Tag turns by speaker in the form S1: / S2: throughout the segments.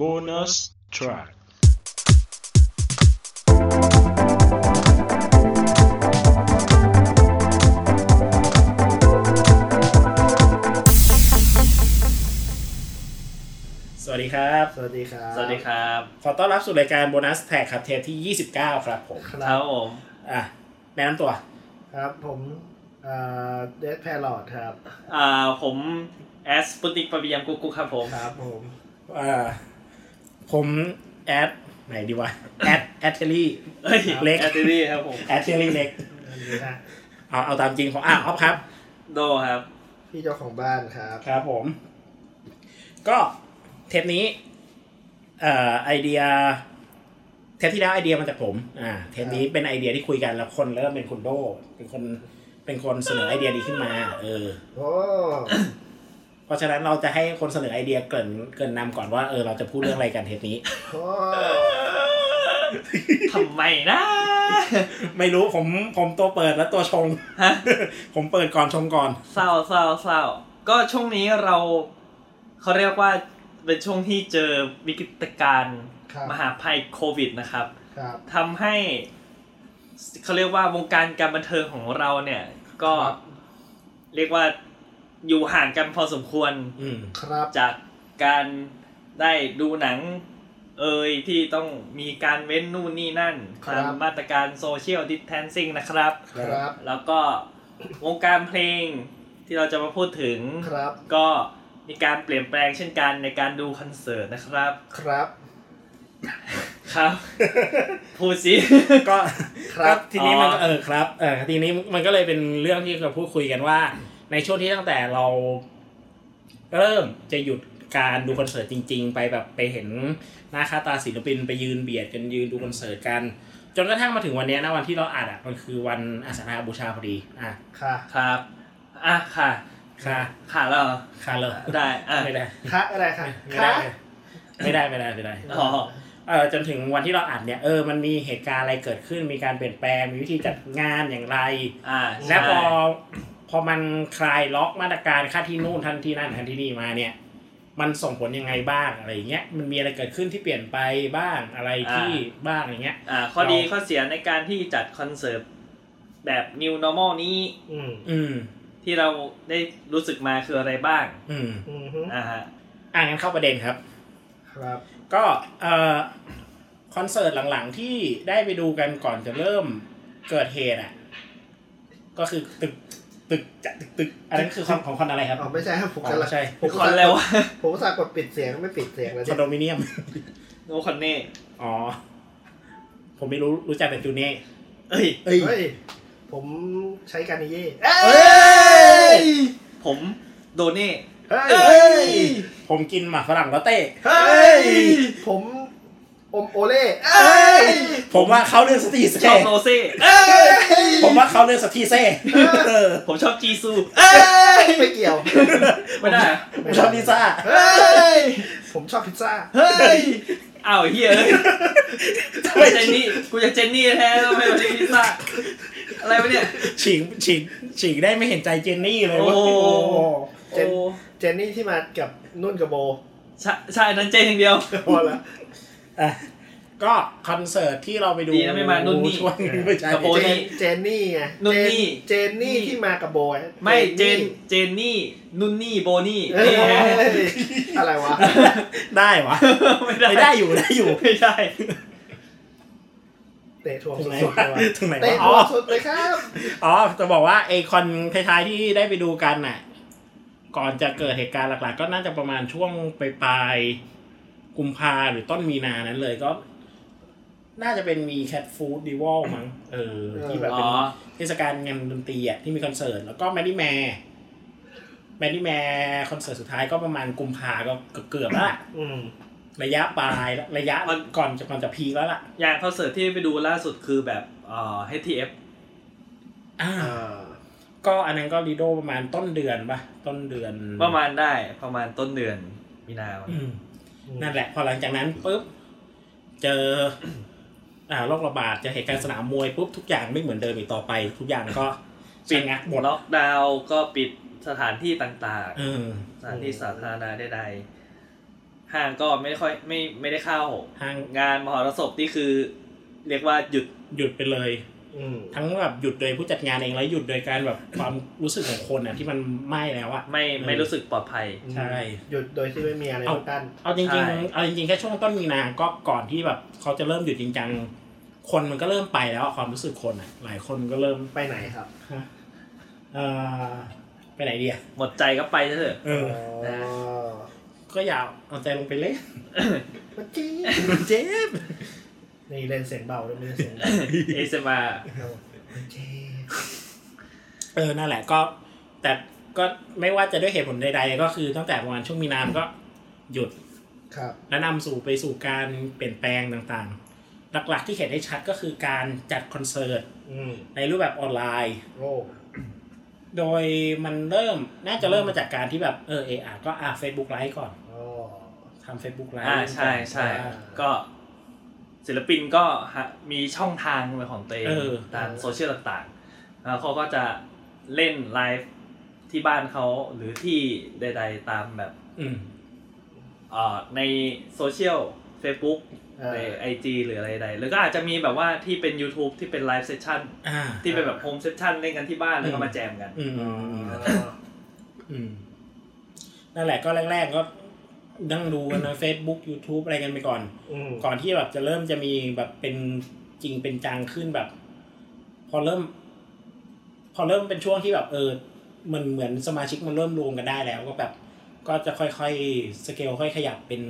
S1: bonus track.
S2: สวัสดีครับ
S3: สวัสดีครับ
S4: สวัสดีครับ
S2: ขอต้อนรับสู่รายการโบนัสแท็กครับเทปที่ 29 ครับผม
S3: ค
S4: ค
S3: รั
S4: รั
S3: บบ
S4: ผม
S2: อ่ะ แนะนำตัว
S3: ครับผมเดสแพลอดครับ
S4: อ่าผมแอสปุติกปะเบียมกุ๊กกุ๊กครับผม
S3: ครับผม
S2: อ่า ผมแอดไหนดีวะ แอดแอดเทลี่
S4: เอ้ย
S2: เล็ก
S4: แอตติรี่ครับผม
S2: แอดเทลี่เล็ก
S3: อันนี้นะ
S2: เอาเอาตามจริงของอ่ะออฟครับ
S4: โดครับ
S3: พี่เจ้าของบ้านครับ
S2: ครับผม ก็เทปนี้ เอ่อไอเดีย เทปที่แล้วไอเดียมาจากผม อ่า เทปนี้เป็นไอเดียที่คุยกันแล้วคนเริ่มเป็นคุณโด เป็นคน เป็นคนเสนอไอเดียดีขึ้นมา เออ
S3: โอ้
S2: เพราะฉะนั้นเราจะให้คนเสนอไอเดียเกรินเกรินนำก่อนว่าเออเราจะพูดเรื่องอะไรกันเทปนี้
S3: โอ้
S4: ทำไมนะ
S2: ไม่รู้ผมผมตัวเปิดและตัวชง
S4: ฮะ
S2: ผมเปิดก่อนชงก่อน
S4: เศร้าเศร้าเศร้าก็ช่วงนี้เราเขาเรียกว่าเป็นช่วงที่เจอวิกฤตการณ์
S3: ครับ
S4: มหาภัยโควิดนะครับ
S3: ครับ
S4: ทำให้เขาเรียกว่าวงการการบันเทิงของเราเนี่ย ก็
S3: ครับ
S4: เรียกว่าอยู่ห่างกันพอสมควร
S2: อืม
S3: ครับ
S4: จากการได้ดูหนังเอ่ยที่ต้องมีการเว้นนู่นนี่นั่นตามมาตรการโซเชียลดิสแทนซิ่งนะครับ
S3: ครับ
S4: แล้วก็วงการเพลงที่เราจะมาพูดถึง
S3: ครับ
S4: ก็มีการเปลี่ยนแปลงเช่นกันในการดูคอนเสิร์ตนะครับ
S3: ครับ
S4: ครับ พูดสิ
S2: ก็
S3: ครับ
S2: ก็ทีนี้มันก็
S4: อ๋อ
S2: เออครับเออทีนี้มันก็เลยเป็นเรื่องที่เราพูดคุยกันว่า ในช่วงที่ตั้งแต่เราเริ่มจะหยุดการดูคอนเสิร์ตจริง ๆ ไปแบบไปเห็นหน้าค่าตาศิลปินไปยืนเบียดกันยืนดูคอนเสิร์ตกัน จนกระทั่งมาถึงวันเนี้ยนะวันที่เราอัดอ่ะมันคือวันอาสาฬหบูชาพอดีอ่ะ
S3: ค่ะ
S4: ครับอ่ะค่ะ
S2: ค่ะ
S4: ค่ะแล้วเหรอ
S2: ค่ะเลย
S4: ได้อ่ะ
S2: ไม่ได้
S3: คะอะไรค่ะ
S2: ไม่
S3: คะ
S2: ได้ไม่ได้ไม่ได้ไม่ได้
S4: อ๋อ
S2: เออจนถึงวันที่เราอัดเนี่ยเออมันมีเหตุการณ์อะไรเกิดขึ้น มีการเปลี่ยนแปลงมีวิธีจัดงานอย่างไร
S4: อ่า
S2: และพอ
S4: ใช่
S2: พอมันคลายล็อกมาตรการค่าที่นู่นท่านที่นั่นท่านที่นี่มาเนี่ย มันส่งผลยังไงบ้างอะไรอย่างเงี้ยมันมีอะไรเกิดขึ้นที่เปลี่ยนไปบ้างอะไรที่บ้างอย่างเงี้ย
S4: อ่าข้อดี
S2: เรา
S4: ข้อเสียในการที่จัดคอนเสิร์ตแบบ new normal นี้
S3: อืม
S2: อืม
S4: ที่เราได้รู้สึกมาคืออะไรบ้าง
S2: อืม
S3: อือฮึ
S4: อ่าฮะ
S2: อ่ะงั้นเข้าประเด็นครับ
S3: ครับ
S2: ก็เอ่อคอนเสิร์ตหลังๆที่ได้ไปดูกันก่อนจะเริ่มเกิดเหตุอ่ะก็คือตึกตึกจะตึกตึกอันนั้นคือของของคนอะไรครับ
S3: อ๋อไม่ใช่ครับผมกำลัง
S2: ใช่
S3: ผม
S4: คอนแล้ววะ
S3: ผมอุตสั่งกดปิดเสียงไม่ปิดเสียงแล้ว
S2: คอ
S3: เนี่
S2: น
S3: ย
S2: โดมิเนียม
S4: โนคอนเน่
S2: อ๋อ ผมไม่รู้รู้จักแต่จูเน่
S4: เอ้ย
S2: เอ้ย
S3: เฮ้ยผมใช้การนิเย่
S2: เอ้
S3: เอ้
S2: ย
S3: ย
S4: ผมโดเน่
S3: เฮ้ย
S2: ผมกินหมากฝรั่งแล้วเต้
S3: เฮ้ย ผมอมโอเล่เอ้ย
S2: ผมว่าเขาเรื่องสตี
S4: ช
S2: เซ่
S4: อบโนเซ่เอ้ย
S3: เอ้ย
S2: ผมว่าเขาเรื่องสตีเซ่เออ
S4: ผมชอบจีซู
S3: ไม่เกี่ยว
S4: ไม่ได้อะ
S2: ผมชอบลิซ่า
S3: เฮ้ย ผมชอบพิซซ่า
S4: เฮ้ยอ้าวเฮียเอ้ยกูจะเจนนี่กูจะเจนนี่แท้แล้วไม่มาเจนนี่ซ่าอะไรวะเนี่ย
S2: ฉีกฉีกฉีกได้ไม่เห็นใจเจนนี่เลย
S4: โอ้
S2: เว้ยโห
S3: เจ
S4: โอ้
S3: น เจนนี่ที่มากับนุ่นกับโบ
S4: ใช่ใช่อันนั้นเจนอย่างเดียว
S3: พอละ
S2: อ่ะก็คอนเสิร์ตที่เราไปดู
S4: ดีนะไม่มานู่นนี่
S2: ช่วงไม่ใช่
S4: กระโปรง
S3: เจนเจนนี่ไง
S4: นุ่นนี่
S3: เจนเจนนี่ที่มากับโบอะ
S4: ไม่เจนเจนนี่นุ่นนี่โบนี่
S3: เอ้ย
S4: นี่ไง
S3: อะไรวะ
S2: ได้วะ
S4: ไม่
S2: ไม่ได้อยู่ได้อยู่
S4: ไม่ได้
S3: เตะทวง
S2: ถึงไหน
S3: สุด
S2: วะ
S3: ๆเลยวะ
S2: ถึงไหน
S3: เตะ
S2: วะ
S3: ท
S2: อ๋
S3: ว
S2: อ
S3: งสุดเลยครับ
S2: อ๋อจะบอกว่าไอคอนท้ายๆที่ได้ไปดูกันน่ะ ก่อนจะเกิดเหตุการณ์หลักๆ ก็น่าจะประมาณช่วงปลายๆกุมภาหรือต้นมีนานั้นเลยก็ น่าจะเป็นมีแคทฟู้ดดีวอลมั้งเออ ที่แบบ
S4: อ๋
S2: เป็น
S4: อ
S2: เทศกาลงานดนตรีอ่ะที่มีคอนเสิร์ตแล้วก็แมดดี้แมร์แมดดี้แมร์คอนเสิร์ตสุดท้ายก็ประมาณกุมภาก็เกือบๆแล้วล่ะ
S3: อืม
S2: ระยะปลายละระยะก่อนจะก่อนจะพีคแล้วล่ะ
S4: อย่างคอนเสิร์ตที่ไปดูล่าสุดคือแบบเอ่อ HTF
S2: อ่า
S3: อ่า
S2: ก็อันนั้นก็ลีโดประมาณต้นเดือนปะต้นเดือน
S4: ประมาณได้ประมาณต้นเดือนมีนา
S2: อืม
S3: นั่
S2: นั่นแหละพอหลังจากนั้นปุ๊บเจอ อ่าโรคระบาดเจอเหตุการณ์สนามมวยปุ๊บทุกอย่างไม่เหมือนเดิมอีกต่อไป ทุกอย่าง ก็ ชะงักหมด
S4: ล็อกดาวน์ก็ปิดสถานที่ต่าง
S2: เออ
S4: ๆ สถานที่สาธารณะใด ห้างก็ไม่ค่อยไม่ไม่ได้เข้า
S2: ห้าง
S4: งานมหรสพนี่คือ เรียกว่าหยุด
S2: หยุดไปเลย
S3: อืม
S2: ทั้งแบบหยุดโดยผู้จัดงานเองแล้วหยุดโดยการแบบ ความรู้สึกของคนอ่ะที่มันไหม้แล้วอ่ะ
S4: ไม่ไม่
S2: อืม
S4: รู้สึกปลอดภัย
S2: ใช่
S3: หยุดโดยที่ไม่มีอะไรมากั้น
S2: เอาจ
S4: ใช่
S2: ริงๆ เอาจริงๆ แค่ช่วงต้นมีนาก็ก่อนที่แบบเขาจะเริ่มหยุดจริงจังคนมันก็เริ่มไปแล้วอะความรู้สึกคนอ่ะ หลายคนก็เริ่ม
S3: ไปไหนครับ
S2: ฮะเอ่อไปไหนดีอ่ะ
S4: หมดใจก็ไปเถอะ
S2: เออ
S3: เออ
S2: ก็อยากเอาใจลงไปเล่น
S3: ปัจจี
S2: เจ็บ
S3: นี่เล่นเสียงเบาด้วยไม่ได้เสียงดัง
S4: เอซมา
S3: ปัจจี
S2: เออนั่นแหละก็ แต่ก็ไม่ว่าจะด้วยเหตุผลใดๆ ก็คือตั้งแต่ประมาณช่วงมีนามนก็หยุด
S3: ครับ
S2: และนำสู่ไปสู่การเปลี่ยนแปลงต่างๆ หลักๆที่เห็นได้ชัดก็คือการจัดคอนเสิร์ต
S3: อืม
S2: ในรูปแบบออนไลน์
S3: โอ้
S2: โดยมันเริ่มน่าจะเริ่มมาจากการที่แบบเออเออก็อ่า Facebook ไลฟ์ก่อน
S3: โอ้
S2: ทำ Facebook ไลฟ์
S4: อ่าใช่ใช่ก็ศิลปินก็ฮะมีช่องทางเป็นของตัวเองตามโซเชียลต่างๆแล้วเขาก็จะเล่นไลฟ์ที่บ้านเขาหรือที่ใดๆตามแบบ
S2: อืม
S4: เอ่อในโซเชียล Facebook
S3: เอ
S4: ใน
S3: อ
S4: ไอจีหรืออะไรใดหรือก็อาจจะมีแบบว่าที่เป็น YouTube ที่เป็นไลฟ์เซสชั่น
S2: อ่า
S4: ที่เป็นแบบโฮมเซสชั่นเล่นกันที่บ้านแล้ว
S2: อื
S4: ก็
S2: ม
S4: มาแจมกัน
S2: อืมอืมอืม
S3: เออ
S2: อืมนั่นแหละก็แรกๆก็นั่งดูกันนะ Facebook YouTube อะไรกันไปก่อน
S3: อืม
S2: ก่อนที่แบบจะเริ่มจะมีแบบเป็นจริงเป็นจังขึ้นแบบ พอเริ่ม พอเริ่มเป็นช่วงที่แบบเออมันเหมือนสมาชิกมันเริ่มรวมกันได้แล้ว ก็แบบ ก็จะค่อยๆสเกลค่อยขยับเป็น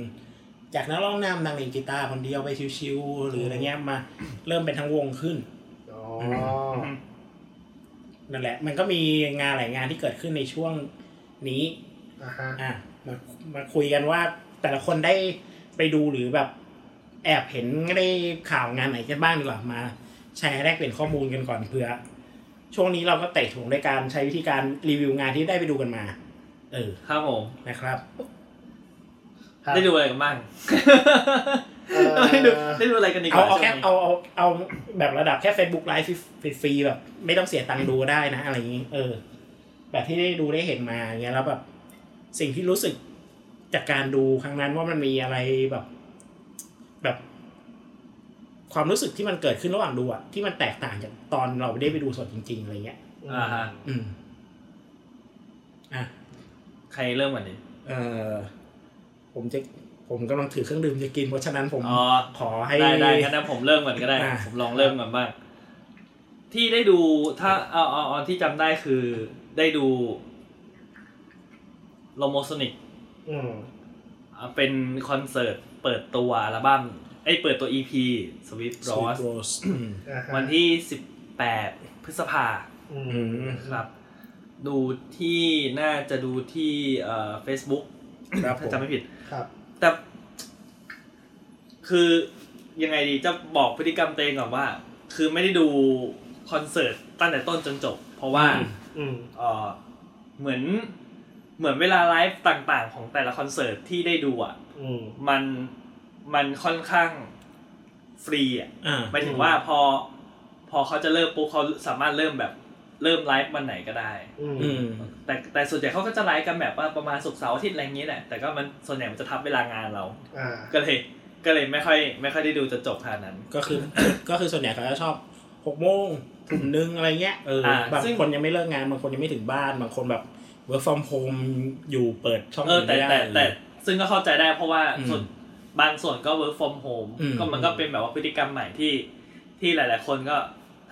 S2: จากนักร้องนำนางเล่นกีตาร์คนเดียวไปชิวๆหรืออะไรเงี้ยมาเริ่มเป็นทั้งวงขึ้น
S3: อ๋อ
S2: นั่นแหละ มันก็มีงานหลายงานที่เกิดขึ้นในช่วงนี้
S3: อ่ะฮะ
S2: อ่ะมามาคุยกันว่าแต่ละคนได้ไปดูหรือแบบแอบเห็นได้ข่าวงานไหนกันบ้างดีกว่ามาแชร์แลกเปลี่ยนข้อมูลกันก่อนเผื่อ ช่วงนี้เราก็เตะถุงด้วยการใช้วิธีการรีวิวงานที่ได้ไปดูกันมา เออ
S4: ครับผม
S2: นะครับ
S3: ครับ
S4: ได้ดูอะไรกันบ้าง
S3: เอ่อ
S4: ได้ดูได้ดูอะไรกันดีก
S2: เอาเอา
S4: ว่าช่วง
S2: แค่
S4: นี้
S2: เอาเอาเอาแบบระดับแค่ Facebook ไลฟ์ฟรีๆแบบ ไม่ต้องเสียตังค์ดูได้นะ อะไรอย่างนี้เออ แบบที่ได้ดูได้เห็นมาอย่างเงี้ยแล้วแบบสิ่งที่รู้สึกจากการดูครั้งนั้นว่ามันมีอะไรแบบ แบบ ความรู้สึกที่มันเกิดขึ้นระหว่างดูอะที่มันแตกต่างจากตอนเราได้ไปดูสดจริง ๆอะไรเงี้ย
S4: อ่าฮะ
S2: อืมอ่ะ
S4: ใครเริ่มก่อนดี
S2: เออผมจะผมกำลังถือเครื่องดื่มจะกินเพราะฉะนั้นผม
S4: อ๋อ
S2: ขอให้
S4: ได้ได้งั้นนะผมเริ่มก่อนก็ได้
S2: อ่ะ
S4: ผมลองเริ่มก่อนบ้าง ที่ได้ดูถ้าเอาเอาเอาที่จำได้คือได้ดูโลโมโซนิก
S3: อืม
S4: เป็นคอนเสิร์ตเปิดตัวอัลบั้มไอยเปิดตัว EP สวิฟรอส
S2: Rose อืม
S3: อ่าฮะ
S4: วันที่ 18 พฤษภา
S3: อืม
S4: ครับ ดูที่น่าจะดูที่เอ่อ Facebook
S2: ครับผม
S4: ถ้าจำไม่ผิด
S3: ครับ
S4: แต่ คือยังไงดีจะบอกพฤติกรรมตัวเองก่อนว่า คือไม่ได้ดูคอนเสิร์ตตั้งแต่ต้นจนจบ เพราะว่า
S2: อื
S3: อื
S2: ม
S3: ม
S4: เออเหมือนเหมือนเวลาไลฟ์ต่างๆ ของแต่ละคอนเสิร์ตที่ได้ดูอ่ะ
S3: อืม
S4: มันมันค่อนข้างฟรีอ่ะ
S2: อ่า
S4: หมายถึงว่าพอ พอเขาจะเริ่มปุ๊บเขาสามารถเริ่มแบบเริ่มไลฟ์วันไหนก็ได้
S3: อืม
S2: อืม
S4: แต่แต่ส่วนใหญ่เขาก็จะไลฟ์กันแบบว่าประมาณศุกร์เสาร์อาทิตย์อะไรอย่างเงี้ยแหละแต่ก็มันส่วนใหญ่มันจะทับเวลางานเรา
S3: อ่า
S4: ก็เลยก็เลยไม่ค่อย ไม่ค่อยได้ดูจนจบขนาดนั้น
S2: ก็คือ ก็คือส่วนใหญ่เขาจะชอบหกโมงทุ่มหนึงอะไรเงี้ยเออ
S4: อ่า
S2: บาง
S4: ซึ่ง
S2: คนยังไม่เลิกงานบางคนยังไม่ถึงบ้านบางคนแบบ work from home อยู่เปิดช่อง
S4: เออแต่
S2: ไม่ได้
S4: แต่แต่ซึ่งก็เข้าใจได้เพราะว่า
S2: อืม
S4: ส่วนบางส่วนก็ work from home
S2: อืม
S4: ก็มันก็เป็นแบบว่าพฤติกรรมใหม่ที่ที่หลาย ๆ คนก็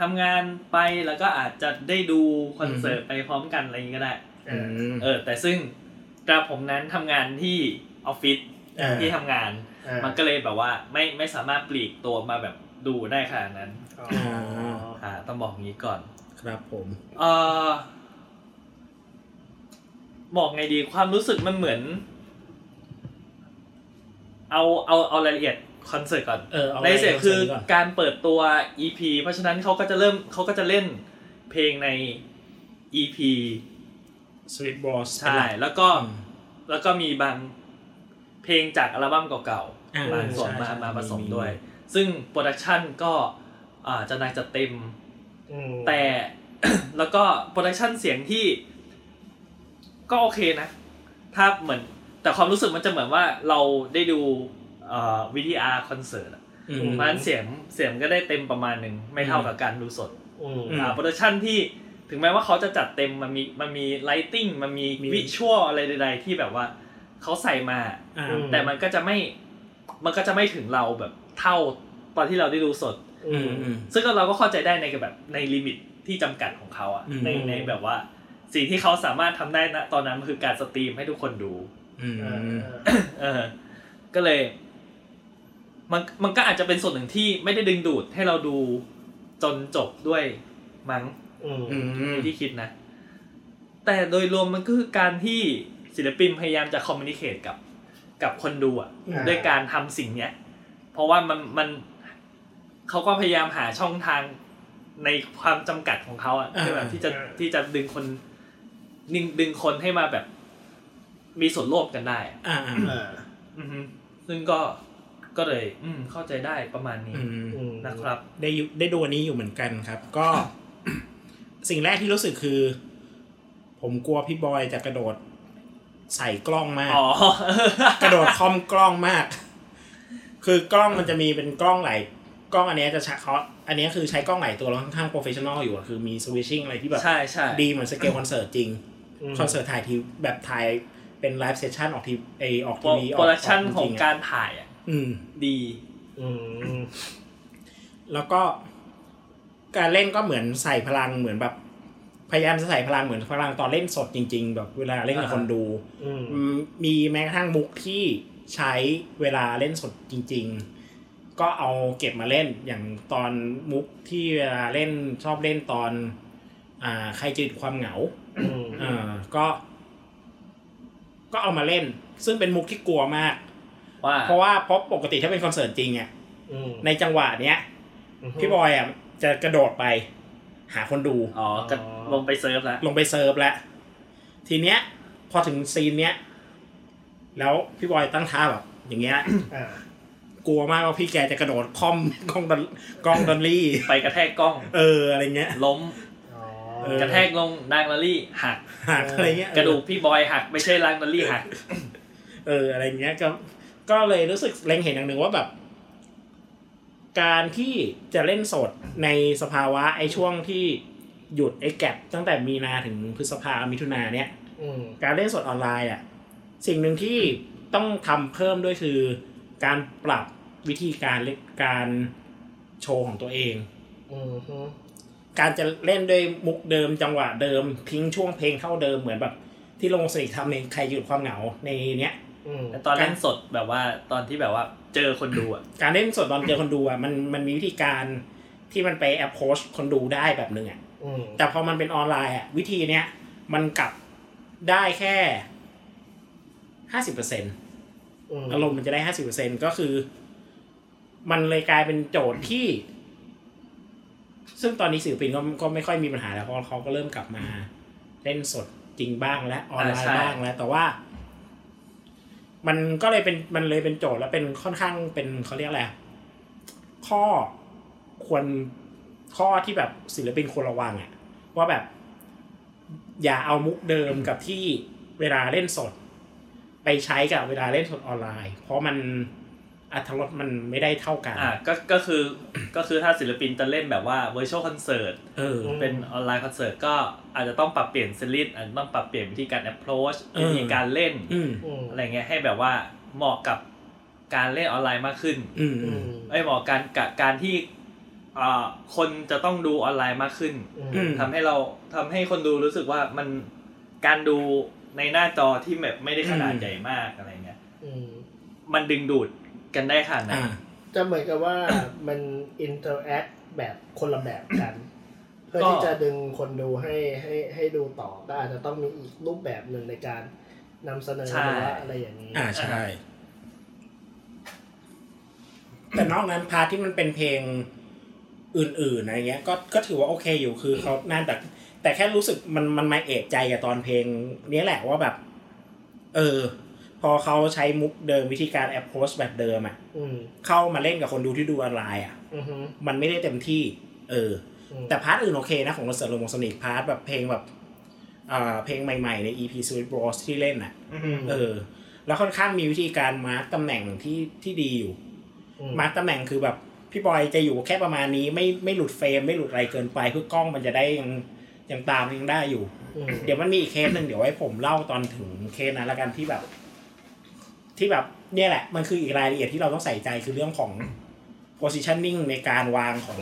S4: ทำงานไปแล้วก็อาจจะได้ดูคอนเสิร์ตไปพร้อมกันอะไรอย่างนี้ก็ได้
S3: เอ
S2: อื
S3: อ
S2: ม
S4: เออ แต่ซึ่งกระผมนั้นทำงานที่ออฟฟิศ
S2: อ่า
S4: ที่ทำงาน
S3: อ่า
S4: มันก็เลยแบบว่าไม่ไม่สามารถปลีกตัวมาแบบดูได้ขนาดนั้น
S3: อ๋อ
S4: อ่าต้องบอกอย่างนี้ก่อน
S2: ครับผม
S4: เออบอกไงดีความรู้สึกมันเหมือน เอาเอาเอารายละเอียดคอนเสิร์ตก่อน
S2: เออเอา
S4: รายละเอียดคือ
S2: ก่อน
S4: การเปิดตัว EP เพราะฉะนั้นเขาก็จะเริ่มเขาก็จะเล่นเพลงใน EP
S2: สวิตบอส
S4: ใช่แล้วก็แล้วก็มีบางเพลงจากอัลบั้มเก่า
S2: อ่า
S4: ๆบางส่วนมา
S2: ใช่ใช่
S4: มาผสม
S2: มี
S4: ด้วย ซึ่งโปรดักชันก็อ่าจะหนักจะเต็ม
S3: อืม
S4: แต่ แล้วก็โปรดักชันเสียงที่ก็โอเคนะ ถ้าเหมือน แต่ความรู้สึกมันจะเหมือนว่าเราได้ดูวิดีอาร์คอนเสิร์ต
S2: อืม
S4: เพราะฉะนั้นเสียงเสียงก็ได้เต็มประมาณหนึ่งไม่เท่ากับการดูสด
S1: อืม
S2: อืม
S4: โปรดักชันที่ถึงแม้ว่าเขาจะจัดเต็มมันมีมันมีไลติ้งมันมี
S1: มี
S4: วิชวลอะไรใดๆที่แบบว่าเขาใส่มา
S2: อ่า
S1: อืม
S4: แต่มันก็จะไม่มันก็จะไม่ถึงเราแบบเท่าตอนที่เราได้ดูสด
S1: อืม
S4: ซึ่งก็เราก็เข้าใจได้ในแบบในลิมิตที่จำกัดของเขาอะ
S2: อืม
S4: ในในแบบว่า สิ่งที่เขาสามารถทำได้นะตอนนั้นคือการสตรีมให้ทุกคนดู
S2: อืม
S1: เอ
S2: อื
S1: อ
S2: ม
S1: เออ
S4: เออ ก็เลย มันมันก็อาจจะเป็นส่วนหนึ่งที่ไม่ได้ดึงดูดให้เราดูจนจบด้วยมั้ง
S1: อืม
S2: อืม
S4: ที่คิดนะ แต่โดยรวมมันก็คือการที่ศิลปินพยายามจะคอมมิ n นิเค e กับ กับคนดูอะ
S1: อ่า
S4: ด้วยการทำสิ่งเนี้ย เพราะว่ามันมันเขาก็พยายามหาช่องทางในความจำกัดของเขาอะ
S2: อ่า
S4: ที่แบบที่จะที่จะดึงคนดึงดึงคนให้มาแบบ มีส่วนร่วมกันได้อะ
S2: อ่าอ่า
S1: อ่า
S4: อือฮึซึ่งก็ ก็เลย อืม เข้าใจได้ประมาณนี้
S2: อืม
S1: อืม
S4: นะครับ
S2: ได้อยู่ได้ดูอันนี้อยู่เหมือนกันครับ ก็ สิ่งแรกที่รู้สึกคือ ผมกลัวพี่บอยจะกระโดด ใส่กล้องมาก
S4: อ๋อ
S2: กระโดดคล่อมกล้องมาก คือกล้องมันจะมีเป็นกล้องหลายกล้องอันเนี้ยจะใช้เขาอันเนี้ยคือใช้กล้องหลายตัวแล้วค่อนข้างโปรเฟชชั่นอลอยู่อะคือมีสวิชชิ่งอะไรที่แบบ
S4: ใช่ใช่
S2: ดีเหมือนสเกลคอนเสิร์ตจริง คอนเสิร์ตถ่ายทีแบบถ่ายเป็นไลฟ์เซสชั่นออกทีไอออก
S4: โป
S2: ที
S4: ร
S2: วี
S4: โปรดักชันของ
S2: จๆะ
S4: การถ่ายอ่ะ
S2: อืม
S4: ดี
S1: อืม
S2: แล้วก็การเล่นก็เหมือนใส่พลังเหมือนแบบ พยายามจะใส่พลังเหมือนพลังตอนเล่นสดจริง ๆ แบบเวลาเล่นกับ
S4: อ่าฮะ
S2: คนดู
S1: อืม
S2: อืมมีแม้กระทั่งมุกที่ใช้เวลาเล่นสดจริง ๆ ก็เอาเก็บมาเล่นอย่างตอนมุกที่เวลาเล่นชอบเล่นตอน อ่าใครจะหยุดความเหงา
S1: อืม
S2: เออก็ ก็เอามาเล่น ซึ่งเป็นมุกที่กลัวมาก
S4: ว่า
S2: เพราะว่าเพราะปกติถ้าเป็นคอนเสิร์ตจริงเนี่ย
S1: อืม
S2: ในจังหวะเนี้ย พี่บอยอ่ะจะกระโดดไป หาคนดู
S4: อ๋อ ก็ลงไปเซิร์ฟแล้ว
S2: ลงไปเซิร์ฟแล้ว ทีเนี้ย พอถึงซีนเนี้ย แล้วพี่บอยตั้งท่าแบบ อย่างเงี้ย
S1: อ่าก
S2: ลัวมากว่าพี่แกจะกระโดดคอม กล้องดอลกล้องดอลลี่
S4: ไปกระแทกกล้อง
S2: เออ อะไรเงี้ย
S4: ล้ม
S1: อ๋อ
S2: เออ
S4: กระแทกลงดังลารี่หัก
S2: หักอะไรเงี้ย
S4: กระดูกพี่บอยหัก ไม่ใช่ดังลารี่หัก
S2: เอออะไรเงี้ยก็ก็เลยรู้สึกเล็งเห็นอย่างหนึ่งว่าแบบ การที่จะเล่นสดในสภาวะไอ้ช่วงที่หยุดไอ้แก็บตั้งแต่มีนาถึงพฤษภามิถุนาเนี่ย
S1: อืม
S2: การเล่นสดออนไลน์อ่ะสิ่งหนึ่งที่ต้องทำเพิ่มด้วยคือ การปรับวิธีการเล่นการโชว์ของตัวเอง
S1: อืมฮึ
S2: การจะเล่นด้วยมุกเดิมจังหวะเดิมทิ้งช่วงเพลงเท่าเดิมเหมือนแบบ ที่ลงสนิททำในใครหยุดความเหงาในเนี้ย
S1: อืม
S4: แต่ตอนเล่นสดแบบว่า ตอนที่แบบว่า เจอคนดูอ่ะ
S2: การเล่นสดตอนเจอคนดูอ่ะมันมันมีวิธีการที่มันไปแอปโพสคนดูได้แบบหนึ่งอ่ะ
S1: อืม
S2: แต่พอมันเป็นออนไลน์อ่ะวิธีเนี้ยมันกลับได้แค่ห้าสิบเปอร์เซ็นอารมณ์มันจะได้ห้าสิบเปอร์เซ็นก็คือ มันเลยกลายเป็นโจทย์ที่ ซึ่งตอนนี้ศิลปินก็ก็ไม่ค่อยมีปัญหาแล้วเพราะเขาก็เริ่มกลับมา เล่นสดจริงบ้างและออนไล
S4: อ่าใช่
S2: น์บ้างแล้ว แต่ว่า มันก็เลยเป็นมันเลยเป็นโจทย์และเป็นค่อนข้างเป็นเขาเรียกอะไรอะข้อควรข้อที่แบบศิลปินควรระวังอะว่าแบบ อย่าเอามุกเดิมกับที่เวลาเล่นสด ไปใช้กับเวลาเล่นสดออนไลน์ เพราะมันอัตรสมันไม่ได้เท่ากัน
S4: อ่ะก็ ก็คือ ก็คือถ้าศิลปินจะเล่นแบบว่า virtual concert
S2: เออ
S1: ม
S4: เป็นออนไลน์คอนเสิร์ตก็อาจจะต้องปรับเปลี่ยนซีรีส์อาจจะต้องปรับเปลี่ยนวิธีการ approach
S2: เออ
S4: วิธีการเล่น
S2: อืม
S1: อืม
S4: อะไรเงี้ยให้แบบว่าเหมาะกับการเล่นออนไลน์มากขึ้น
S2: อืมอื
S1: อื
S2: ม
S1: ม
S4: ไอ้ยเหมาะกับการกับการที่อ่าคนจะต้องดูออนไลน์มากขึ้น
S1: อื
S2: ม
S1: ม
S4: ทำให้เราทำให้คนดูรู้สึกว่ามันการดูในหน้าจอที่แบบไม่ได้ขนาด
S2: อืม
S4: ใหญ่มากอะไรเงี้ย
S1: อืม
S4: มันดึงดูดกันได้ขนาดไหน
S2: อ่า
S1: จะเหมือนกับว่า มันอินเ r อร์แอคแบบคนละแบบกัน เพื่อที่จะดึงคนดูให้ให้ให้ดูต่อก็อาจจะต้องมีอีกรูปแบบหนึ่งในการนำเสนอหรือว่าอะไรอย่างนี้
S2: อ่าใช่ แต่นอกนั้นพาร์ทที่มันเป็นเพลงอื่นๆอะไรเงี้ย ก็ก็ถือว่าโอเคอยู่คือเขาน่าแต่แต่แค่รู้สึกมันมันมาเอกใจกับตอนเพลงเนี้ยแหละว่าแบบ เออ พอเขาใช้มุกเดิมวิธีการแอปโพสแบบเดิมอ่ะ
S1: อืม
S2: เข้ามาเล่นกับคนดูที่ดูออนไลน์อ่ะ
S1: อืมฮึ
S2: มันไม่ได้เต็มที่ เออ
S1: อืม
S2: แต่พาร์ทอื่นโอเคนะ ของคอนเสิร์ตลงวงสนิทพาร์ทแบบเพลงแบบอ่าเพลงใหม่ๆ ใน EP Sweet Bros ที่เล่นอ่ะ
S1: อืม
S2: เออ แล้วค่อนข้างมีวิธีการมาร์กตำแหน่งที่ที่ดีอยู่
S1: อืม
S2: มาร์กตำแหน่งคือแบบพี่บอยจะอยู่แค่ประมาณนี้ไม่ไม่หลุดเฟรมไม่หลุดอะไรเกินไปเพื่อกล้องมันจะได้ยังยังตามยังได้อยู่
S1: อืม
S2: เดี๋ยวมันมีอีกเคสหนึ่งเดี๋ยวไว้ผมเล่าตอนถึงเคสนั้นละกันที่แบบ ที่แบบเนี่ยแหละ มันคืออีกรายละเอียดที่เราต้องใส่ใจคือเรื่องของ positioning ในการวางของ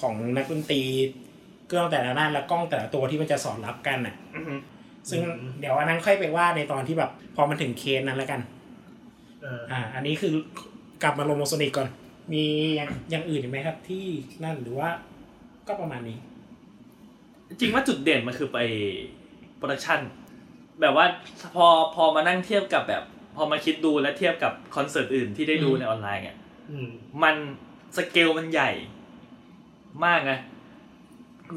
S2: ของนักดนตรีเครื่องแต่ละด้านและกล้องแต่ละตัวที่มันจะสอดรับกันน่ะ
S4: อือฮึ
S2: ซึ่งเดี๋ยวอันนั้นค่อยไปว่าในตอนที่แบบ พอมันถึงเคสนั้นละกัน
S1: อ่า
S2: อ่า อันนี้คือกลับมาลงโมโซนิกก่อน มีอย่างอย่างอื่นอีกไหมครับ ที่นั่นหรือว่าก็ประมาณนี้
S4: จริงว่าจุดเด่นมันคือไปโปรดักชันแบบว่าพอพอมานั่งเทียบกับแบบ พอมาคิดดูและเทียบกับคอนเสิร์ตอื่นที่ได้ดู
S2: อืม
S4: ในออนไลน์เนี่ย
S1: อืม
S4: มันสเกลมันใหญ่มากนะ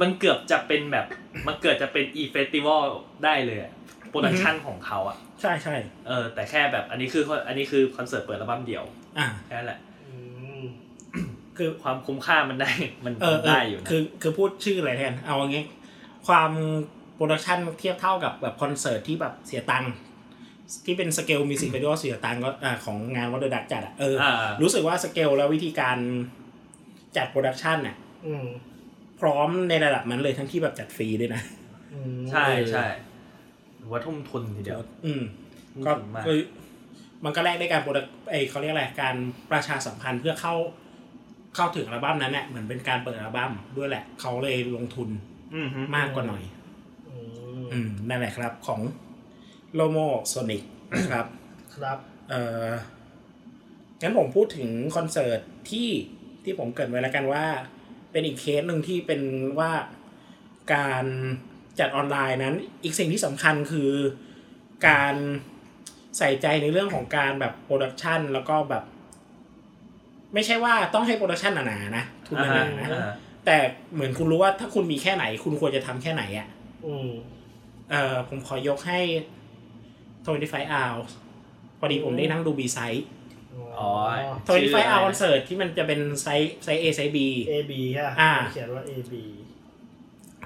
S4: มันเกือบจะเป็นแบบ มันเกือบจะเป็นอีเฟสติวัลได้เลยอะโปรดักชันของเขาอะ
S2: ใช่ใช่
S4: เออแต่แค่แบบอันนี้คืออันนี้คือคอนเสิร์ตเปิดอัลบั้มเดียว
S2: อ่า
S4: แค่นั้นแหละ
S1: อืม
S2: คือ
S4: ความคุ้มค่ามันได้มัน
S2: เออเอ
S4: ได้
S2: อ
S4: อยู่นะ
S2: คือคือพูดชื่ออะไรแทน เอาอย่างงี้ ความโปรดักชันเทียบเท่ากับแบบคอนเสิร์ตที่แบบเสียตังค์ที่เป็นสเกลมิวสิกวิดีโอเสียตังค์ก็อ่าของงานวัดเดอะดักจัดอ่ะเออ
S4: อ่า
S2: รู้สึกว่าสเกลและวิธีการจัดโปรดักชันน่ะ
S1: อืม
S2: พร้อมในระดับนั้นเลยทั้งที่แบบจัดฟรีด้วยนะ
S1: อืม
S4: ใช่ใช่หรือว่าทุ่มทุนทีเดียว
S2: อืม
S4: ทุ่ม
S2: ก็
S4: ทุนมาก
S2: คือมันก็แลกได้การโปรดักไอเขาเรียกอะไรการประชาสัมพันธ์เพื่อเข้าเข้าถึงอัลบั้มนั้นเนี่ยเหมือนเป็นการเปิดอัลบั้มด้วยแหละ เขาเลยลงทุน
S4: อือฮึ
S2: มากกว่าหน่อย
S1: อื
S2: อื
S1: ม
S2: มนั่นแหละครับของโลโมโซนิกนะครับ
S1: ครับ
S2: เอ่องั้นผมพูดถึงคอนเสิร์ตที่ที่ผมเกริดไว้แล้วกันว่า เป็นอีกเคสหนึ่งที่เป็นว่าการจัดออนไลน์นั้น อีกสิ่งที่สำคัญคือการใส่ใจในเรื่องของการแบบโปรดักชันแล้วก็แบบ ไม่ใช่ว่าต้องให้โปรดักชันหนาๆนะทุนห
S4: อ่า
S2: นาๆนะ
S4: อ่า
S2: แต่เหมือนคุณรู้ว่าถ้าคุณมีแค่ไหน คุณควรจะทำแค่ไหนอะ
S1: อืม
S2: เอ่อผมขอยกให้25 hours พอดีผมได้นั่งดู B ไซส์
S4: อ๋อ
S2: 25 hours คอนเสิร์ตที่มันจะเป็นไซส์ไซส์ A ไซส์ B
S1: A B ฮะ
S2: อ่า
S1: เขียนว่า A B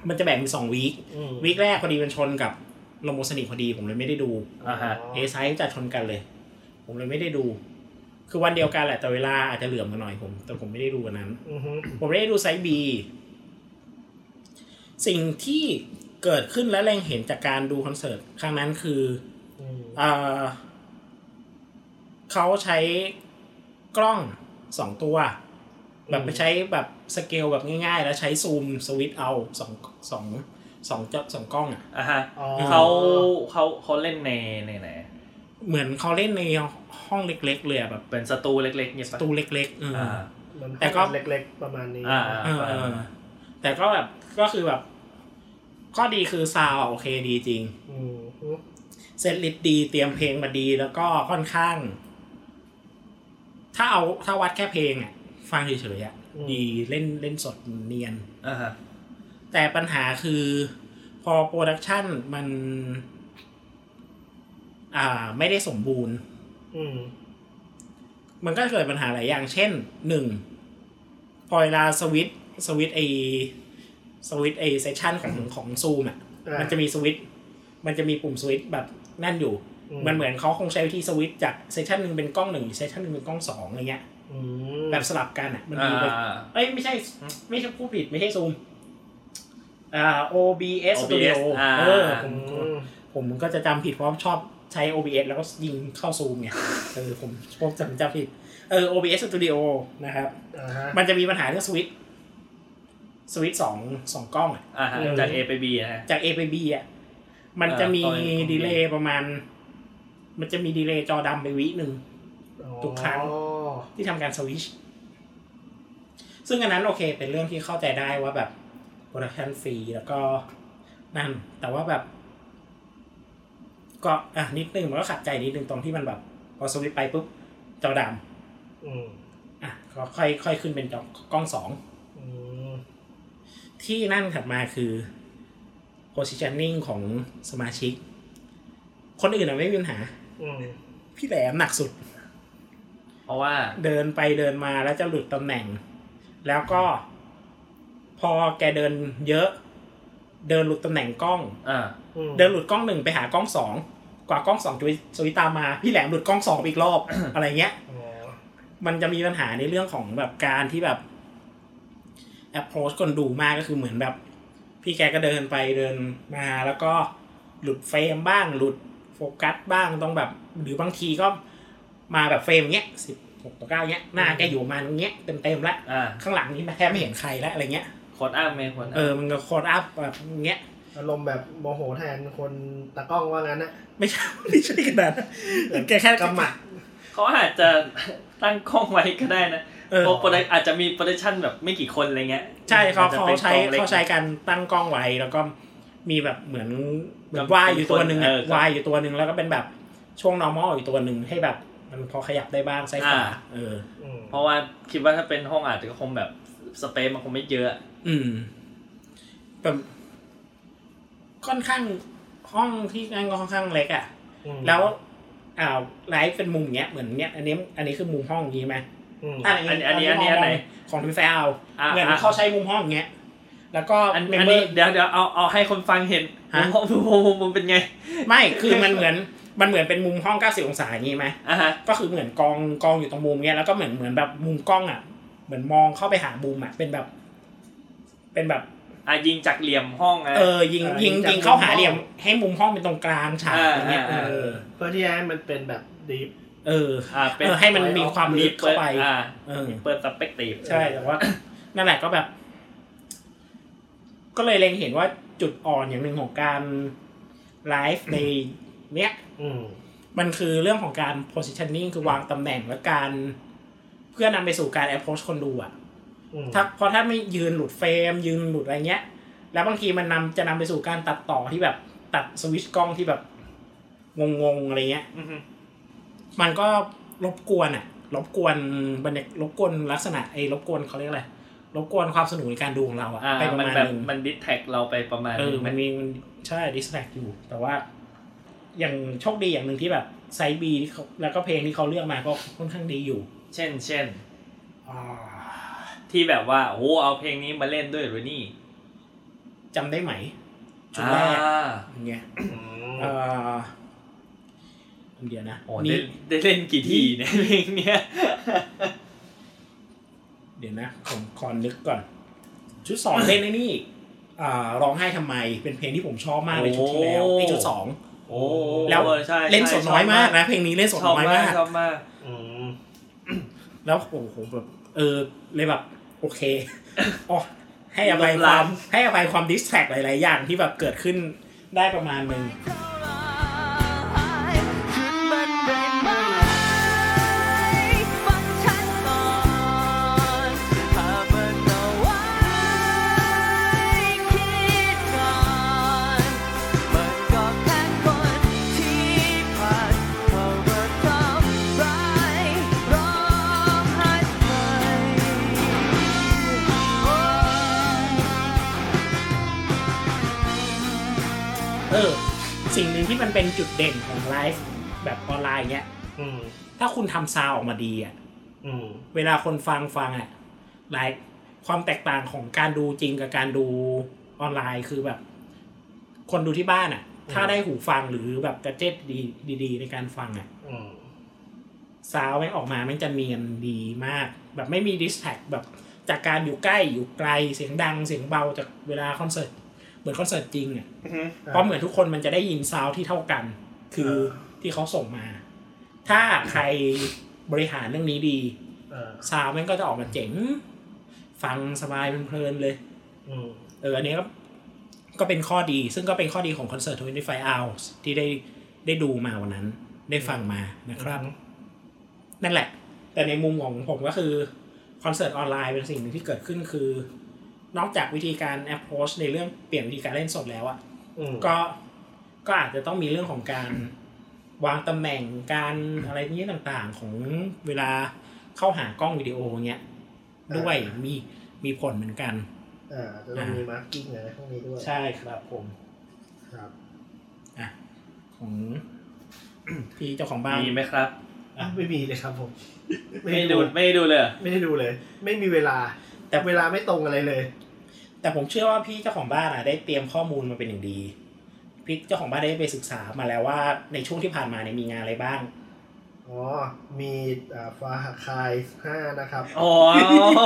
S2: มันจะแบ่งเป็น2วีค
S1: อืม
S2: วีคแรกพอดีมันชนกับลมโมสนิกพอดีผมเลยไม่ได้ดู
S4: อ่าฮะ
S2: A ไซส์จัดชนกันเลย ผมเลยไม่ได้ดู คือวันเดียวกันแหละแต่เวลาอาจจะเหลื่อมกันหน่อยผม แต่ผมไม่ได้ดูวันนั้น
S1: อือฮึ
S2: ผมได้ดูไซส์ B สิ่งที่เกิดขึ้นและแรงเห็นจากการดูคอนเสิร์ตครั้งนั้นคือ
S1: อืม
S2: เอ่อเขาใช้กล้องสองตัว แบบไม่ใช้แบบสเกลแบบง่ายๆ แล้วใช้ซูมสวิตช์เอาสองสองสองจอสองกล้องอ่ะ
S4: อ่าฮะ
S1: อ๋อ
S4: เขาเขาเขาเล่นในในไหน
S2: เหมือนเขาเล่นในห้องเล็กๆเลยอะแบบ
S4: เป็นสตูเล็กๆเนี่ย
S2: ป
S4: ปะ
S2: ระตูเล็กๆเอออ
S4: อ่า
S1: เหมือน
S2: แต่ก็
S1: เล็กๆ ประมาณนี้
S4: อ่า
S2: เออเออแต่ก็แบบก็คือแบบ ข้อดีคือซาวด์อะโอเคดีจริง
S1: อืม
S2: เซตลิสต์ดีเตรียมเพลงมาดีแล้วก็ค่อนข้าง ถ้าเอาถ้าวัดแค่เพลงอ่ะ ฟังเฉยๆอ่ะดีเล่นเล่นสดเนียน
S4: อ่าฮะ
S2: แต่ปัญหาคือพอโปรดักชันมัน อ่า ไม่ได้สมบูรณ์
S1: อืม
S2: มันก็เกิดปัญหาหลายอย่าง เช่นหนึ่งพอเวลาสวิตช์สวิตช์ไอสวิตช์ไอเซสชันของของซูมอ่ะ
S1: อ่า
S2: มันจะมีสวิตช์มันจะมีปุ่มสวิตช์แบบนั่นอยู่ มันเหมือนเขาคงใช้วิธีสวิตช์จากเซสชันหนึ่งเป็นกล้องหนึ่งอีกเซสชันหนึ่งเป็นกล้องสองอะไรเงี้ย
S1: อืม
S2: แบบสลับกันอ่ะมัน
S4: อ่า
S2: มีแบบ
S4: อ่า
S2: เอ้ยไม่ใช่ไม่ใช่ผู้ผิดไม่ใช่ซูมอ่า OBS
S4: OBS
S2: Studio
S4: อ่า
S2: เออผ
S1: อื
S2: ม
S1: ม
S2: ผมก็จะจำผิดเพราะชอบใช้ OBS แล้วก็ยิงเข้าซูมไงเออผมผมจำจำผิดเออ OBS Studio นะครับ
S1: อ่าฮะ
S2: มันจะมีปัญหาเรื่องสวิตช์สวิตช์สองสองกล้องอะ
S4: อ่าฮะ
S2: เออ
S4: จาก A ไป B นะฮะ
S2: จาก A ไป B อ่ะ มันจะมี
S4: อ่าตอนนี้ผม
S2: ดีเล
S4: เห็
S2: ย์
S4: น
S2: ประมาณ มันจะมีดีเลย์จอดำไปวิหนึ่ง ทุกครั้ง
S1: อ๋อ
S2: ที่ทำการสวิช ซึ่งอันนั้นโอเคเป็นเรื่องที่เข้าใจได้ว่าแบบโปรดักชันฟรีแล้วก็นั่น แต่ว่าแบบ ก็อ่ะนิดนึงมันก็ขัดใจนิดนึงตรงที่มันแบบ พอสวิตช์ไปปุ๊บ จอด
S1: อืม
S2: ำอ่ะก็ค่อยค่อยขึ้นเป็นจอกล้องสอง
S1: อืม
S2: ที่นั่นถัดมาคือ positioning ของสมาชิก คนอื่นอะไม่มีปัญหา
S1: อืม
S2: พี่แหลมหนักสุด
S4: เพราะว่า
S2: เดินไปเดินมาแล้วจะหลุดตำแหน่ง แล้วก็ พอแกเดินเยอะ เดินหลุดตำแหน่งกล้อง
S4: อ่า
S1: อืม
S2: เดินหลุดกล้องหนึ่งไปหากล้องสอง กว่ากล้องสองจุยสวิตามมา พี่แหลมหลุดกล้องสองอีกรอบ อะไรเงี้ย
S1: อ๋อ
S2: มันจะมีปัญหาในเรื่องของแบบการที่แบบ approach คนดูมากก็คือเหมือนแบบ พี่แกก็เดินไปเดินมาแล้วก็หลุดเฟรมบ้าง หลุดโฟกัสบ้างต้องแบบ หรือบางทีก็มาแบบเฟรมเงี้ยสิบหกต่อเก้าเงี้ยหน้าแกอยู่ประมาณตรงเงี้ยเต็มเต็มๆละ
S4: อ่า
S2: ข้างหลังนี้แทบไม่เห็นใครแล้วอะไรเงี้ย
S4: โค้ดอ้ามไงโค้ด
S2: เออมันก็โคตรอัพแบบเงี้ย
S1: อารมณ์แบบโมโหแทนคนตากล้องว่างั้นนะ
S2: ไม่ใช่ ไม่ใช่ขนาดนั้นแกแค่
S1: กำหมัด
S4: เขาอาจจะ ตั้งกล้องไว้ก็ได้นะ
S2: เออ
S4: เพราะ product อาจจะมีโปรดักชันแบบไม่กี่คนอะไรเงี้ย
S2: ใช่เขา
S4: อจจะ
S2: เขา
S4: ป็น
S2: ใช้
S4: กล้องล็ก
S2: เขาใช้การตั้งกล้องไว้แล้วก็มีแบบเหมือนเหมือนว่ายอยู่ตัวหนึ่ง
S4: เอ
S2: อะ
S4: อ
S2: ว่ายอยู่ตัวหนึ่งแล้วก็เป็นแบบช่วง normal อยู่ตัวหนึ่งให้แบบ มันพอขยับได้บ้างซ้ายขวาเออ
S1: อืม
S4: เพราะว่าคิดว่าถ้าเป็นห้องอาจจะคงแบบสเปซมันคงไม่เยอะ
S2: อืมแบบค่อนข้างห้องที่นั่งก็ค่อนข้างเล็กอ่ะ
S1: อืม
S2: แล้วอ่าไลฟ์เป็นมุมเงี้ยเหมือนเนี้ยอันนี้อันนี้คือมุมห้องอย่างงี้ไหม
S1: อืม
S2: อัน
S4: อันนี้
S2: นี้
S4: อั
S2: อั
S4: น
S2: น
S4: นี้
S2: นี้
S4: อันนี้อันไหน
S2: ของทีมแฟล
S4: อ่ะ
S2: เหมือน
S4: อ่ะ
S2: เขาใช้มุมห้องอย่างเงี้ย แล้วก็
S4: อัน
S2: เม
S4: อั
S2: ม
S4: น
S2: เบอ
S4: นี้
S2: ร์
S4: เดี๋ยวเดี๋ยวเอาเอาให้คนฟังเห็น
S2: ฮะ
S4: มุมมุมมุมมุมเป็นไง
S2: ไม่คือมันเหมือนมันเหมือนเป็นมุมห้อง 90 องศาอย่างงี้ไหม
S4: อ่ะฮะ
S2: ก็คือเหมือนกองกองอยู่ตรงมุมเงี้ยแล้วก็เหมือนเหมือนแบบมุมกล้องอ่ะ เหมือนมองเข้าไปหามุมอ่ะเป็นแบบ เป็นแบบ
S4: อ่ะยิงจากเหลี่ยมห้องนะ
S2: เออยิง
S1: เออ
S2: ยิง
S1: ยิงจาก
S2: ยิงเข้าหา
S1: มุมห้อง
S2: เหลี่ยมให้มุมห้องเป็นตรงกลางฉาก
S4: อ่า
S2: อย่างเงี้ย
S4: อ่า
S2: เออ
S1: เพื่อที่จะให้มันเป็นแบบดีฟ
S2: เออ
S4: อ่ะเป็น
S2: เออให้มันมีความลึกเข้าไป
S4: อ่ะ
S2: เออ
S4: เปิดสเปกตีฟ
S2: ใช่แต่ว่า นั่นแหละก็แบบ ก็เลยเล็งเห็นว่าจุดอ่อนอย่างหนึ่งของการไลฟ์ในเนี้ย
S1: อืม
S2: มันคือเรื่องของการ positioning คือวางตำแหน่งและการ เพื่อนำไปสู่การ approach คนดูอะ
S1: อืม
S2: ถ้าเพราะถ้าไม่ยืนหลุดเฟรม ยืนหลุดอะไรเงี้ย แล้วบางทีมันนำจะนำไปสู่การตัดต่อที่แบบตัดสวิตช์กล้องที่แบบงงๆอะไรเงี้ย
S4: อือฮึ
S2: มันก็รบกวนอะรบกวนบรรยากรบกวนลักษณะไอ้รบกวนเขาเรียกอะไรรบกวนความสนุกในการดูของเราอะ
S4: อ่ะ
S2: ไปประ
S4: มัน
S2: มาณ
S4: แบบ
S2: หนึง
S4: มันดิสแท็กเราไปประมาณ
S2: เออ
S4: นึงไหม
S2: มันมีมันใช่ดิสแทกอยู่ แต่ว่า อย่างโชคดีอย่างหนึ่งที่แบบไซบีที่เขาแล้วก็เพลงที่เขาเลือกมาก็ค่อนข้างดีอยู่
S4: เช่นเช่น
S2: อ่า
S4: ที่แบบว่าโอ้เอาเพลงนี้มาเล่นด้วยหรือนี่
S2: จำได้ไหมชุดแรก
S4: อ่า
S2: อย่างเงี้ย
S1: อืม
S2: เอ่อเดี๋ยวนะ
S4: โอ้ได้
S2: นี่
S4: ได้เล่นกี่ทีเนี่ยเพลงเนี้ย
S2: เดี๋ยวนะผมขอนึกก่อน ชุดสองเล่นไอ้นี่อ่าร้องไห้ทำไม เป็นเพลงที่ผมชอบมากในชุดที่แล้วไอชุดสอง
S4: โอ้
S2: แล้ว
S4: ใช่ใช่
S2: เล่นสดน้อยมากนะเพลงนี้เล่นสด
S4: ชอบ
S2: น้อย
S4: มาก
S2: มาก
S4: ชอบมาก
S1: อืม
S2: แล้วโอ้โหแบบเออเลยแบบโอ เคอ๋อให้อภัย
S4: ลบล้าว
S2: คาง มให้อภัยความดิสแทรกหลาย ๆ อย่างที่แบบเกิดขึ้นได้ประมาณหนึ่งเออ สิ่งหนึ่งที่มันเป็นจุดเด่นของไลฟ์แบบออนไลน์เนี้ย
S1: อืม
S2: ถ้าคุณทำซาวด์ออกมาดีอ่ะ
S1: อืม
S2: เวลาคนฟังฟังอ่ะไลฟ์ความแตกต่างของการดูจริงกับการดูออนไลน์คือแบบ คนดูที่บ้านอ่ะ ถ้าได้หูฟังหรือแบบกระเจ็ดดีดี ๆ ในการฟังอ่ะ
S1: อืม
S2: ซาวด์แม่งออกมาแม่งจะเนียนดีมาก แบบไม่มีดิสแทกแบบจากการอยู่ใกล้อยู่ไกลเสียงดังเสียงเบาจากเวลาคอนเสิร์ตเหมือนคอนเสิร์ตจริงอ่ะ
S4: อือฮึ
S2: เพราะเหมือนทุกคนมันจะได้ยินซาวด์ที่เท่ากัน คือที่เขาส่งมา ถ้าใครบริหารเรื่องนี้ดี
S1: เออ
S2: ซาวด์แม่งก็จะออกมาเจ๋ง ฟังสบายเพลินๆเลย
S1: อืม
S2: เอออันนี้ก็ก็เป็นข้อดี ซึ่งก็เป็นข้อดีของคอนเสิร์ต25 hours ที่ได้ได้ดูมาวันนั้น ได้ฟังมานะครับ นั่นแหละ แต่ในมุมของผมก็คือคอนเสิร์ตออนไลน์เป็นสิ่งหนึ่งที่เกิดขึ้นคือ นอกจากวิธีการ approach ในเรื่องเปลี่ยนวิธีการเล่นสดแล้วอะ
S1: อืม
S2: ก็ก็อาจจะต้องมีเรื่องของการวางตำแหน่งการอะไรนี้ต่างๆ ของเวลาเข้าหากล้องวิดีโอเงี้ยด้วยมีมีผลเหมือนกัน
S1: เอ่าจะต้องมีมาร์กิ้งอะไรพวกนี้ด้วย
S2: ใช่ครับผม
S1: ครับ
S2: อ่ะของ พี่เจ้าของบ้าน
S4: มีไหมครับ
S1: อ่ะไม่มีเลยครับผม
S4: ไม่ดูไม่ดูเลยเหรอ
S1: ไม่ได้ดูเลย ไม่มีเวลา แต่เวลาไม่ตรงอะไรเลย
S2: แต่ผมเชื่อว่าพี่เจ้าของบ้านอะได้เตรียมข้อมูลมาเป็นอย่างดี พี่เจ้าของบ้านได้ไปศึกษามาแล้วว่าในช่วงที่ผ่านมาเนี่ยมีงานอะไรบ้าง
S1: อ๋อ มีอ่าฟาคายห้านะครับ
S4: อ๋อ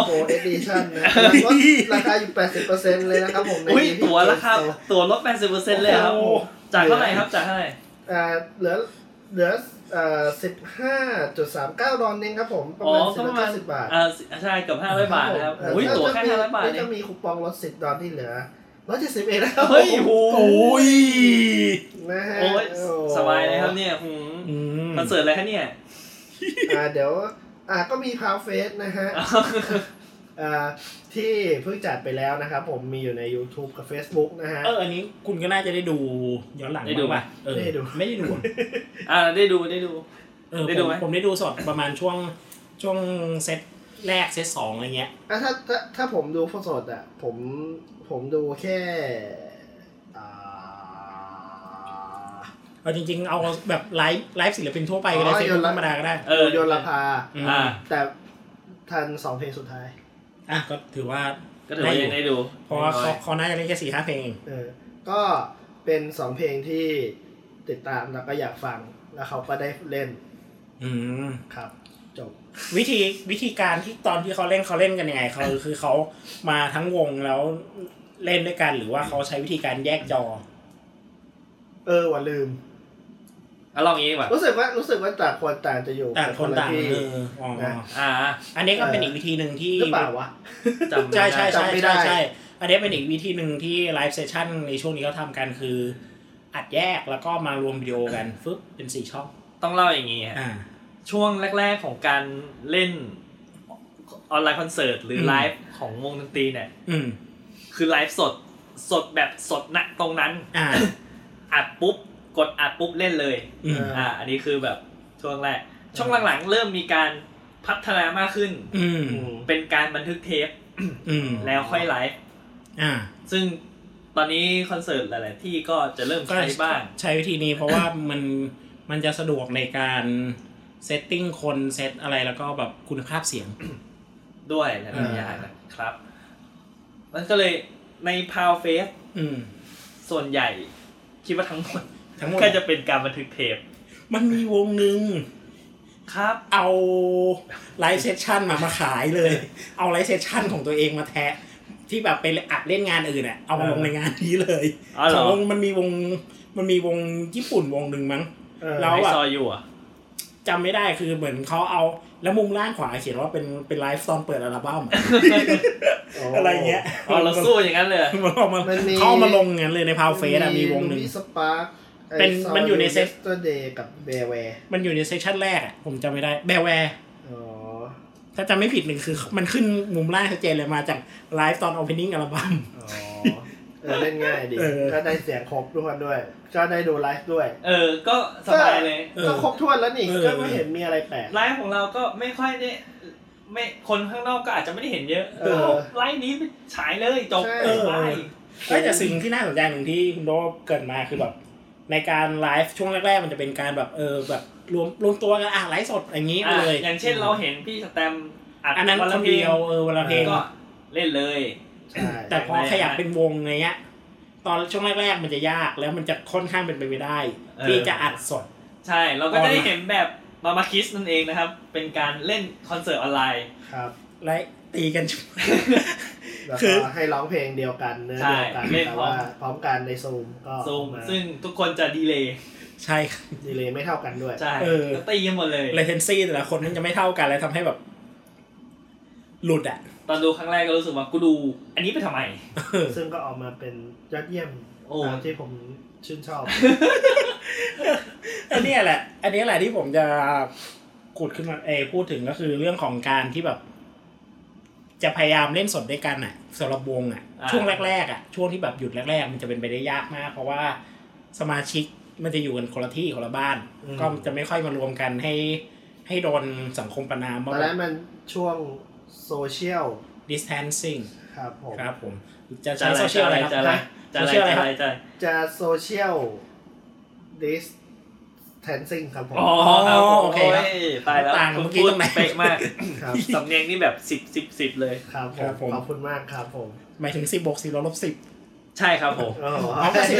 S1: โฟเอ็ดดิชั่นนะแล้วก็ราคาอยู่แปดสิบเปอร์เซ็นต์เลยนะครับผมใน
S4: อุ้ย
S1: นี้
S4: ตั๋วราคาตั๋วลด80%เลยครับ
S1: โอ้โห
S4: จากเท่าไหร่ครับจากเท่าไหร่
S1: อ่าเหลือเหลืออ่าสิบห้าจุดสามเก้าดอลลาร์เองครับผมประ
S4: อ๋อ
S1: มาณสิบ
S4: ก็ประมาณ
S1: สิบบาท
S4: เออใช่เกือบ500 บาทนะครับ
S1: เอ่อ
S4: อุ้ยตั๋วแค่
S1: มี
S4: 500บาทเอ
S1: แล้ว
S4: ง
S1: ก็มีคูปองลดสิบดอลลาร์ที่เหลือร้อยเจ็ดสิบเองนะครับ
S4: เฮ้ยโห
S2: โอ้ย
S1: นะฮะ
S4: โอ้ย
S1: โอ้
S4: สบายเลยครับเนี่ยหืม
S2: อืม
S4: คอนเสิร์ตอะไรฮะเนี่ย
S1: อ่าเดี๋ยวอ่าก็มีพาวเฟสนะฮะ อ่าที่เพิ่งจัดไปแล้วนะครับผมมีอยู่ใน YouTube กับ Facebook นะฮะ
S2: เอออันนี้คุณก็น่าจะได้ดูย้อนหลัง
S4: ได้ดู
S2: บ้างป่ะ
S4: ปะ
S2: เออ
S1: ไม่ได้ดู
S2: ไม่ได้ดูอะ
S4: อ่าได้ดูได้ดู
S2: เออ
S4: ได้ดูไหม
S2: ผมผมได้ดูสดประมาณช่วงช่วงเซตแรกเซตสองอะไรเงี้ย
S1: อ่ะถ้าถ้าถ้าผมดูสดอ่ะผมผมดูแค่อ่า
S2: เอาจริงๆ เอาแบบไลฟ์ไลฟ์ศิลปินทั่วไปก็ได้เฟซบุ๊กธรรมดาก็ได้
S4: เออ
S1: โยนละพา
S2: อืม
S4: อ่า
S1: แต่ทันสองเพลงสุดท้าย
S2: อ่ะก็ถือว่า
S4: ก็ถือว่ายังได้ดู
S2: เพราะว่า
S4: น้
S2: เขา
S4: อย
S2: เขาน่าจะเล่นแค่สี่ห้าเพลงเอง
S1: เออ ก็เป็นสองเพลงที่ติดตามแล้วก็อยากฟัง แล้วเขาก็ได้เล่น
S2: อืม
S1: ครับ จบ
S2: วิธีวิธีการที่ตอนที่เขาเล่นเขาเล่นกันยังไงเขาคือเขามาทั้งวงแล้วเล่นด้วยกัน หรือว่าเขาใช้วิธีการแยกจอ
S1: เออว่าลืม
S4: อ่ะลองอย่างนี้ดีกว่า
S1: รู้สึกว่ารู้สึกว่าต่างคนต่างจะอยู่
S2: ต่างคน
S1: ละ
S2: ต่าง
S1: ที่
S2: เอออ๋อ
S1: นะ
S4: อ่า
S2: อันนี้ก็เป็นอีกวิธีหนึ่งที่
S1: หรือเปล่าวะ
S4: จำ
S2: ใช่ใช่ใช่
S1: จำไม่ได้
S2: ใช่ใช่อันนี้เป็นอีกวิธีหนึ่งที่ไลฟ์เซสชั่นในช่วงนี้เขาทำกันคือ อัดแยกแล้วก็มารวมวิดีโอกันฟึบเป็นสี่ช่อง
S4: ต้องเล่าอย่างนี้ฮะ
S2: อ่า
S4: ช่วงแรก ๆของการเล่นออนไลน์คอนเสิร์ตหรืออ
S2: ม
S4: ไลฟ์ของวงดนตรีเนี่ย
S2: อืม
S4: คือไลฟ์สดสดแบบสดณตรงนั้น
S2: อ่า
S4: อัดปุ๊บ กดอัดปุ๊บเล่นเลย
S2: อืม
S4: อ่า อันนี้คือแบบช่วงแรก ช่วงหลังๆ เริ่มมีการพัฒนามากขึ้น
S2: อืม
S4: เป็นการบันทึกเทป
S2: อืม
S4: แล้วค่อยไลฟ์
S2: อ่า
S4: ซึ่งตอนนี้คอนเสิร์ตหลายๆที่ก็จะเริ่ม
S2: ก็
S4: ใช้บ้าง
S2: ใช้วิธีนี้เพราะว่า มันมันจะสะดวกในการเซตติ้งคนเซตอะไรแล้วก็แบบคุณภาพเสียง
S4: ด้วยหลายๆอย่างนะครับ มันก็เลยในพาวเฟส
S2: อืม
S4: ส่วนใหญ่ คิดว่าทั้งหมด
S2: ทั้งหมด
S4: ก็จะเป็นการบันทึกเทป
S2: มันมีวงหนึ่ง
S4: ครับ
S2: เอาไลฟ์เซสชันมามาขายเลย เอาไลฟ์เซสชันของตัวเองมาแทะ ที่แบบไปอัดเล่นงานอื่นอ่ะเอามาลงในงานนี้เลย
S4: อ๋อเหร
S2: ข
S4: อ
S2: องวงมันมีวงมันมีวงญี่ปุ่นวงหนึ่งมั้ง
S1: เออ
S2: แล้ว
S4: ไอซอยอยู่อ่ะ
S2: จำไม่ได้คือเหมือนเขาเอาแล้วมุมล่างขวาเขียนว่าเป็นเป็นไลฟ์ตอนเปิดอัลบั้มอะไรเงี้ย
S4: อ๋อเราสู้อย่างนั้นเลยเหรอ
S2: มันเอามา
S1: มันมี
S2: เข้ามาลงงั้นเลยในพาวเฟสอะมีวงหนึ่ง
S1: สปาร์ค
S2: เป็นมันอยู่ในเซ็ต
S1: ตัวเดย์กับเบเว
S2: มันอยู่ในเซสชั่นแรกอะผมจำไม่ได้แบแวร์
S1: อ๋อ
S2: ถ้าจำไม่ผิดหนึ่งคือ มันขึ้นมุมล่างชัดเจนเลยมาจากไลฟ์ตอนโอเพนนิ่งอัลบั้ม
S1: อ๋อ เออ เล่นง่ายดี
S2: เออ
S1: ก็ได้เสียงครบทุกคนด้วย ก็ได้ดูไลฟ์ด้วย
S4: เออ ก็สบายเลย
S2: เออ
S1: ก็ครบถ้วนแล้วนี่
S2: เออ
S1: ก็ไม่เห็นมีอะไรแปลก
S4: ไลฟ์ของเราก็ไม่ค่อยได้ไม่คนข้างนอกก็อาจจะไม่ได้เห็นเยอะ
S1: เออ
S4: เอาไลฟ์นี้ไปฉายเลยจบ
S1: ใช่
S4: เออไลฟ์
S2: เอ้ยแต่สิ่งที่น่าสนใจหนึ่งที่คุณโดเกริดมาคือแบบในการไลฟ์ช่วงแรกๆ มันจะเป็นการแบบเออแบบรวมรวมตัวกันอ่ะไลฟ์สดอย่างนี้
S4: อ่ะ
S2: เลย
S4: อย่างเช่นเราเห็นพี่สแตมป์อัด
S2: อันนั้น
S4: วั
S2: ค
S4: ละ
S2: น
S4: เพลง
S2: เดียวเออวันละเพลง
S4: ก็เล่นเลย
S1: ใช่
S2: แต่พอขยับเป็นวงอะไรเงี้ยตอนช่วงแรกๆมันจะยากแล้วมันจะค่อนข้างเป็นไปไม่ได้
S4: เออ
S2: ที่จะอัดสด
S4: ใช่เราก็จะได้เห็นแบบมามาคิสนั่นเองนะครับ เป็นการเล่นคอนเสิร์ตออนไลน์
S1: ครับ
S2: และตีกัน
S1: แล้ว
S2: คื
S1: ก็
S2: อ
S1: ให้ร้องเพลงเดียวกันเนื้อ
S4: ใช่
S1: เดียวกัน
S4: เล่น
S1: แต่ว่า
S4: พ
S1: พ
S4: ร้อม
S1: ร้อมกันในซูมก็
S4: ซูม
S1: มา
S4: ซึ่งทุกคนจะดีเลย์
S2: ใช่ค่ะ
S1: ดีเลยไม่เท่ากันด้วย
S4: ใช่
S2: เออ
S4: ก็ตีกันหมดเลย
S2: เลเทนซี่แต่ละคนมันจะไม่เท่ากันเลยทำให้แบบ หลุด อ่ะ
S4: ตอนดูครั้งแรกก็รู้สึกว่ากูดู อันนี้ไปทำไม
S1: ซึ่งก็ออกมาเป็นยอดเยี่ยม
S4: โอ้
S1: ตามที่ผมชื่นชอบ
S2: อันเนี้ยแหละ อันเนี้ยแหละที่ผมจะขุดขึ้นมาเอยพูดถึงก็คือเรื่องของการที่แบบ จะพยายามเล่นสดด้วยกันอ่ะสำหรับวงอ่ะ
S4: อ่า
S2: ช่วงแรกๆอ่ะช่วงที่แบบหยุดแรกๆ มันจะเป็นไปได้ยากมาก เพราะว่าสมาชิกมันจะอยู่กันคนละที่คนละบ้าน
S1: อืม
S2: ก็จะไม่ค่อยมารวมกันให้ ให้โดนสังคมประนาม
S1: ตอ
S2: ว่าน
S1: แรกมันช่วงโซเชียล
S2: ดิสแทนซิ่ง
S1: ครับผม
S2: ครับผม จะ
S4: จะ
S2: ใช้โซ
S4: อะไร
S2: เชียลอะไรค
S4: จะ
S2: รับ
S4: อะไร
S2: นะ
S4: จะอะไร
S2: โซเชียลอะไรครับ
S4: จะอะไรจะอะไร
S1: จะโซเชียลดิสแทนซิ่งครับผม
S4: อ๋อ
S2: ครับผม
S4: โอเคครับ
S2: โอ้ย
S4: ตายแล้ว
S2: ต่าง
S4: คุณ
S2: เมื่อกี้
S4: พูด
S2: ตรงไหน
S4: เป๊ะมาก
S1: ครับ
S4: สำเนียงนี่แบบสิบสิบสิบเลย
S1: ครับ
S2: ครับผ
S1: ผม
S2: ม
S1: ขอบคุณมากครับผม
S2: หมายถึงสิบบวกสิบลบสิบ
S4: ใช่ครับผม
S1: อ๋อ
S2: เอาก็สิ
S1: เ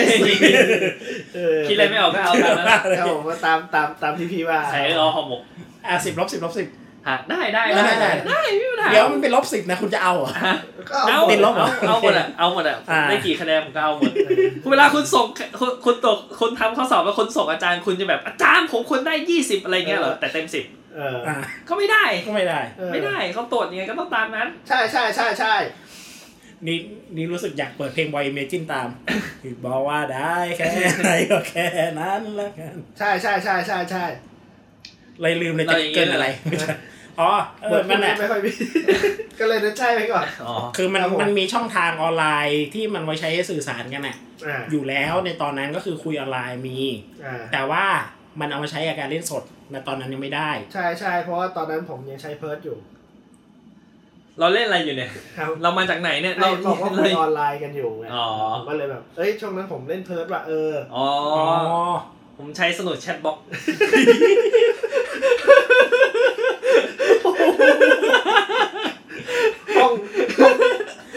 S4: คิดอะไรไม่ออกก็เอาตามนั้น
S1: ครับผมก็ตามตามตามที่พี่ว่า
S4: ใส่เอาห่อหมก
S2: อ่ะสิบลบสิบลบสิบ
S4: ฮะได้ได้
S2: ได้
S4: ได้
S2: ได้
S4: ได้ไม่มีปัญหา
S2: เดี๋ยวมันเป็นลบสิบนะคุณจะเอาเหรอ
S4: ฮะ
S1: ก็
S4: เอา
S1: เอา
S2: ติดลบเหรอ
S4: เอาเอาหมดอะเอาหมดอะ
S2: อ่า
S4: ได้กี่คะแนนผมก็เอาหม ดเวลาคุณส่งคุณคุณตกคุณทำข้อสอบแล้วคุณส่งอาจารย์คุณจะแบบอาจารย์ผมควรได้ยี่สิบอะไรเงี้ยเหรอแต่เต็มสิบ
S1: เออ
S2: อ่ะ
S4: ก็ไม่ได้
S2: ก็ไม่ได้
S1: เออ
S4: ไม่ได้เขาตรวจยังไงก็ต้องตามนั้น
S1: ใช่ใช่ใช่ใช่
S2: นี่นี่รู้สึกอยากเปิดเพลงบอยเมจินตาม คือบอกว่าได้แค่ไหนก็แค่นั้นละกัน
S1: ใช่ใช่ใช่ใช่ใช่
S2: เลยลืมเลยจะ
S4: เราอย่างงี้
S2: เกินอะไรไม่ใช่อ๋อเอ
S1: เหมื
S2: อ
S1: อน
S2: มัน
S1: น
S2: อ่ะ
S1: ไม่ค่อยมี ก็เลยนึกใช่ไปก่อน
S4: อ๋อ
S2: คือมัน
S1: ครับผม
S2: มันมีช่องทางออนไลน์ที่มันไว้ใช้สื่อสารกันอ่ะ
S1: อ่า
S2: อยู่แล้วในตอนนั้นก็คือคุยออนไลน์มี
S1: อ่า
S2: แต่ว่ามันเอามาใช้กับการเล่นสดในตอนนั้นยังไม่ได้
S1: ใช่ใช่เพราะว่าตอนนั้นผมยังใช้เพิร์ดอยู่
S4: เราเล่นอะไรอยู่เนี่ย
S1: ครับ
S4: เรามาจากไหนเนี่ยเรา
S1: ไอ้บอกว่าคุ
S4: เลย ย
S1: ออนไลน์กันอยู่ไง
S4: อ๋อ
S1: ผมก็เลยแบบเอ้ยช่วงนั้นผมเล่นเพิร์ดว่ะเออ
S4: อ๋อ
S2: อ๋อ
S4: ผมใช้สนุกแชทบล็อก
S1: ต้องต้อง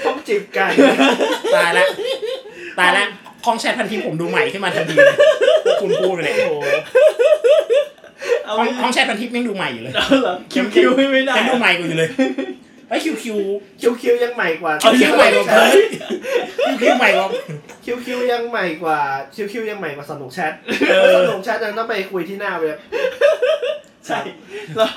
S1: ต้องจีบกัน
S2: ตายละตายละห้องแชทพันทิปผมดูใหม่ขึ้นมาทันทีเลยพวกคุณพูดไปเนี่ย
S1: โอ้โห
S4: เอา
S2: ห้อ
S4: ไว้
S2: งห้องแชทพันทิปยังดูใหม่อยู่เลย
S4: เอาเหรอ คิวคิวไม่ได้
S2: ยังดูใหม่กว่าอยู่เลยไอ้คิวคิว
S1: คิวคิวยังใหม่กว่า
S2: คิวคิวใหม่กว่าเพิร์ดคิวคิวใหม่กว่า
S1: คิวคิวยังใหม่กว่าคิวคิวยังใหม่กว่าสนุกแชท
S2: เอ
S1: ส
S2: อ
S1: นุกแชทยังต้องไปคุยที่หน้าเว็บ
S4: ใช่เรา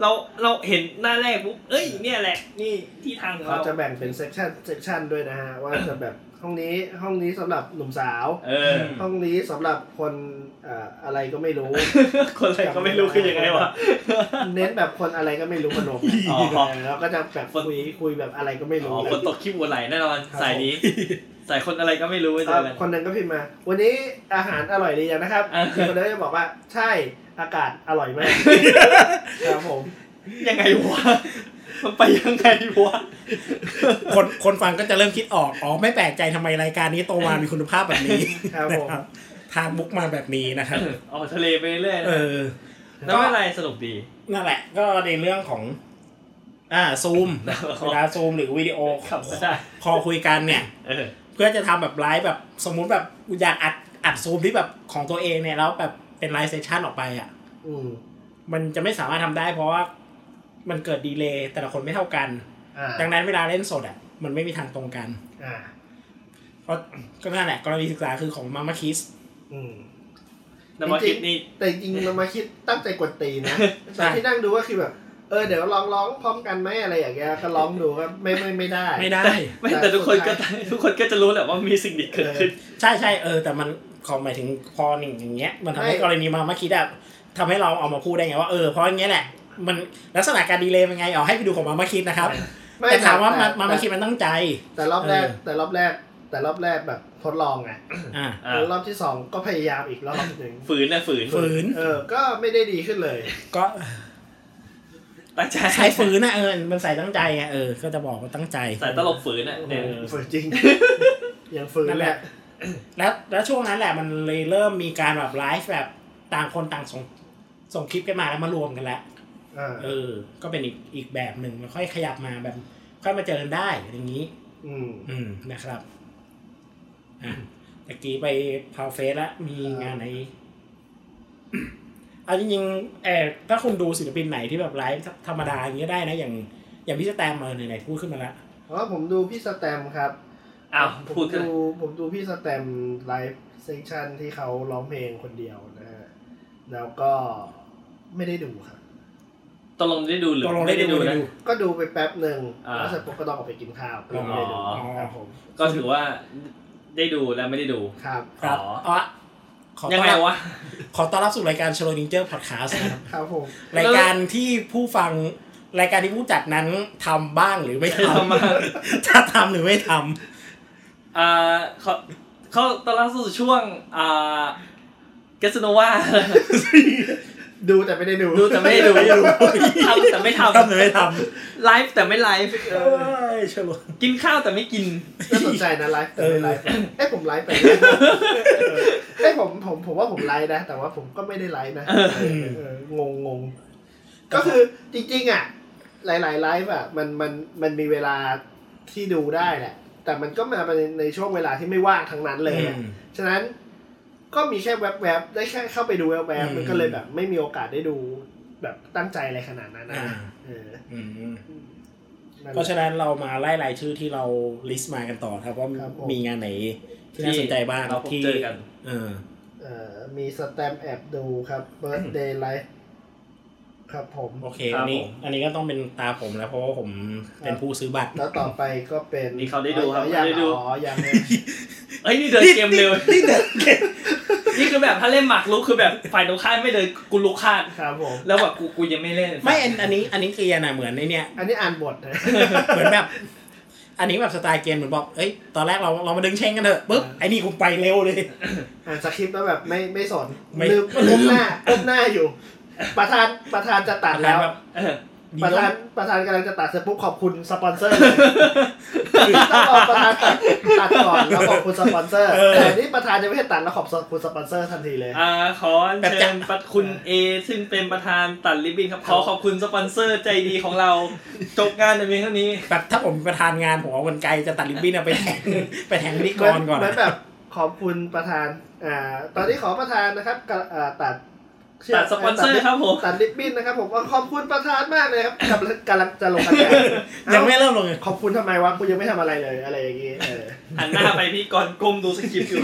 S4: เราเราเห็นหน้าแรกปุ๊บเอ้ยเนี่ยแหละ นี่ที่ทางของ
S1: เขา
S4: เรา
S1: จะแบ่งเป็นเซกชันเซกชันด้วยนะฮะ ว่าจะแบบห้องนี้ห้องนี้สำหรับหนุ่มสาว
S4: เออ
S1: ห้องนี้สำหรับคนเอ่ออะไรก็ไม่รู้
S4: คนอะไรก็ไม่รู้คือยังไงวะ
S1: เน้นแบบคนอะไรก็ไม่รู้ขนม
S4: อ๋อ
S1: แล้วก็จะแบบคุยคุยแบบอะไรก็ไม่
S4: อ๋
S1: รู้
S4: อคนตกขี้บัวไหลแน่นอน
S1: ครับ
S4: สายนี้สายคนอะไรก็ไม่รู้
S1: ผม
S4: เจ
S1: ก็
S4: อกัน
S1: คนหนึ่งก็พิมพ์มา วันนี้อาหารอร่อยดีอย่างนะครับ
S4: อ่า
S1: อีกคนนึงก็จะบอกว่าใช่อากาศอร่อย มากครับผม
S4: ยังไงวะมันไปยังไงวะ
S2: คนคนฟังก็จะเริ่มคิดออกอ๋อไม่แปลกใจทำไมรายการนี้โตมามีคุณภาพแบบนี้
S1: ครับ
S2: นะ
S1: ผม
S2: ครับทางบุกมาแบบนี้นะครับ
S4: ออกทะเลไปเรื่อยๆ
S2: เอ
S4: นะ
S2: อ
S4: แล้วไม่เป็นไรสนุกดี
S2: นั่นแหละ ก็ในเรื่องของ อ่าซูม
S4: ครับ
S2: เวลาซูมหรือวิดีโอ
S4: ขับก็ได้
S2: คอลคุยกันเนี่ย
S4: เออ
S2: เพื่อจะทำแบบไลฟ์แบบสมมุติแบบอยากอัดอัดซูมที่แบบของตัวเองเนี่ยแล้วแบบเป็นไลฟ์เซสชันออกไปอ่ะ
S1: อืม
S2: มันจะไม่สามารถทำได้เพราะว่ามันเกิดดีเลย์แต่ละคนไม่เท่ากัน
S1: อ่า
S2: ดังนั้นเวลาเล่นสดอ่ะ มันไม่มีทางตรงกัน
S1: อ่า
S2: เพราะก็นั่นแหละกรณีศึกษาคือของมามาคิส
S1: อืม
S4: แต่ว่าคิดนี่
S1: แต่จริงๆเรามาคิดตั้งใจกดตีนนะ
S2: ใช่
S1: แต่ที่นั่งดูก็คือแบบ เออเดี๋ยวลองร้องพร้อมกันไหมอะไรอย่างเงี้ยก็ร้องดูก็ไม่ไม่ไม่ได้
S2: ไม่ได้
S4: ไม่
S1: แต่
S4: แต่ทุกคนก็
S1: สุดท้าย
S4: ทุกคนก็จะรู้แหละว่ามีสิ่งนี้เกิดขึ้น
S2: ใช่ใช่เออ แต่มันของหมายถึงพอหนึ่งอย่างเงี้ย มันทำให้
S1: ไม่
S2: กรณีมามาคิดอะทำให้เราเอามาพูดได้ไงว่าเออเพราะอย่างเงี้ยแหละมันลักษณะการดีเลย์เป็นไงเอาให้ไปดูของมามาคิดนะครับ แต่ถามว่ามามามาคิดมันตั้งใจ
S1: แต่รอบแรก
S2: เออ
S1: แต่รอบแรก แต่รอบแรกแบบทดลองไง
S2: อ่ะ
S4: อ่ะ
S1: แล้วรอบที่สองก็พยายามอีกรอบหนึ่ง
S4: ฝืนนะฝืน
S2: ฝืน
S1: เออ ก็ไม่ได้ดีขึ้นเลย
S2: ก็
S4: ตั้งใจ
S2: ใช้ฝืนนะเออมันใส่ตั้งใจไงเออก็จะบอกว่าตั้งใจ
S4: สายตลกฝืนอ่ะเนี่ย
S1: ฝืนจริง ยังฝืน
S2: นั่นแห
S1: แหละ
S2: ละ แล้วแล้วช่วงนั้นแหละมันเลยเริ่มมีการแบบไลฟ์แบบต่างคนต่างส่งส่งคลิปกันมาแล้วมารวมกันแล้ว
S1: อ่า
S2: เออ ก็เป็นอีกอีกแบบหนึ่งแล้วค่อยขยับมาแบบ ค่อยมาเจอกันได้อย่างนี้
S1: อืม
S2: อืมนะครับ อ่ะตะกี้ไปพาวเฟสแล้วมีงานไหนอีกเอาจริงๆเออถ้าคุณดูศิลปินไหนที่แบบไลฟ์ธรรมดาอย่างเงี้ยได้นะ อย่าง อย่างพี่สแตมมาไหนๆพูดขึ้นมาละ
S1: เพราะว่าผมดูพี่สแตมป์ครับ
S4: อ้าว
S1: ผม
S4: พูดกัน
S1: ดูผมดูพี่สแตมป์ไลฟ์เซสชั่นที่เขาร้องเพลงคนเดียวนะฮะแล้วก็ไม่ได้ดูครับ
S4: ตกลงได้ดูหรือ
S2: ตกลงได้ดูได้
S4: นะ
S2: ดู
S1: ก็ดูไปแป๊บหนึ่ง
S4: อ่า
S1: แล้วเสร็จปุ๊บก็ต้องออกไปกินข้าวก็เลยไม่ได้ดู
S4: อ๋อ
S1: ครับผม
S4: ก็ถือว่าได้ดูและไม่ได้ดู
S1: ครับ
S2: ครับ
S4: อ๋ออ๋
S2: อ๋อขอ
S4: ยัง
S2: ต้อน
S4: ไง
S2: รับ
S4: วะ
S2: ขอต้อนรับสู่รายการชโลนิงเจอร์พอดแคสต์นะครับ
S1: ครับผม
S2: รายการที่ผู้ฟังรายการที่ผู้จัดนั้นทำบ้างหรือไม่ท
S4: ทำบ้าง
S2: ำถ้าทำหรือไม่ทำ
S4: อ่าเขาเขาตอนล่าสุดช่วงอ่าเกสโนวา
S1: ดูแต่ไม่ได้ดู
S4: ดูแต่ไม่ได้ดู
S2: ไม่รู้
S4: ทำแต่ไม่ท
S2: ทำหรือไม่ท
S4: ำไลฟ์แต่ไม่ไลฟ์
S2: ำเอ้ยชโล
S4: กินข้าวแต่ไม่กิน
S1: น่าสนใจนะไลฟ์แต่
S2: เออ
S1: ไม่ไลฟ์เอ้ยผมไลฟ์ไปเอ้ยผมผมผมว่าผมไลฟ์นะ แต่ว่าผมก็ไม่ได้ไลฟ์นะเอองงงงก็คือจริงๆอ่ะ หลายๆไลฟ์อ่ะมันมันมันมีเวลาที่ดูได้แหละ แต่ แต่มันก็มาในในช่วงเวลาที่ไม่ว่างทั้งนั้นเลยอะ
S2: อืม
S1: ฉะนั้นก็มีแค่แวบๆได้แค่เข้าไปดูแวบ
S2: อืม
S1: ๆมันก็เลยแบบ ไม่มีโอกาสได้ดูแบบตั้งใจอะไรขนาดนั้นนะ
S2: อ่า
S1: เออ
S2: อืม
S1: นั่นแห
S2: เพราะ
S1: ละ
S2: ฉะนั้นเรามาไล่รายชื่อที่เราลิสต์มากันต่อครับว่า
S1: ครับผม
S2: มีงานไหนที่น่าสนใจบ้าง
S4: เราพบ
S2: ที่
S4: เจอกัน
S2: เออ
S1: เอ่อมีสแตมป์แอบดูครับ Birthday Life ครับผม
S2: โอเค
S4: ครั
S2: อั
S4: บ
S2: นนี้
S4: ผม
S2: อันนี้ก็ต้องเป็นตาผมแล้วเพราะว่าผมเป็นผู้ซื้อบัตร
S1: แล้วต่อไปก็เป็น
S4: นี่เขาได้ดูครับ
S1: อ๋อยัง
S4: เขาได้ดู
S1: อ๋อยัง
S4: เอ้ยนี่เดินเกมเร็วนี่เดินนี่คือแบบถ้าเล่นหมากรุกคือแบบฝ่ายตรงข้ามไม่เดินกูลุกคาด
S1: ครับผม
S4: แล้วแบบกูกูยังไม่เล่น
S2: ไม่อันอันนี้อันนี้คือยังไงเหมือนไอเนี่ย
S1: อันนี้อ่านบทนะ
S2: เหมือนแบบ อันนี้แบบสไตล์เกมเหมือนบอกเอ้ยตอนแรกเราเรามาดึงเชงกันเถอะปุ๊บไอ้นี่กูไปเร็วเลย
S1: อ่านสคริปต์แล้วแบบไม่ไม่สน
S2: ไม่
S1: ลืมลืมหน้าลืมหน้าอยู่ ประธานประธานจะตัดแล้ว
S2: บบ
S4: เออ
S2: ดี
S1: ประ
S2: แล้
S1: ธา
S2: วน
S1: ประธานกำลังจะตัดเสร็จปุ๊บขอบคุณสปอนเซอร์เลยต้องรอประธานตัดตัดก่อนแล้วขอบคุณสปอนเซอร์แต่อันนี่ประธานจะไม่ให้ตัดแล้วขอบคุณสปอนเซอร์ทันทีเลย
S4: อ่าขออัญเชิญประคุณเอซึ่งเป็นประธานตัดริบบิ้นครับขอขอบคุณสปอนเซอร์ใจดีของเราจบงานในเพียงเท่านี้
S2: แบบถ้าผมเป็นประธานงานผมเอากันไกลจะตัดริบบิ้นเอาไปแทงไปแทงพิธีกรก่อน
S1: เหมืเหมืแบบขอบคุณประธาน อ่า ตอนนี้ขอประธานนะครับกะอ่าตัดเชืก
S4: ตัดสปอนเซอร์ครับผม
S1: ตัดริบบิ้นนะครับผมว่าขอบคุณประธานมากเลยครับกำลังกำลังจะลงคะแน น
S2: ยังไม่เริ่มลงเลย
S1: ขอบคุณทำไมวะกูยังไม่ทำอะไรเลยอะไรอย่างงี้เออ
S4: หันหน้าไปพี่กรณ์ก้มดูสคริปต์อยู่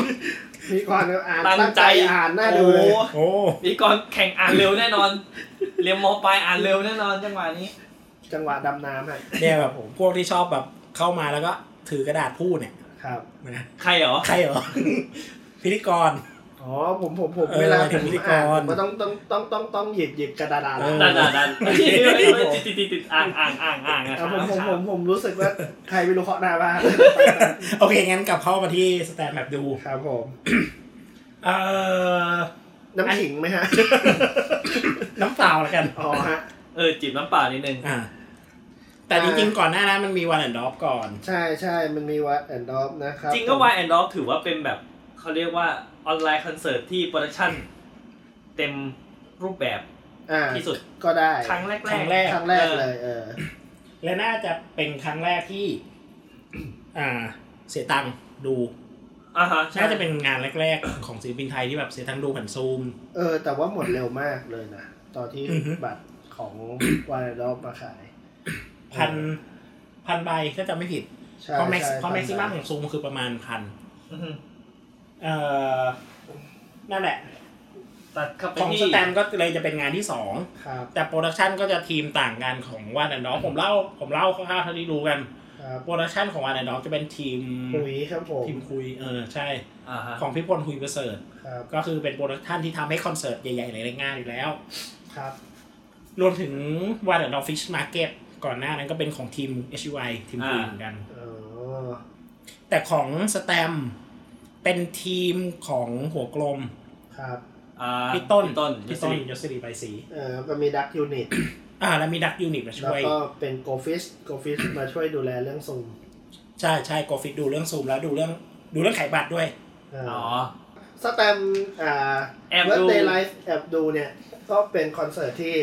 S1: มีก่อนก็อ่าน
S4: ตั้งใจ
S1: อ่านหน้าดูเลย
S4: โอ้
S2: โอ้
S4: พี่กรณ์แข่งอ่านเร็วแน่นอน เรียนมปลายอ่านเร็วแน่นอนจังหวะนี้
S1: จังหวะดำน้ำฮะ
S2: เนี่ยแบบพวกที่ชอบแบบเข้ามาแล้วก็ถือกระดาษพูดเนี่ย
S1: ครับ
S2: นะ
S4: ใครเหรอ
S2: ใครเหรอ พิธีกร
S1: อ๋อผมผมผม
S2: เออ
S1: เวลา
S2: หมายถึ
S1: ผ
S2: ง
S1: ม
S2: พิธีกร
S1: อ่านผมก็ต้องต้องต้องต้องต้องหยิบหยิบกระดาษอ่าน
S2: เออ
S4: ดันดันดันติดติดติดติดอ่างอ่างอ่างอ่างอ่ะ
S1: เอาผมผมผมผมรู้สึกว่าใครไม่รู้เคาะหน้าบ้าง
S2: โอเค งั้นกลับเข้ามาที่สแตทแมปดู
S1: ครับผม
S2: เอ่อ
S1: น้ำขิงไหมฮะ
S2: น้ำเปล่าละกัน
S1: อ๋อฮะ
S4: เออจิบน้ำเปล่านิดนึง
S2: อ่า แต่จริงๆ ก่อนหน้านั้นมันมีวันแอนด์ดอฟก่อน
S1: ใช่ใช่มันมีวัดแอนด์ดอฟนะครับ
S4: จริงก็ Y and Dog ถือว่าเป็นแบบเขาเรียกว่าออนไลน์คอนเสิร์ตที่โปรดักชั่นเต็มรูปแบบ
S1: อ่า
S4: ที่สุด
S1: ก็ได้
S4: ครั้งแรกๆ
S2: ครั้งแร
S1: ครั้งแรกเลย เออ
S2: และน่าจะเป็นครั้งแรกที่ อ่า เสียตังค์ดู
S4: อ่าฮะใช่
S2: น่าจะเป็นงานแรกๆ ของศิลปินไทยที่แบบเสียตังค์ดูผ่านซูม
S1: เออ แต่ว่าหมดเร็วมากเลยนะ ตอนที่
S2: อือฮึ
S1: บัตรของวัดแอนด์ดอฟมาขาย
S2: พันพันใบก็จะไม่ผิด
S1: ใช่
S2: เพราะแม็ก
S1: ใช่
S2: เพราะแม็กซิมัม
S1: ต
S2: ข
S1: อ
S2: อ
S1: น
S2: งซูมคือประมาณพัน
S4: อือฮึ
S2: เอ่อ นั่นแหละ
S4: ตัดเข้าไป
S2: ของ
S4: ที่
S2: สแตมก็เลยจะเป็นงานที่สอง
S1: ครับ
S2: แต่โปรดักชันก็จะทีมต่างกันของวานแอนด์ดอฟผมเล่าผมเล่าคร่าวๆเท่าที่รู้กัน
S1: ครับ
S2: โปรดักชันของวานแอนด์ดอฟจะเป็นทีม
S1: ปุ๋ยครับผม
S2: ทีมคุยเออใช่
S4: อ่าฮะ
S2: ของพี่พลคุยประเสริฐ
S1: ครับ
S2: ก็คือเป็นโปรดักชันที่ทำให้คอนเสิร์ตใหญ่ๆหลายๆงานอยู่แล้ว
S1: ครับ
S2: รวมถึงวานแอนด์ดอฟฟิชมาร์เก็ตก่อนหน้านั้นก็เป็นของทีม h y ทีมคุยเหมือนกัน
S1: เออ
S2: แต่ของสแตมเป็นทีมของหัวกลม
S1: ครับ
S4: อ่า
S2: พี่ต้น
S4: พี่ต้น
S2: พี่ต้นยศศิริไปสี
S1: เออก็มีดักยูนิต
S2: อ่าแล้วมีดักยูนิตมา
S1: แล้ว
S2: ช่วย
S1: ก็เป็นโกฟิสโกฟิสมาช่วยดูแลเรื่องซูม
S2: ใช่ใช่โกฟิตดูเรื่องซูมแล้วดูเรื่องดูเรื่องขายบัตรด้วย
S1: เออ
S4: อ๋อ
S1: สแตมป์อ่า
S4: แอบ
S1: เวิร์
S4: ดู
S1: ดเดย์ไลฟ์แอบดูเนี่ยก็เป็นคอนเสิร์ตที่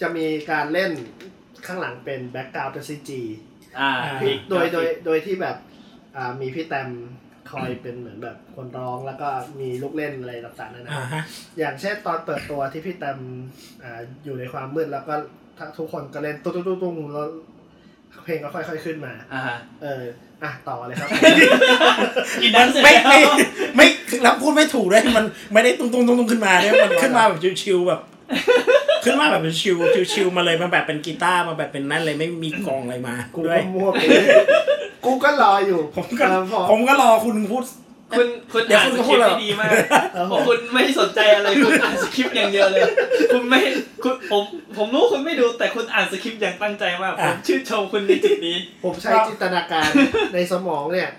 S1: จะมีการเล่นข้างหลังเป็นแบ็กกราวด์ซีจี
S4: อ่า
S2: อ่า
S4: พี่
S1: โดยโดยโดยที่แบบอ่ามีพี่แตมคอยเป็นเหมือนแบบคนร้องแล้วก็มีลูกเล่นอะไรต่างๆนานา
S2: อ่าฮะ
S1: อย่างเช่นตอนเปิดตัวที่พี่แตมอ่าอยู่ในความมืดแล้วก็ทั้งทุกคนก็เล่นตุ้งตุ้งตุ้งตุ้งแล้วเพลงก็ค่อยๆขึ้นมา
S4: อ่าฮะ
S1: เอออ่ะต่อเลยครับ
S4: กินดันเสร็จ
S2: ไม่ไม่
S4: แล้ว
S2: ไม่แล้วพูดไม่ถูกด้วยมันไม่ได้ตุ้งตุ้งตุ้งตุ้งขึ้นมาเนี่ย มันขึ้นมาแบบชิวๆแบบ ขึ้นมาแบบชิวๆชิวๆมาเลยมันแบบเป็นกีตาร์มาแบบเป็นนั่นเลยไม่มีกลองอะไรมา
S1: กู
S2: ด้ว
S1: ก็
S2: ย
S1: มั่วไปเลยกูก็รออยู่
S2: ผมก็
S1: เออพอ
S2: ผมก็รอคุณพูด
S4: คุณคุณ
S2: เดี๋ยว
S4: อ่าน
S2: คุณ
S4: สคริป
S2: ก็พูด
S4: ต์ได้
S2: แล้ว
S4: ดีมากเพราะคุณไม่สนใจอะไรคุณอ่านสคริปต์อย่างเดียวเลย คุณไม่คุณผมผมรู้คุณไม่ดูแต่คุณอ่านสคริปต์อย่างตั้งใจมากผมชื่นชมคุณในจุดนี้
S1: ผมใช้จินตนาการ ในสมองเนี่ย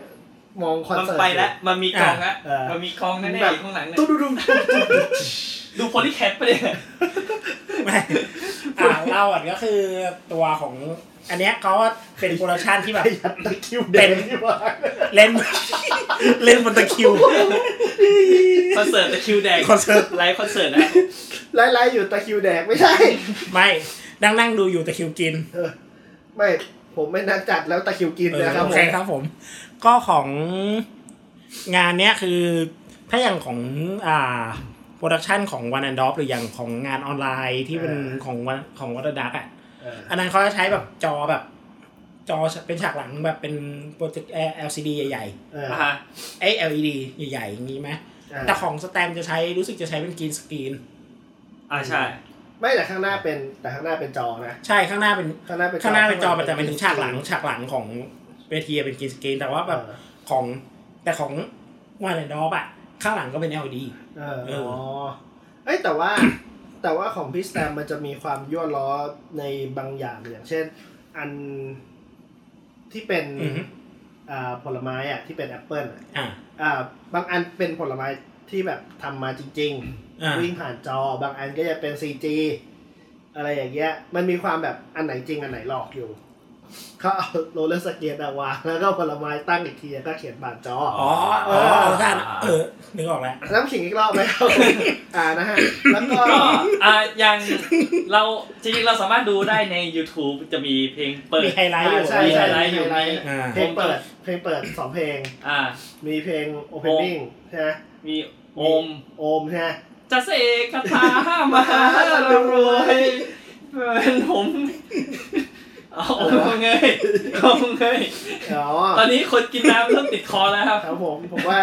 S1: มองคอน
S4: มัน
S1: เสิร์ต
S4: ไปแล้วมันมีกองละ
S1: เออ
S4: มันมีกองแน่ๆอยู่ข้างหลังเนี่ย
S1: ตุ๊ดดุ๊ดตุ๊ดตุ๊ดตุ๊ด
S4: ดูโพลิแคปไปะเลย
S2: ไม่อ่าเล่าอ่ะก็คือตัวของ อันเนี้ยเขาก็เป็นโปรดักชันที่แบบ
S1: ไอ้ยัดตะคริวเด่นที่ว่า
S2: เล่น เล่นบนตะคริว
S4: คอนเสิร์ตตะ คริวแดง
S2: คอนเสิร์ต
S4: ไลฟ์คอนเสิร์ตนะ
S1: ไล่ไล่อยู่ตะคริวแดกไม่ใช่
S2: ไม่นั่งนั่งดูอยู่ตะคริวกิน
S1: ไม่ ผมไม่นักจัดแล้วตะคริวกิน
S2: เออ
S1: นะครับ
S2: โอ
S1: ผ
S2: เค
S1: ม
S2: ครับผม ก็ของงานเนี้ยคือถ้าอย่างของอ่าโปรดักชันของวันแอนด์ดอหรืออย่างของงานออนไลน์ที่เป็นของวันของวัตดักอ่ะ
S1: เออ
S2: อันนั้นเขาจะใช้แบบจอแบบ จอเป็นฉากหลังแบบเป็นโปรเจกต์ LCD ใหญ่
S1: เออ
S4: อ่ะฮะ
S2: ๆไอ้ LED ใหญ่ๆอย่างนี้ไหมแต่
S1: อ่ะ
S2: ของสแตมจะใช้รู้สึกจะใช้เป็นกรีนสกรีน
S4: อ่าใช่
S1: ไม่แต่ข้างหน้าเป็นแต่ข้างหน้าเป็นจอนะ
S2: ใช่ข้างหน้าเป็น
S1: ข้างหน้าเป็น
S2: ข้างหน้าเป็นจอแต่เป็นถึงฉากหลังฉากหลังของเวทีเป็นกรีนสกรีนแต่ว่าแบบ
S1: เออ
S2: ของแต่ของวันแอนด์ดอปอะข้างหลังก็เป็น LED
S1: เออ
S2: เอ
S1: อ๋
S2: ออ๋
S1: อเอ้ยแต่ว่า แต่ว่าของพี่สแตมมันจะมีความยั่วล้อในบางอย่างอย่างเช่น อันที่เป็น
S2: อือฮึ
S1: อ่าผลไม้อ่ะที่เป็นแอปเปิลอ่ะ
S2: อ่า
S1: อ่าบางอันเป็นผลไม้ที่แบบทำมาจริง
S2: อ่า
S1: ๆ วิ่งผ่านจอบางอันก็จะเป็น CG อะไรอย่างเงี้ยมันมีความแบบอันไหนจริงอันไหนหลอกอยู่ เขาเอาโรลเลอร์สเกตอะวางแล้วก็เอาผลไม้ตั้งอีกทีแล้วก็เขียนผ่านจอ
S2: อ๋ออ๋อท่านเออนึกออกแล้ว
S1: น้ำขิงอีกรอบไหมครับ อ่านะฮะ แล้วก็
S4: ก็อ่ะ ยังเราจริงๆเราสามารถดูได้ใน YouTube จะมีเพลงเปิด
S2: มีไฮไลท์อยู่
S1: อ่าใช่
S4: มี
S1: ใช่
S4: ไฮไลท์อยู่
S1: มีไฮไลท์
S2: อ่า
S1: เพลงเปิดเพลงเปิดสองเพลง
S4: อ่า
S1: มีเพลง opening ใช่ไหม
S4: มีโอม
S1: โอมใช่ไหม
S4: จะเสกคาถามาเรารวยเป็นผมเอาโอมเงยโอมเงย
S1: อ๋อ
S4: ตอนนี้คนกินน้ำเริ่มติดคอแล้วครับ
S1: ครับผมผมว่า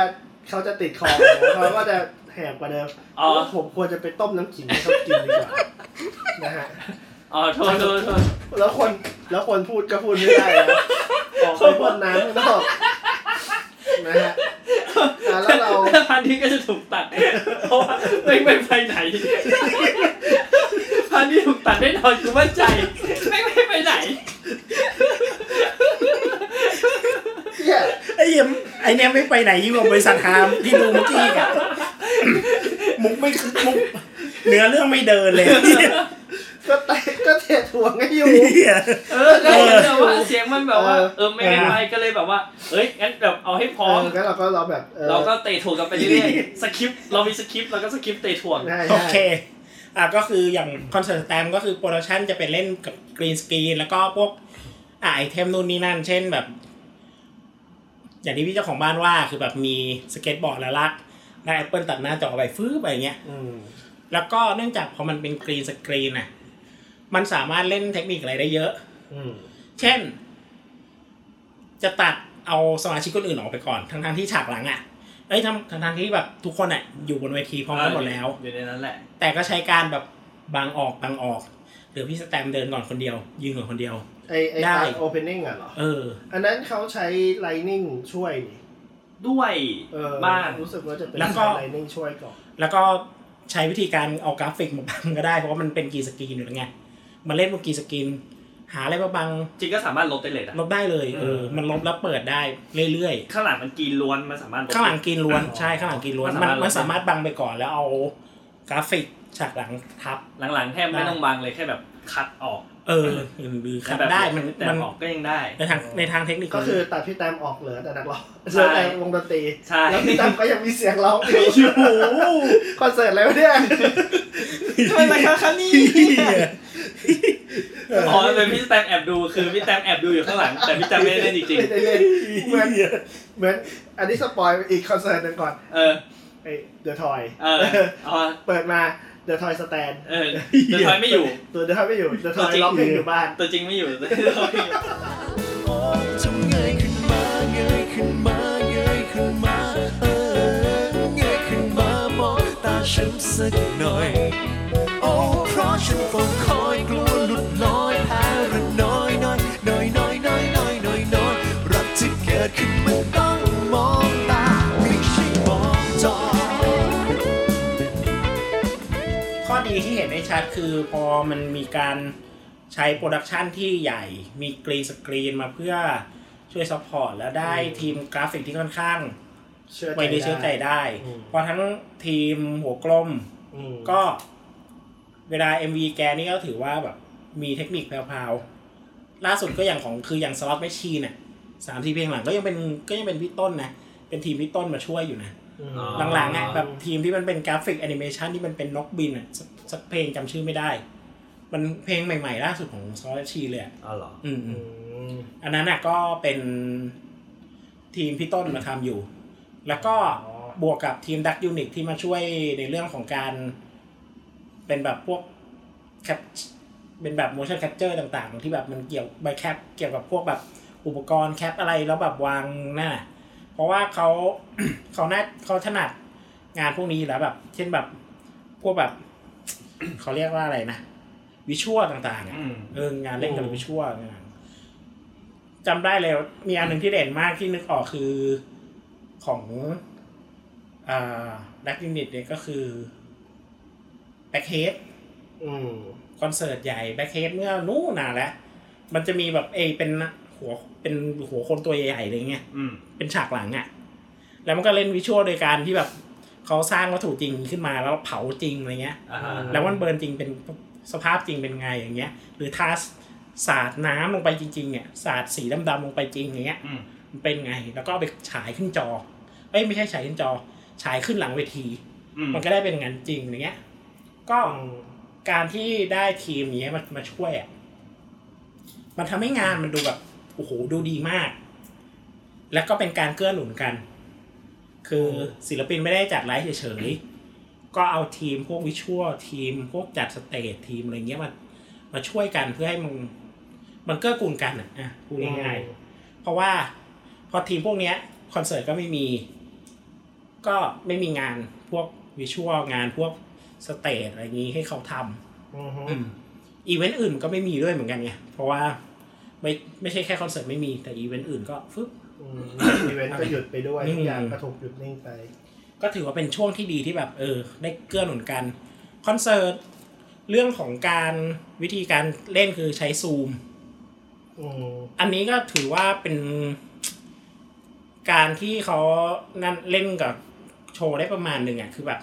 S1: เขาจะติดคอผมเขาก็จะแหบกว่าเดิม
S4: อ๋อ
S1: ผมควรจะไปต้มน้ำขิงให้เขากินดีกว่านะฮะ
S4: อ๋อโทษโทษโทษ
S1: แล้วคนแล้วคนพูดก็พูดไม่ได้แล้วออกไปพ่นน้ำข้างนอกนะฮะอ่ะแล้วเรา
S4: แล้วพันนี้ก็จะถูกตัด เพราะว่าไม่ไปไปไหน พันนี้ถูกตัดแน่นอนคือมั่นใจ ไม่ไม่ไปไหน
S1: เนี่ย
S2: ไอ้เหี้ยไอ้เนี่ยไม่ไปไหนยิ่งกว่าบริษัทคามที่ดูเมื่อกี้อีกับมุกไม่คือมุกเนื้อเรื่องไม่เดินเลย
S1: ก็เตะก็เททวงให้อยู่
S2: เหี้ย
S4: เออก็เห็นแต่ว่าเสียงมันแบบว่า
S1: เออ
S4: เออไม่ได้ไปก็เลยแบบว่า เอ้ยงั้นแบบเอาให้พ
S1: เอ
S4: ร้อม
S1: อแล้วเราก็เราแบบออ
S4: เราก็เตะถ่วงกันไปเรื่อยๆ สคริปต์เรามีสคริปต์เราก็สคริปต์เตะถ่วง
S1: ใช่
S2: โอ
S1: ใช่
S2: เค อ่ะก็คืออย่างคอนเสิร์ตแตมก็คือโปรดักชันจะเป็นเล่นกับกรีนสกรีนแล้วก็พวกอ่ะไอเทมนู่นนี่นั่น เช่นแบบ อย่างที่พี่เจ้าของบ้านว่าคือแบบมีสเก็ตบอร์ดแล้วลากได้แอปเปิลตัดหน้าจอไปฟื้บอะไรเงี้ย
S1: อืม
S2: แล้วก็เนื่องจากพอมันเป็นกรีนสกรีนอ่ะ มันสามารถเล่นเทคนิคอะไรได้เยอะ
S1: อืม
S2: เช่น จะตัดเอาสมาชิกคนอื่นออกไปก่อน ทั้งทที่ฉากหลังอ่ะ เอ้ยทั้งทั้งๆที่แบบทุกคนอ่ะอยู่บนเวทีพร้อมกันหมดแล้ว
S4: อยู่ในนั้นแหละ
S2: แต่ก็ใช้การแบบบางออกบางออกหรือพี่สแตมเดินก่อนคนเดียว ยืนก่อนคนเดียว
S1: ไอไอ
S2: ได้
S1: ตอน opening อ่ะเหรอ
S2: เออ
S1: อันนั้นเขาใช้ lightning ช่วยนี่
S4: ด้วย
S1: เออ
S4: บ้าง
S1: รู้สึกว่าจะเป็น
S2: แล้วก็
S1: ใช้ lightning ช่วยก่อน
S2: แล้วก็ใช้วิธีการเอากราฟิกมาบังก็ได้เพราะว่ามันเป็นกรีนสกรีนอยู่แล้วไงมันเล่นบนกรีนสกรีนหาอะไรมาบัง
S4: จริงก็สามารถลบได้เลยนะ
S2: ลบได้เลยเออมันลบแล้วเปิดได้เรื่อย
S4: ข้างหลังมันกรีนล้วนมันสามารถลบ
S2: ๆ ข้างหลังกรีนล้วน
S1: อ๋อ
S2: ใช่ข้างหลังกรีนล้วน
S4: มั
S2: มัน
S4: นสามา
S2: มันสามาร
S4: รถลบ
S2: ถบังไปก่อนแล้วเอากราฟิกฉากหลังทับ
S4: หลังๆแทบไม่
S2: ได้
S4: ต้องบางเลยแค่แบบคัดออก
S2: เออหรือครับ
S4: แบบ
S2: ได้มัน
S4: แต่
S2: มัน
S4: ออกก็ยังได้
S2: ในทางในทางเทคนิค
S1: ก็คือตัดพี่แตมออกเหลือแต่นักร้องเห
S4: ใช่
S1: ลือแต่วงดนตรี
S4: ใช่
S1: แล้วพี่แตมก็ยังมีเสียงร้องอยู่คอนเสิร์ตอะไรวะเนี่ย
S4: ทำไมราคาคัน นี้
S2: เออ
S4: อ๋อเลยพี่แตมแอบดูคือพี่แตมแอบดูอยู่ข้างหลัง แต่พี่แตมไม่ได้เล่นจริง
S1: ไม่ได้เล่นเหมือนเหมือนอันนี้สปอยอีกคอนเสิร์ตหนึ่งก่อน
S4: ๆเออ
S1: ไอ้เดอะทอย
S4: เออเอา
S1: เปิดมาเดอะทอยสแตน
S4: เออเดอะทอยไม่อยู่
S1: ตัวเดอะทอยไม่อยู่เดอะทอย
S4: จริง
S1: ร้องเพลงอยู่บ้าน
S4: ตัวจริงไม่อยู่ The Toy
S5: จงเงยขึ้นมาเงยขึ้นมาเงยขึ้นมาเออเงยขึ้นมามองตาฉันสักหน่อย โอ้เพราะฉันเฝ้าคอยกลัวหลุดลอยแพ้หรือน้อยน้อยน้อยน้อยน้อยน้อยน้อยน้อยรักที่เกิดขึ้นมันต้องมองตาไม่ใช่มองจอ
S2: ข้อดีที่เห็นได้ชัดคือพอมันมีการใช้โปรดักชันที่ใหญ่ มีกรีนสกรีนมาเพื่อช่วยซัพพอร์ตแล้วได้
S1: อืม
S2: ทีมกราฟิกที่ค่อนข้าง
S1: เชื่อใจ
S2: ไว้ในอเชื่อใจ
S1: ได้
S2: ได้
S1: อืม
S2: เพอทั้งทีมหัวกลม
S1: อืม
S2: ก็ เวลา MV แกนี่ก็ถือว่าแบบมีเทคนิคแพรวๆล่าสุดก็อย่างของคืออย่างสล็อตแมชชีน่ะสามทีเพลงหลังก็ยังเป็นก็ยังเป็นพี่ต้นนะ เป็นทีมพี่ต้นมาช่วยอยู่นะ
S1: อืม
S4: อ๋อ
S2: หลังๆอ่ะแบบทีมที่มันเป็นกราฟิกแอนิเมชันที่มันเป็นนกบินอ่ะสักสักเพลงจำชื่อไม่ได้ มันเพลงใหม่ๆล่าสุดของซอสชีเลยอะ
S4: อ๋อเหรอ
S2: อืมอื
S1: อื
S2: ม
S1: ม
S2: อันนั้นน่ะก็เป็นทีมพี่ต้นมาทำอยู่ แล้วก็บวกกับทีมดักยูนิตที่มาช่วยในเรื่องของการเป็นแบบพวกแคปเป็นแบบ motion capture ต่าง ๆ ที่แบบมันเกี่ยวใบแคปเกี่ยวกับพวกแบบอุปกรณ์แคปอะไรแล้วแบบวางหน้า เพราะว่าเขา เขาน่าเขาถนัดงานพวกนี้อยู่แล้วแบบ เช่นแบบพวกแบบ เขาเรียกว่าอะไรนะวิชวลต่างๆอะ
S4: อืม
S2: เอองานเล่นกันไปชั่วงานจำได้เลยมีอันหนึ่งที่เด่นมากที่นึกออกคือของอ่าดักยูนิตเนี่ยก็คือแบ็คเฮด
S1: อืม
S2: คอนเสิร์ตใหญ่แบ็คเฮดเมื่อนู่นนานแล้ว มันจะมีแบบเอยเป็นหัวเป็นหัวคนตัวใหญ่ๆอะไรเงี้ย
S4: อืม
S2: เป็นฉากหลังอะ่ะ แล้วมันก็เล่นวิชวลโดยการที่แบบเขาสร้างวัตถุจริงขึ้นมาแล้วเผาจริงอะไรเงี้ย
S4: อ่าฮะ
S2: แล้วมันเบิร์นจริงเป็นสภาพจริงเป็นไงอย่างเงี้ย หรือทาสาดน้ำลงไปจริงๆเนี่ยสาดสีดำๆลงไปจริงอย่างเงี้ย
S4: อืม
S2: มันเป็นไง แล้วก็เอาไปฉายขึ้นจอ เอ้ยไม่ใช่ฉายขึ้นจอ ฉายขึ้นหลังเวที
S4: อืม
S2: มันก็ได้เป็นงานจริงอย่างเงี้ย ก็การที่ได้ทีมเนี้ยมามาช่วยอะมันทำให้งานมันดูแบบโอ้โหดูดีมาก แล้วก็เป็นการเกื้อหนุนกัน คือศิลปินไม่ได้จัดไลฟ์เฉยๆ ก็เอาทีมพวกวิชวลทีมพวกจัดสเตจทีมอะไรเงี้ยมามาช่วยกันเพื่อให้มันมันเกื้อกูลกันอะอ่ะพูดง่ายๆ เพราะว่าพอทีมพวกเนี้ยคอนเสิร์ตก็ไม่มี ก็ไม่มีงานพวกวิชวลงานพวกสเตจอะไรอย่างนี้ให้เขาท
S1: อืม
S2: ำอีเวนต์อื่นก็ไม่มีด้วยเหมือนกันไงเพราะว่าไม่ไม่ใช่แค่คอนเสิร์ตไม่มีแต่อีเวนต์อื่นก็ฟึบ
S1: อืมอีเวนต์ก็หยุดไปด้วย
S2: อืม
S1: ทุกอย่างก็ถูกหยุดนิ่งไป
S2: ก็ถือว่าเป็นช่วงที่ดีที่แบบเออ ได้เกื้อหนุนกันคอนเสิร์ตเรื่องของการวิธีการเล่นคือใช้ซูม
S1: อืม
S2: อันนี้ก็ถือว่าเป็นการที่เขานั่นเล่นกับโชว์ได้ประมาณหนึ่งอ่ะคือแบบ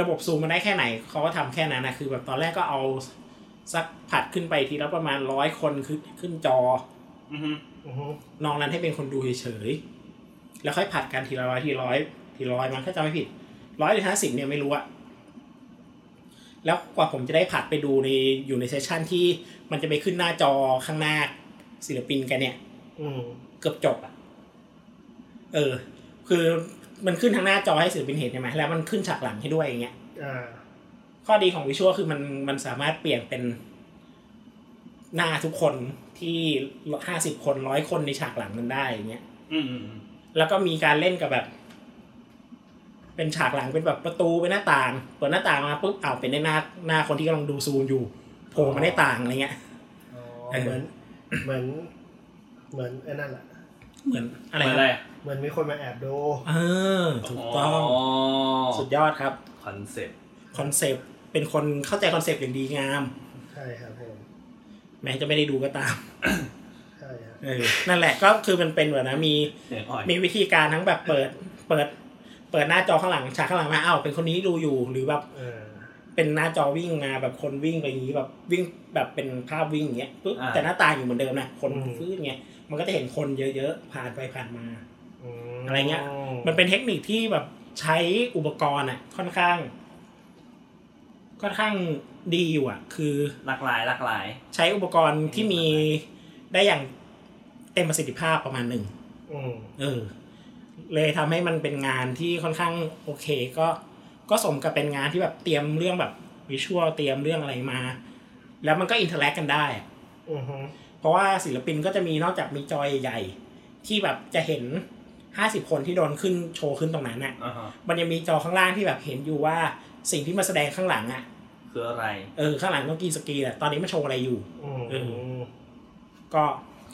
S2: ระบบซูมมันได้แค่ไหน เขาก็ทำแค่นั้นนะคือแบบตอนแรกก็เอาสักผัดขึ้นไปทีละประมาณร้อยคนขึ้นขึ้นจอ
S4: อืมฮึ
S1: อืม
S2: นอกนั้นให้เป็นคนดูเฉยๆ แล้วค่อยผัดกันทีละร้อยทีละร้อยทีละร้อยมันถ้าจำไม่ผิดร้อยหรือห้าสิบเนี่ยไม่รู้อะแล้วกว่าผมจะได้ผัดไปดูในอยู่ในเซสชันที่มันจะไปขึ้นหน้าจอข้างหน้าศิลปินกันเนี่ย
S1: อืม
S2: เกือบจบอะเออ คือมันขึ้นทางหน้าจอให้ศิลปินเห็นใช่ไหมแล้วมันขึ้นฉากหลังให้ด้วยอย่างเงี้ย
S1: อ่า
S2: ข้อดีของวิชวลคือมันมันสามารถเปลี่ยนเป็นหน้าทุกคนที่ห้าสิบคนร้อยคนในฉากหลังมันได้อย่างเงี้ย
S4: อืมอืมอืม
S2: แล้วก็มีการเล่นกับแบบ เป็นฉากหลังเป็นแบบประตูเป็นหน้าต่างเปิดหน้าต่างมาปุ๊บอ้าวเป็นในหน้าหน้าคนที่กำลังดูซูมอยู่โผล่มาในต่างอะไรเงี้ย
S1: อ๋อ
S2: เออ
S1: เหมือนเหมือนเหมือนไอ้นั่นแหละ
S2: เหมือนอะไร
S4: เหมือน
S2: อะ
S4: อะไร
S1: เหมือนมีคนมาแอบดู
S2: เออถูกต้อง สุดยอดครับ
S4: คอนเซ็ปต์
S2: คอนเซปต์เป็นคนเข้าใจคอนเซปต์อย่างดีงาม
S1: ใช่ครับผม
S2: แม้จะไม่ได้ดูก็ตาม
S1: ใช่ครับ
S2: เออนั่นแหละก็คือมันเป็นแบบนะมี
S4: เสียงอ่อย
S2: มีวิธีการทั้งแบบเปิดเปิด เปิดหน้าจอข้างหลังฉากข้างหลังมาอ้าวเป็นคนนี้ดูอยู่หรือแบบ
S1: เออ
S2: เป็นหน้าจอวิ่งมาแบบคนวิ่งไปอย่างนี้แบบวิ่งแบบเป็นภาพวิ่งอย่างเงี้ยปุ๊บแต่หน้าตาอยู่เหมือนเดิมนะคนฟื้นเงี้ยมันก็จะเห็นคนเยอะๆผ่านไปผ่านมา
S1: ม
S2: อะไรเงี้ย มันเป็นเทคนิคที่แบบใช้อุปกรณ์อ่ะค่อนข้าง ค่อนข้างดีอยู่อ่ะ คือ
S4: หลากหลายหลากหลาย
S2: ใช้อุปกรณ์ที่มีได้อย่างเต็มประสิทธิภาพประมาณหนึ่ง
S1: อืม
S2: เออ เลยทำให้มันเป็นงานที่ค่อนข้างโอเค ก็ก็สมกับเป็นงานที่แบบเตรียมเรื่องแบบวิชวลเตรียมเรื่องอะไรมา แล้วมันก็อินเทอร์แลกกันได้อะ
S1: อือฮึ
S2: เพราะว่าศิลปินก็จะมีนอกจากมีจอยใหญ่ๆที่แบบจะเห็น 50 คนที่โดนขึ้นโชว์ขึ้นตรงนั้นน่ะ
S4: อ่าฮะ
S2: มันยังมีจอข้างล่างที่แบบเห็นอยู่ว่าสิ่งที่มาแสดงข้างหลังอ่ะ
S4: คืออะไร
S2: เออข้างหลังต้องกรีนสกรีนอ่ะตอนนี้มันโชว์อะไรอยู่
S1: อืม
S2: เอ ก็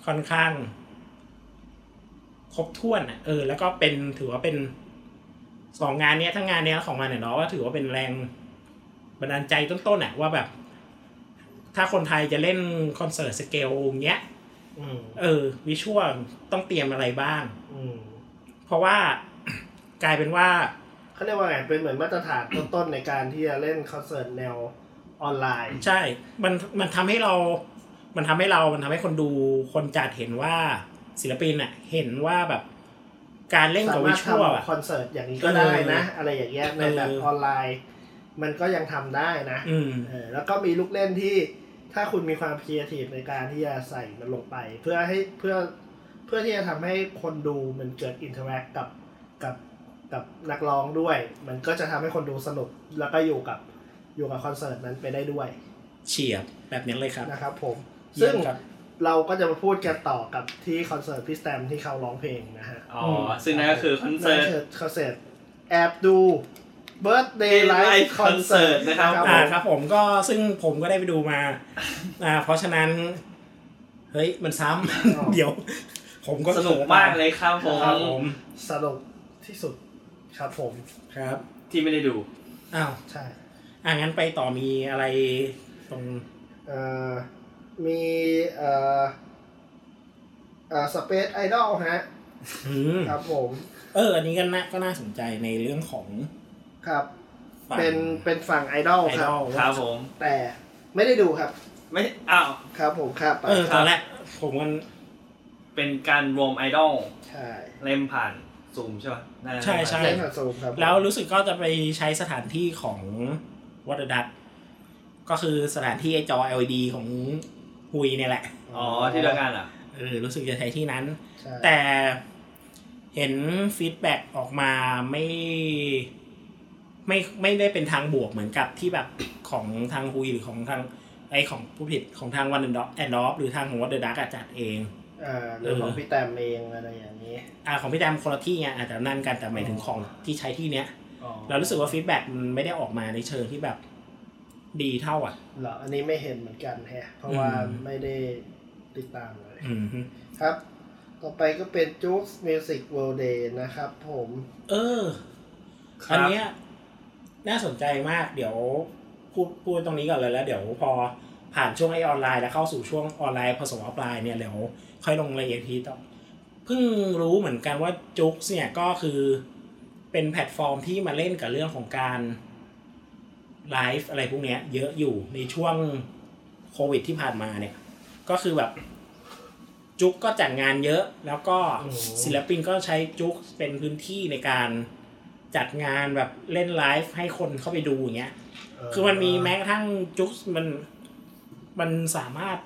S2: ค่อนข้าง ครบถ้วนอ่ะเออ แล้วก็เป็นถือว่าเป็นสองงานเนี้ยทั้งงานเนี้ยของมันเนี่ยเนาะก็ถือว่าเป็นแรงบันดาลใจต้นๆอ่ะว่าแบบ ถ้าคนไทยจะเล่นคอนเสิร์ตสเกลอย่างเงี้ย
S1: อืม
S2: เออ วิชวลต้องเตรียมอะไรบ้าง
S1: อืม
S2: เพราะว่า กลายเป็นว่า
S1: เขาเรียกว่าไงเป็นเหมือนมาตรฐานต้นๆในการที่จะเล่นคอนเสิร์ตแนวออนไลน์
S2: ใช่ มัน มันทำให้เรา มันทำให้เรา มันทำให้คนดู คนจัดเห็นว่าศิลปินอ่ะ เห็นว่าแบบการเล่น
S1: สา
S2: กับ
S1: มา
S2: วิ
S1: รถ
S2: ชวลอ่ะ
S1: ทำคอนเสิร์ตอย่างนี้ก็ได้นะ อะไรอย่างเงี้ยในแบบ
S2: เออ
S1: ออนไลน์ มันก็ยังทำได้นะ
S2: อืม
S1: เออแล้วก็มีลูกเล่นที่ถ้าคุณมีความครีเอทีฟในการที่จะใส่มันลงไป เพื่อให้เพื่อเพื่อที่จะทำให้คนดูมันเกิดอินเทอร์แอคกับกับกับนักร้องด้วย มันก็จะทำให้คนดูสนุกแล้วก็อยู่กับอยู่กับคอนเสิร์ตนั้นไปได้ด้วย
S2: เฉียบแบบนี้เลยครับ
S1: นะครับผม
S2: เยี่
S1: ซึ่
S2: ย
S1: ง
S2: มครับ
S1: เราก็จะมาพูดกันต่อกับที่คอนเสิร์ตพี่สแตมที่เขาร้องเพลงนะฮะ
S4: อ๋อซึ่งนั่นก็คือคอนเสิร์ต
S1: คอนเสิร์ตแอบดูเบิร์ตเดย์ไล
S4: Live
S1: ฟ์คอนเสิร์ต
S4: Concert นะครับ
S1: ผม
S2: อ่าครับผมก็ซึ่งผมก็ได้ไปดูมา อ่า เพราะฉะนั้น เฮ้ย มันซ้ำ เดี๋ยว ผมก็
S4: สนุกมากเลยครับผ
S2: ครับผม ม
S1: สนุกที่สุดครับผม
S2: ครับ
S4: ที่ไม่ได้ดู
S2: อ้าว
S1: ใช่
S2: อ่างั้นไปต่อมีอะไรตรง
S1: เอ่อมีเอ่อเอ่อสเปซไอดอลฮะ
S2: อืม
S1: ครับผม
S2: เออ อันนี้ก็น่าก็น่าสนใจในเรื่องของ
S1: ครับ
S2: ฝั่ง
S1: เป็นเป็นฝั่งไอดอล
S2: ไอ
S1: ครั
S2: ด
S1: บ
S2: อล
S4: ครับผม
S1: แต่ไม่ได้ดูครับ
S4: ไม่ อ้าว
S1: ครับผมครับไป
S2: เออตอนแรกผมมัน
S4: เป็นการรวมไอดอล
S1: ใช่
S4: เล่มผ่านซูมใช่ปะน่าจะ
S2: ใช่ใช่
S1: เล่นผ่านซูมครับผม
S2: แล้วรู้สึกก็จะไปใช้สถานที่ของวัดดัตก็คือสถานที่ไอจอ LED ของฮุยเนี่ยแหละ
S4: อ๋อ ที่เดียวกันเหรอ่ะ
S2: เออรู้สึกจะใช้ที่นั้น
S1: ใช่
S2: แต่เห็นฟีดแบ็กออกมาไม่ไม่ไม่ได้เป็นทางบวกเหมือนกับที่แบบของทางฮุยหรือของทางไอของผู้ผิดของทางวันด็อกแอนด์อฟหรือทางของวัดเดอะดักจัดเอง
S1: เอ่อหรือของพี่แตมเองอะไรอย่างนี้
S2: อ่าของพี่แดมคนละที่ไงอาจจะนั่นกันแต่หมายถึงของที่ใช้ที่เนี้ยเรารู้สึกว่าฟีดแบ็กมันไม่ได้ออกมาในเชิงที่แบบดีเท่าอ่ะ
S1: เหรอ อันนี้ไม่เห็นเหมือนกันแฮะ เพราะว่า
S2: อืม
S1: ไม่ได้ติดตามเลย
S2: อืมฮึ
S1: ครับ ต่อไปก็เป็น j u k e Music World Day นะครับผม
S2: เออ
S4: ครับ
S2: อันเนี้ยน่าสนใจมากเดี๋ยวพูดพูดตรงนี้ก่อนเลยแล้วเดี๋ยวพอผ่านช่วงไอออนไลน์แล้วเข้าสู่ช่วงออนไลน์ผสมออฟไลน์เนี่ยเดี๋ยวค่อยลงรายละเอียดทีต่อเพิ่งรู้เหมือนกันว่าจุกเนี่ยก็คือเป็นแพลตฟอร์มที่มาเล่นกับเรื่องของการไลฟ์อะไรพวกเนี้ย เยอะอยู่ในช่วงโควิดที่ผ่านมาเนี่ย ก็คือแบบจุกก็จัดงานเยอะ แล้วก็ศิลปินก็ใช้จุกเป็นพื้นที่ในการจัดงานแบบเล่นไลฟ์ให้คนเข้าไปดูอย่างเงี้ย คือมันมีแม้กระทั่งจุกมันมันสามารถ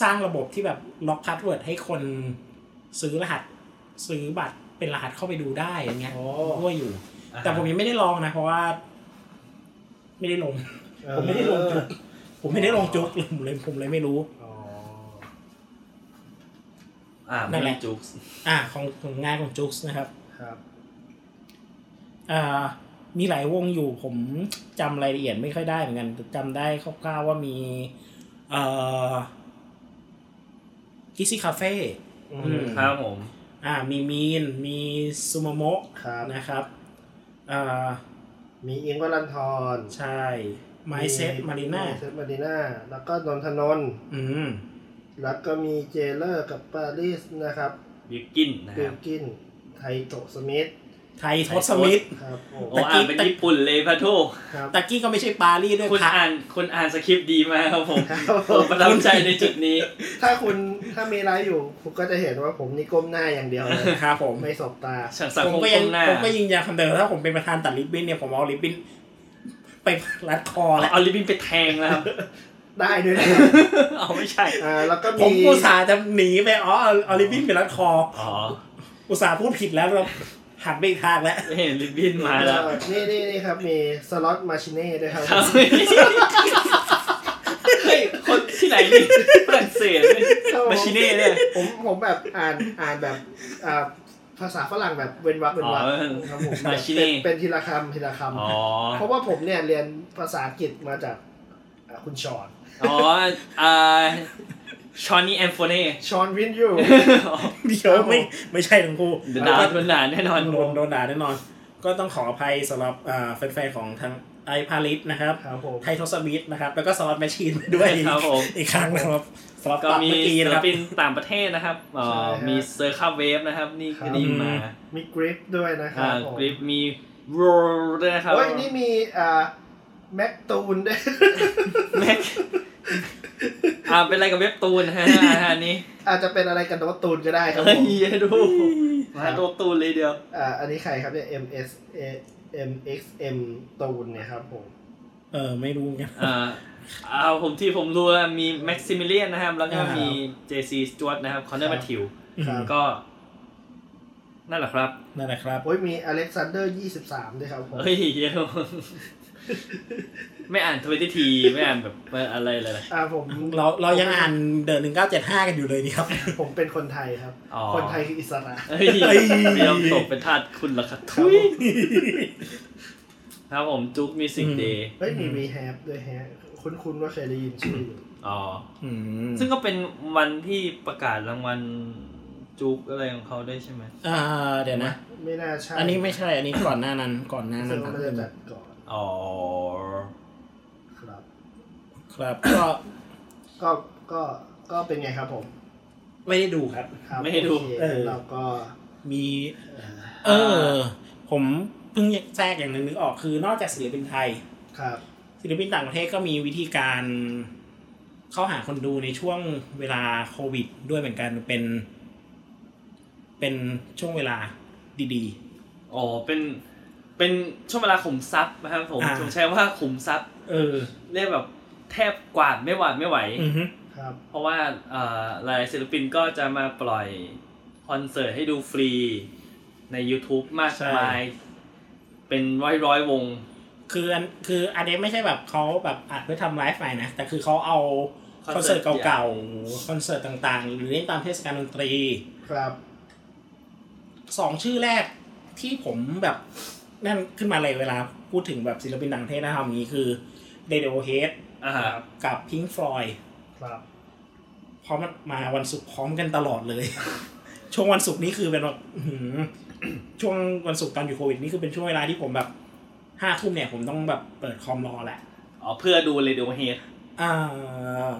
S2: สร้างระบบที่แบบล็อกพาสเวิร์ดให้คนซื้อรหัสซื้อบัตรเป็นรหัสเข้าไปดูได้อย่างเงี้ย
S1: โอ้
S2: ด้วยอยู่ แต่ผมยังไม่ได้ลองนะ เพราะว่า ไม่ได้ลง
S1: เออ
S2: ผมไม่ได้ลงจุกผมไม่ได้ลงจุกเลยผมเลยผมเลยไม่รู้
S1: อ๋อ
S4: อ่า
S2: นั่
S4: ไม่
S2: นแห
S4: มี
S2: ละ
S4: จุกส์
S2: อ่ะของของงานของจุกนะครับ
S1: ครับ
S2: อ่ามีหลายวงอยู่ผมจำรายละเอียดไม่ค่อยได้เหมือนกันแต่จำได้คร่าวๆว่ามีเอ่อกิซี่คาเฟ่
S1: อืม
S4: ครับผม
S2: อ่ามีมีน มีซูโมโมะ
S1: ครับ
S2: นะครับอ่า
S1: มีอิงค์วัลันทร
S2: ใช่ไมเซ็ตมาริน่า
S1: เซตมาริน่า แล้วก็นนทนนท์
S2: อืม
S1: แล้วก็มีเจเลอร์กับปารีสนะครับ
S4: บิวกินนะค
S1: บิ
S4: รั
S1: ล
S4: บ
S1: กิน ไทโตะสมิธ
S2: ไทยทศสมิธ
S1: ครับผม
S4: โอ้อ่านเป็นญี่ปุ่นเลยพะโทษ
S1: ครับ
S2: ตะกี้ก็ไม่ใช่ปารีสด้วย
S4: คุณ
S2: พระ
S4: อ่านคุณอ่านสคริปต์ดีมากครับผม
S1: ครับ
S4: ผมประทับใจในจุดนี้
S1: ถ้าคุณถ้ามีไลฟ์อยู่ คุณก็จะเห็นว่าผมนี่ก้มหน้าอย่างเดียวเลย
S2: ครับผม
S1: ไม่สบตา
S4: ฉันสัง
S2: ผม
S4: คม
S2: ก็ยัง
S4: ก้มหน้า
S2: ผมก็ยิงยาคำเดิมถ้าผมเป็นประธานตัดริบบิ้นเนี่ยผมเอาริบบิ้นไปรัดคอแล้ว
S4: เอาลิบบินไปแทงแล้วครับ
S1: ได้ด้วยนะ
S4: เอาไม่ใช่
S1: อ่าแล้วก็
S2: ผม
S1: มี
S2: อุตส่าห์จะหนีไปอ๋อเอาเอาริบบิ้นไปรัดคอ
S4: อ๋อ
S2: อุตส่าห์พูดผิดแล้วเราหันไปอีกทางแล้ว
S4: ไม่เห็นลิบบินมาแล้ว
S1: เอ่อนี่นี่นี่ครับ มีสล็อตมาชิเน่ด้วยครับ
S4: ครับเฮ้ยคนที่ไหนนี่ฝรั่งเศสเลย
S1: ครับผม
S4: มาชิเน่เนี่ย
S1: ผมผมแบบอ่านอ่านแบบอ่าภาษาฝรั่งแบบเว้นวรรคเว้น
S4: อ๋อ
S1: วรรคครับผม
S4: มาชิ
S1: เป็
S4: เน่
S1: นเป็นทีละคำทีละค
S4: อ๋อ
S1: ำเพราะว่าผมเนี่ยเรียนภาษาอังกฤษมาจากอ่าคุณชอน
S4: อ๋ออ่าชอนนี่แอนโฟ เน่
S1: ชอนวินยู
S2: เดี๋ยวไม่ไม่ใช่ทั้งคู่
S4: เดนดาเดนดาแน่นอน
S2: โดนโดนด่าแน่นอน ก็ต้องขออภัยสำหรับอ่าแฟนๆของทางไอพาลิสนะครับ
S1: ครับผม
S2: ไทยทศมิตนะครับ แล้วก็สล็อตแมชชีนด้วย
S4: ครับผม
S2: อีกครั้งนะครับสล็อต
S4: ก็
S2: ตับ
S4: มี
S2: เมื่อกี้
S4: ศิ
S2: นะ
S4: ล
S2: ครับ
S4: ปินต่างประเทศนะครับเอ่อ
S1: ใช่ฮะ
S4: มีเซอร์คาเวฟนะครับ นี่
S1: ครั
S4: ก็
S1: บ
S4: ดีมา
S1: มีกริฟด้วยนะครั
S4: อ่า
S1: บผม
S4: กริปมีโรด้วยนะครับ
S1: โอ้ยนี่มีอ่าแม็กตูนด้วย
S4: แม็กอ่าเป็นอะไรกับเว็บตูนฮะอันนี้
S1: อาจจะเป็นอะไรกับโนตตูนก็ได้ครับ
S4: เฮ้
S1: ผ
S4: ย
S1: ม
S4: ดูมาโดตูนเลยเดียว
S1: อ่าอันนี้ใครครับเนี่ย M S A M X M ตูนเนี่ยครับผม
S2: เออไม่รู้เหมือนกัน
S4: อ่าเอาผมที่ผมรู้นะมีแม็กซิมิเลียนนะครับ แล้วก็มีเจซีสจวตนะครับคอนเนอร์มาทิว
S1: ครับ
S4: ก็ นั่นแหละครับ
S2: นั่นแหละครับ
S1: โอ้ยมีอเล็กซานเดอร์ยี่สิบสามด้วยครับผม
S4: เฮ้ยเยอะ ไม่อ่านทวิตทีไม่อ่านแบบอะไรเลย
S1: อ่าผม
S2: เราเรายังอ่านเดินหนึ่งเก้าเจ็ดห้ากันอยู่เลยนี่ครับ
S1: ผมเป็นคนไทยครับ
S4: อ๋อ
S1: คนไทยคืออิสระ
S4: เฮ้ยไม่ยอมตกเป็นทาสคุณหรอกครับทุยครับผมจุ๊กมีสิ่งเดย์
S1: เฮ้ยมีมีแฮปด้วยแฮะคุ้นๆว่าเคยได้ยินชื่ออยู่
S4: อ๋อ
S2: อืม
S4: ซึ่งก็เป็นวันที่ประกาศรางวัลจุ๊กอะไรของเขาด้วยใช่ไหม
S2: อ่าเดี๋ยวนะ
S1: ไม่น่าใช่
S2: อันนี้ไม่ใช่ อันนี้ก่อนหน้านั้น ก่อนหน้า
S1: ซึ่
S2: นั้
S1: ง
S2: น
S1: มันจะจัดก่อน
S4: อ๋อ
S1: ครับ
S2: ครับ ก็
S1: ก็ก็ก็เป็นไงครับผม
S2: ไม่ได้ดูครับ
S1: ครับ
S4: ไม่ให้ดู
S1: โอเค
S2: เออ
S1: เราก็
S2: มี เออ ผมเพิ่งแทรกอย่างหนึ่งนึกออกคือนอกจากศิลปินไทย
S1: ครับ
S2: ศิลปินต่างประเทศก็มีวิธีการเข้าหาคนดูในช่วงเวลาโควิด ด้วยเหมือนกันเป็น เป็นช่วงเวลาดี
S4: อ๋อ เป็น เป็นช่วงเวลาขุมทรัพย์นะครับผมผมใช้ว่าขุมทรัพย์
S2: ๆ เออ
S4: เรียกแบบแทบกวาดไม่หวาดไม่ไหว
S2: อือฮึ
S1: ครับ
S4: เพราะว่าเอ่อหลายๆศิลปินก็จะมาปล่อยคอนเสิร์ตให้ดูฟรี ใน YouTube มากมาย เป็นร้อยร้อยๆวง
S2: คืออันคืออันนี้ไม่ใช่แบบเขาแบบอัดเพื่อทำไลฟ์ไปนะ แต่คือเขาเอาค
S4: ค
S2: อ
S4: อน นเสิ
S2: เสิ
S4: ร์
S2: ร์
S4: ต
S2: ตเก่าๆ คอนเสิร์ตต่างๆ หรือเล่นตามเทศกาลดนตรี
S1: ครับ
S2: สองชื่อแรกที่ผมแบบนั่นขึ้นมาเลยเวลาพูดถึงแบบศิลปินต่างประเทศนะทำนี้คือ d e a d o h e a d
S4: อ่าฮะ
S2: กับ Pink Floyd
S1: ครับ
S2: เพราะมันมาวันศุกร์พร้อมกันตลอดเลย ช่วงวันศุกร์นี่คือเป็นแบบอื้อหือ ช่วงวันศุกร์ตอนอยู่โควิดนี่คือเป็นช่วงเวลาที่ผมแบบห้าทุ่มเนี่ยผมต้องแบบเปิดคอมรอแหละ
S4: อ๋อ เพื่อดูเลยดูเฮด
S2: อ่า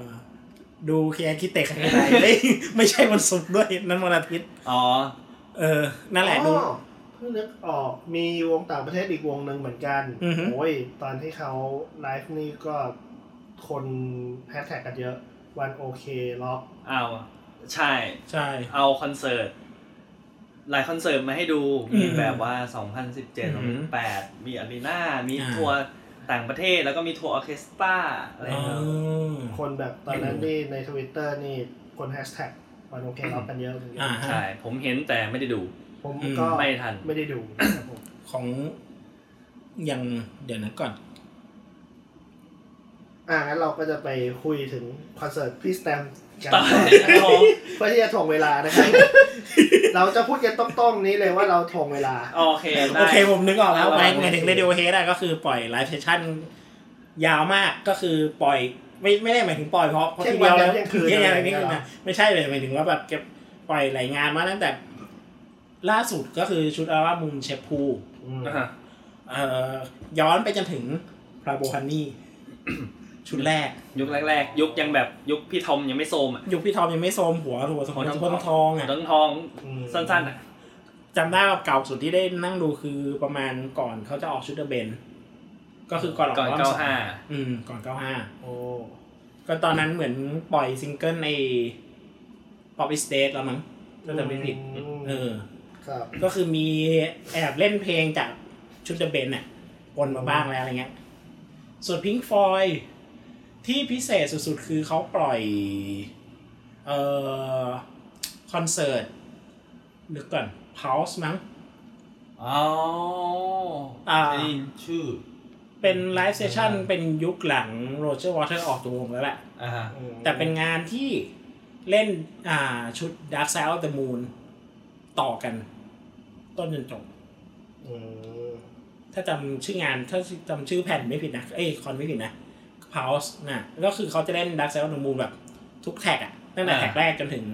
S2: ดูเคียคิเตะอะไรไม่ไม่ใช่วันศุกร์ด้วยนั่นวันอาทิตย์
S4: อ๋อ
S2: เออ นั่นแหละดู
S1: อ๋อเพิ่งนึกออกมีวงต่างประเทศอีกวงหนึ่งเหมือนกัน
S2: อือฮึ
S1: โอ้ยตอนที่เขาไลฟ์นี่ก็คนแฮชแท็กกันเยอะวันโอเคล็อก
S4: เอาใช่
S2: ใช่
S4: เอาคอนเสิร์ตหลายคอนเสิร์ตมาให้ดู
S2: อืม
S4: มีแบบว่า
S2: อืม
S4: 2017 2018 มีอารีนามี
S2: อ่า
S4: ทัวร์ต่างประเทศแล้วก็มีทัวร์ออร์เคสตราอะไร
S2: อ๋อ
S4: แบบ
S1: คนแบบตอนนั้น
S2: อืม
S1: นี่ในทวิตเตอร์นี่คนแฮชแท็กวันโอเคล็อกกันเยอะเหมือนกั
S2: อ่าน ฮะ
S4: ใช่ ผมเห็นแต่ไม่ได้ดู
S1: ผม
S2: อืม
S1: ก็
S4: ไม่ทัน
S1: ไม่ได้ดูนะครับผม
S2: ของอย่างเดี๋ยวนะก่อน
S1: อ่ะงั้นเราก็จะไปคุยถึงคอนเสิร์ตพี่สแตมกัน
S4: ตายแล้ว
S1: เพื่อที่จะถ่วงเวลานะครับ เราจะพูดกันตรงๆนี้เลยว่าเราถ่วงเวลา
S4: โอเคได้
S2: โอเคผมนึกออกแล้ว
S4: เอา
S2: ไปห
S4: ไว้
S2: มายถึง Radiohead อะก็คือปล่อยไลฟ์เซสชั่นยาวมากก็คือปล่อยไม่ไม่ได้หมายถึงปล่อยเพราะเพราะ
S1: เช่น
S2: ทีเดียวแล้ว
S1: วันเดียวเที่ยงคืน
S2: เที่ยง
S1: อะ
S2: อะ
S1: ไรอ
S2: ไร
S1: ย่างเงี้
S2: นี่
S1: ยเหรอ
S2: นะไม่ใช่เลยหมายถึงว่าแบบเก็บปล่อยหลายงานมาตั้งแต่ล่าสุดก็คือชุดอัลบั้มมูนเชฟพู
S1: อืม
S4: อ่ะ
S2: เอ่อย้อนไปจนถึงพราโบฮันนี่ ชุดแรก
S4: ยุคแรก ๆ ยุคยังแบบยุคพี่ทอมยังไม่โซมอ่ะ
S2: ยุคพี่ทอมยังไม่โซมหัวหัวสมองทองทองอ่ะ
S4: ต้นทองสั้นๆอ่ะ
S2: จำได้ว่าเก่าสุดที่ได้นั่งดูคือประมาณก่อนเขาจะออกชุดเดอะเบนก็คือก่อนออก
S4: ก่อน
S2: อัลบั้ม
S4: เก้า
S2: สอง
S4: ห้า
S2: อืมก่อนเก้าห้า
S1: โอ้
S2: ก็ตอนนั้นเหมือนปล่อยซิงเกิลใน Pop is Dead แล้วมั้งถ้าจำไม่ผิด
S1: ม
S2: เออ
S1: ครับ
S2: ก็คือมีแอบเล่นเพลงจากชุดเดอะเบนน่ะปนมาบ้างแล้วอะไรเงี้ย ส่วน Pink Floyd ที่พิเศษสุดๆ คือเขาปล่อย เอ่อ คอนเสิร์ตนึกก่อน Pulse มั้ง
S4: อ๋อ
S2: อ่า
S4: ได้ยินชื่อ
S2: เป็นไลฟ์เซสชั่นเป็นยุคหลังโรเจอร์วอเตอร์ออกตัววงแล้วแหละ
S4: อ่าฮะ
S1: อืม
S2: แต่เป็นงานที่เล่นอ่าชุด Dark Side of the Moon ต่อกัน ต้นจนจบ
S1: อืม
S2: ถ้าจำชื่องานถ้าจำชื่อแผ่นไม่ผิดนะ เอ้ยคอนไม่ผิดนะ Pulse นะก็คือเขาจะเล่น Dark Side of the Moon แบบทุกแท็กอะตั้งแต่แท็กแรกจนถึง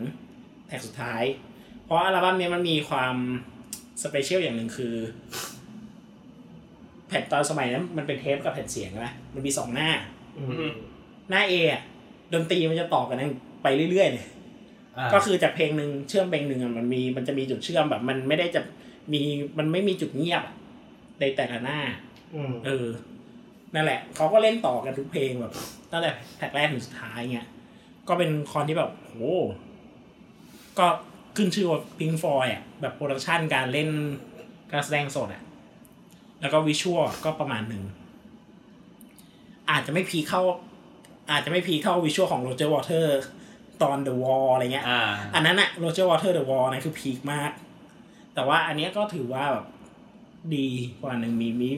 S2: แท็กสุดท้าย เพราะอัลบั้มเนี้ยมันมีความสเปเชียลอย่างหนึ่งคือ แผ่นตอนสมัยนั้นมันเป็นเทปกับแผ่นเสียงนะมันมีสองหน้า
S1: อืม
S2: หน้า A อะดนตรีมันจะต่อกันไปเรื่อยๆเลย
S4: อ่า
S2: ก็คือจากเพลงหนึ่งเชื่อมเพลงหนึ่งอะมันมีมันจะมีจุดเชื่อมแบบ มันไม่ได้จะมีมันไม่มีจุดเงียบอะในแต่ละหน้า
S1: อืม
S2: เออ นั่นแหละเขาก็เล่นต่อกันทุกเพลงแบบตั้งแต่แท็กแรกถึงสุดท้ายเงี้ยก็เป็นคอนที่แบบโอ้ก็ขึ้นชื่อว่าพิงฟอยอ่ะแบบโปรดักชันการเล่นการแสดงสดอ่ะแล้วก็วิชวลก็ประมาณหนึ่ง อาจจะไม่พีคเข้า อาจจะไม่พีคเข้าวิชวลของโรเจอร์วอเตอร์ตอนเดอะวอลอะไรเงี้ย
S4: อ่า
S2: อันนั้นอะโรเจอร์วอเตอร์เดอะวอลนะคือพีคมาก แต่ว่าอันเนี้ยก็ถือว่าแบบดีกว่าหนึ่งมีมี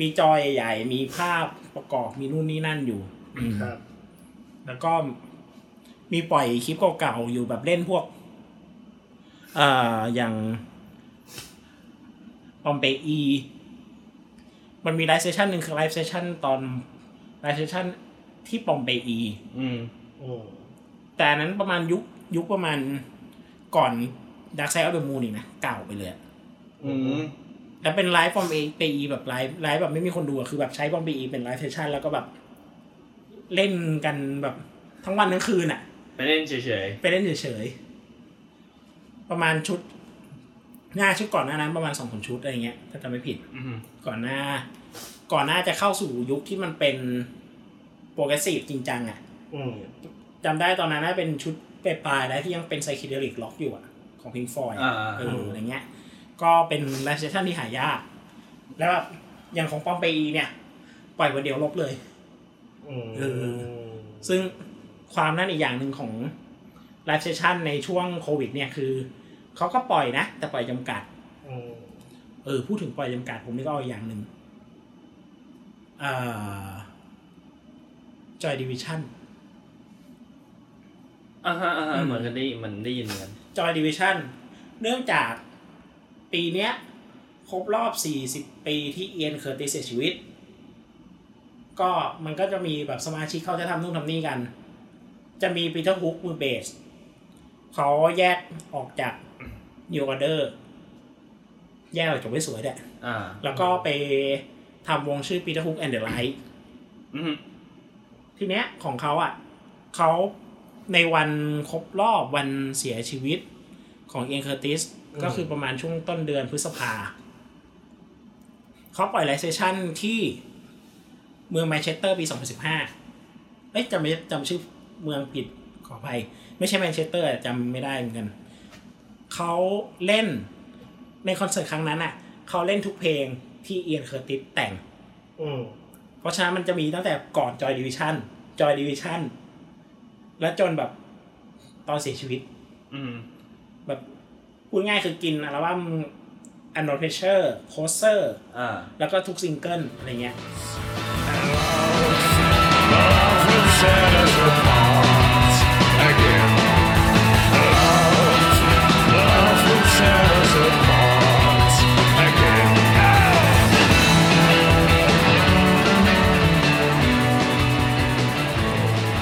S2: มีจอใหญ่ๆมีภาพประกอบมีนู่นนี่นั่นอยู่ อืม
S1: ครับ
S2: แล้วก็มีปล่อยคลิปเก่าๆอยู่แบบเล่นพวก เอ่ออย่างปอมเปอีมันมีไลฟ์เซสชันหนึ่งคือไลฟ์เซสชันตอนไลฟ์เซสชันที่ปอมเปอี
S4: อืม
S1: อืม
S2: แต่อันนั้นประมาณยุคยุคประมาณก่อนดักไซ d ์ออฟเดอะมูนอีกนะ เก่าไปเลยอะ
S4: อืม
S2: แล้วเป็นไลฟ์ฟอร์มเปีแบบไลฟ์ไลฟ์แบบไม่มีคนดูอะคือแบบใช้ฟอร์มเปีเป็นไลฟ์เซสชั่นแล้วก็แบบ เล่นกันแบบทั้งวันทั้งคืนอ่ะ
S4: ไปเล่นเฉย
S2: ไปเล่นเฉยๆ ประมาณชุด หน้าชุดก่อนหน้านั้นประมาณสองสามชุดอะไรเงี้ยถ้าจำไม่ผิด
S4: ๆ อืม
S2: ก่อนหน้า ก่อนหน้าจะเข้าสู่ยุคที่มันเป็นโปรเกรสซีฟจริงจังอ่ะ
S1: อืม
S2: จำได้ตอนนั้นน่าเป็นชุดปลายๆแล้วที่ยังเป็นไซคิเดลิกล็อกอยู่อะของพิงฟอย
S4: อ่า
S2: เอออะไรเงี้ย ก็เป็นไลฟ์เซสชั่นที่หายาก แล้วแบบอย่างของปอมเปอีเนี่ย ปล่อยวันเดียวลบเลย
S1: อืม
S2: เออ ซึ่งความนั่นอีกอย่างหนึ่งของไลฟ์เซสชั่นในช่วงโควิดเนี่ยคือ เขาก็ปล่อยนะ แต่ปล่อยจำกัด
S1: อืม
S2: เออ พูดถึงปล่อยจำกัดผมนึกเอาอีกอย่างหนึ่งอ่าจอยดิวิชั่น
S4: อ่าฮะอ่าฮะ
S2: อืม
S4: เหมือนกันได้มันได้ยินเหมือนกัน
S2: จอยดิวิชั่นเนื่องจากปีเนี้ย ครบรอบ 40 ปีที่เอียนเคอร์ติสเสียชีวิต ก็มันก็จะมีแบบสมาชิกเขาจะทำนู่นทำนี่กัน จะมีปีเตอร์ฮุกมือเบส เขาแยกออกจากนิวออเดอร์ แยกออกจากไว้สวยแหละ
S4: อ่า
S2: แล้วก็ไปทำวงชื่อปีเตอร์ฮุกแอนเดอร์ไลท์
S4: อืม
S2: ทีเนี้ยของเขาอ่ะเขาในวันครบรอบวันเสียชีวิตของเอียนเคอร์ติสก็คือประมาณช่วงต้นเดือนพฤษภาเขาปล่อยไลฟ์เซสชั่นที่เมืองแมนเชสเตอร์ปี 2015เอ้ยจำไม่จำชื่อเมืองผิดขออภัย ไม่ใช่แมนเชสเตอร์อะจำไม่ได้เหมือนกัน เขาเล่นในคอนเสิร์ตครั้งนั้นอ่ะเขาเล่นทุกเพลงที่เอียนเคอร์ติสแต่ง
S1: อืม
S2: เพราะฉะนั้นมันจะมีตั้งแต่ก่อนจอยดิวิชันจอยดิวิชันและจนแบบตอนเสียชีวิต
S4: อืม
S2: แบบพูดง่ายคือกินอัลบั้ม u n d e r p r e s s u r e Closer
S4: อ่า
S2: แล้วก็ทุกซิงเกิลอะไรเงี้ย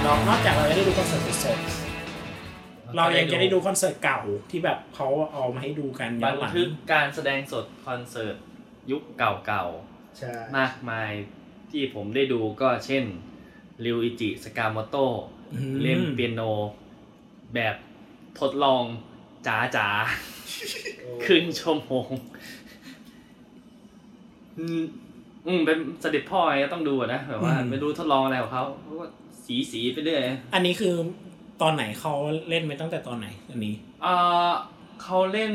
S2: นอกนอกจากเราจะได้ดูคอนเสิร์ตสดๆเรายังจะได้ดูคอนเสิร์ตเก่าที่แบบเขาเอามาให้ดูกันย้
S4: บั
S2: อน นหลัง
S4: ทึกการแสดงสดคอนเสิร์ตยุคเก่า
S1: ใช่
S4: ๆ มากมายที่ผมได้ดูก็เช่นริวอิจิสกามโต
S2: อืม
S4: เล่นเปียโน แบบทดลองจ๋าๆ ครึ่งชั่วโมงอืมอืมเป็นเสด็จพ่อไงก็ต้องดูอะนะแบบว่าไม่รู้ทดลองอะไรของเขาเพราะว่าสีสีๆไปเรื่อย
S2: อันนี้คือตอนไหนเขาเล่นไปตั้งแต่ตอนไหนอันนี้
S4: เอ่อเขาเล่น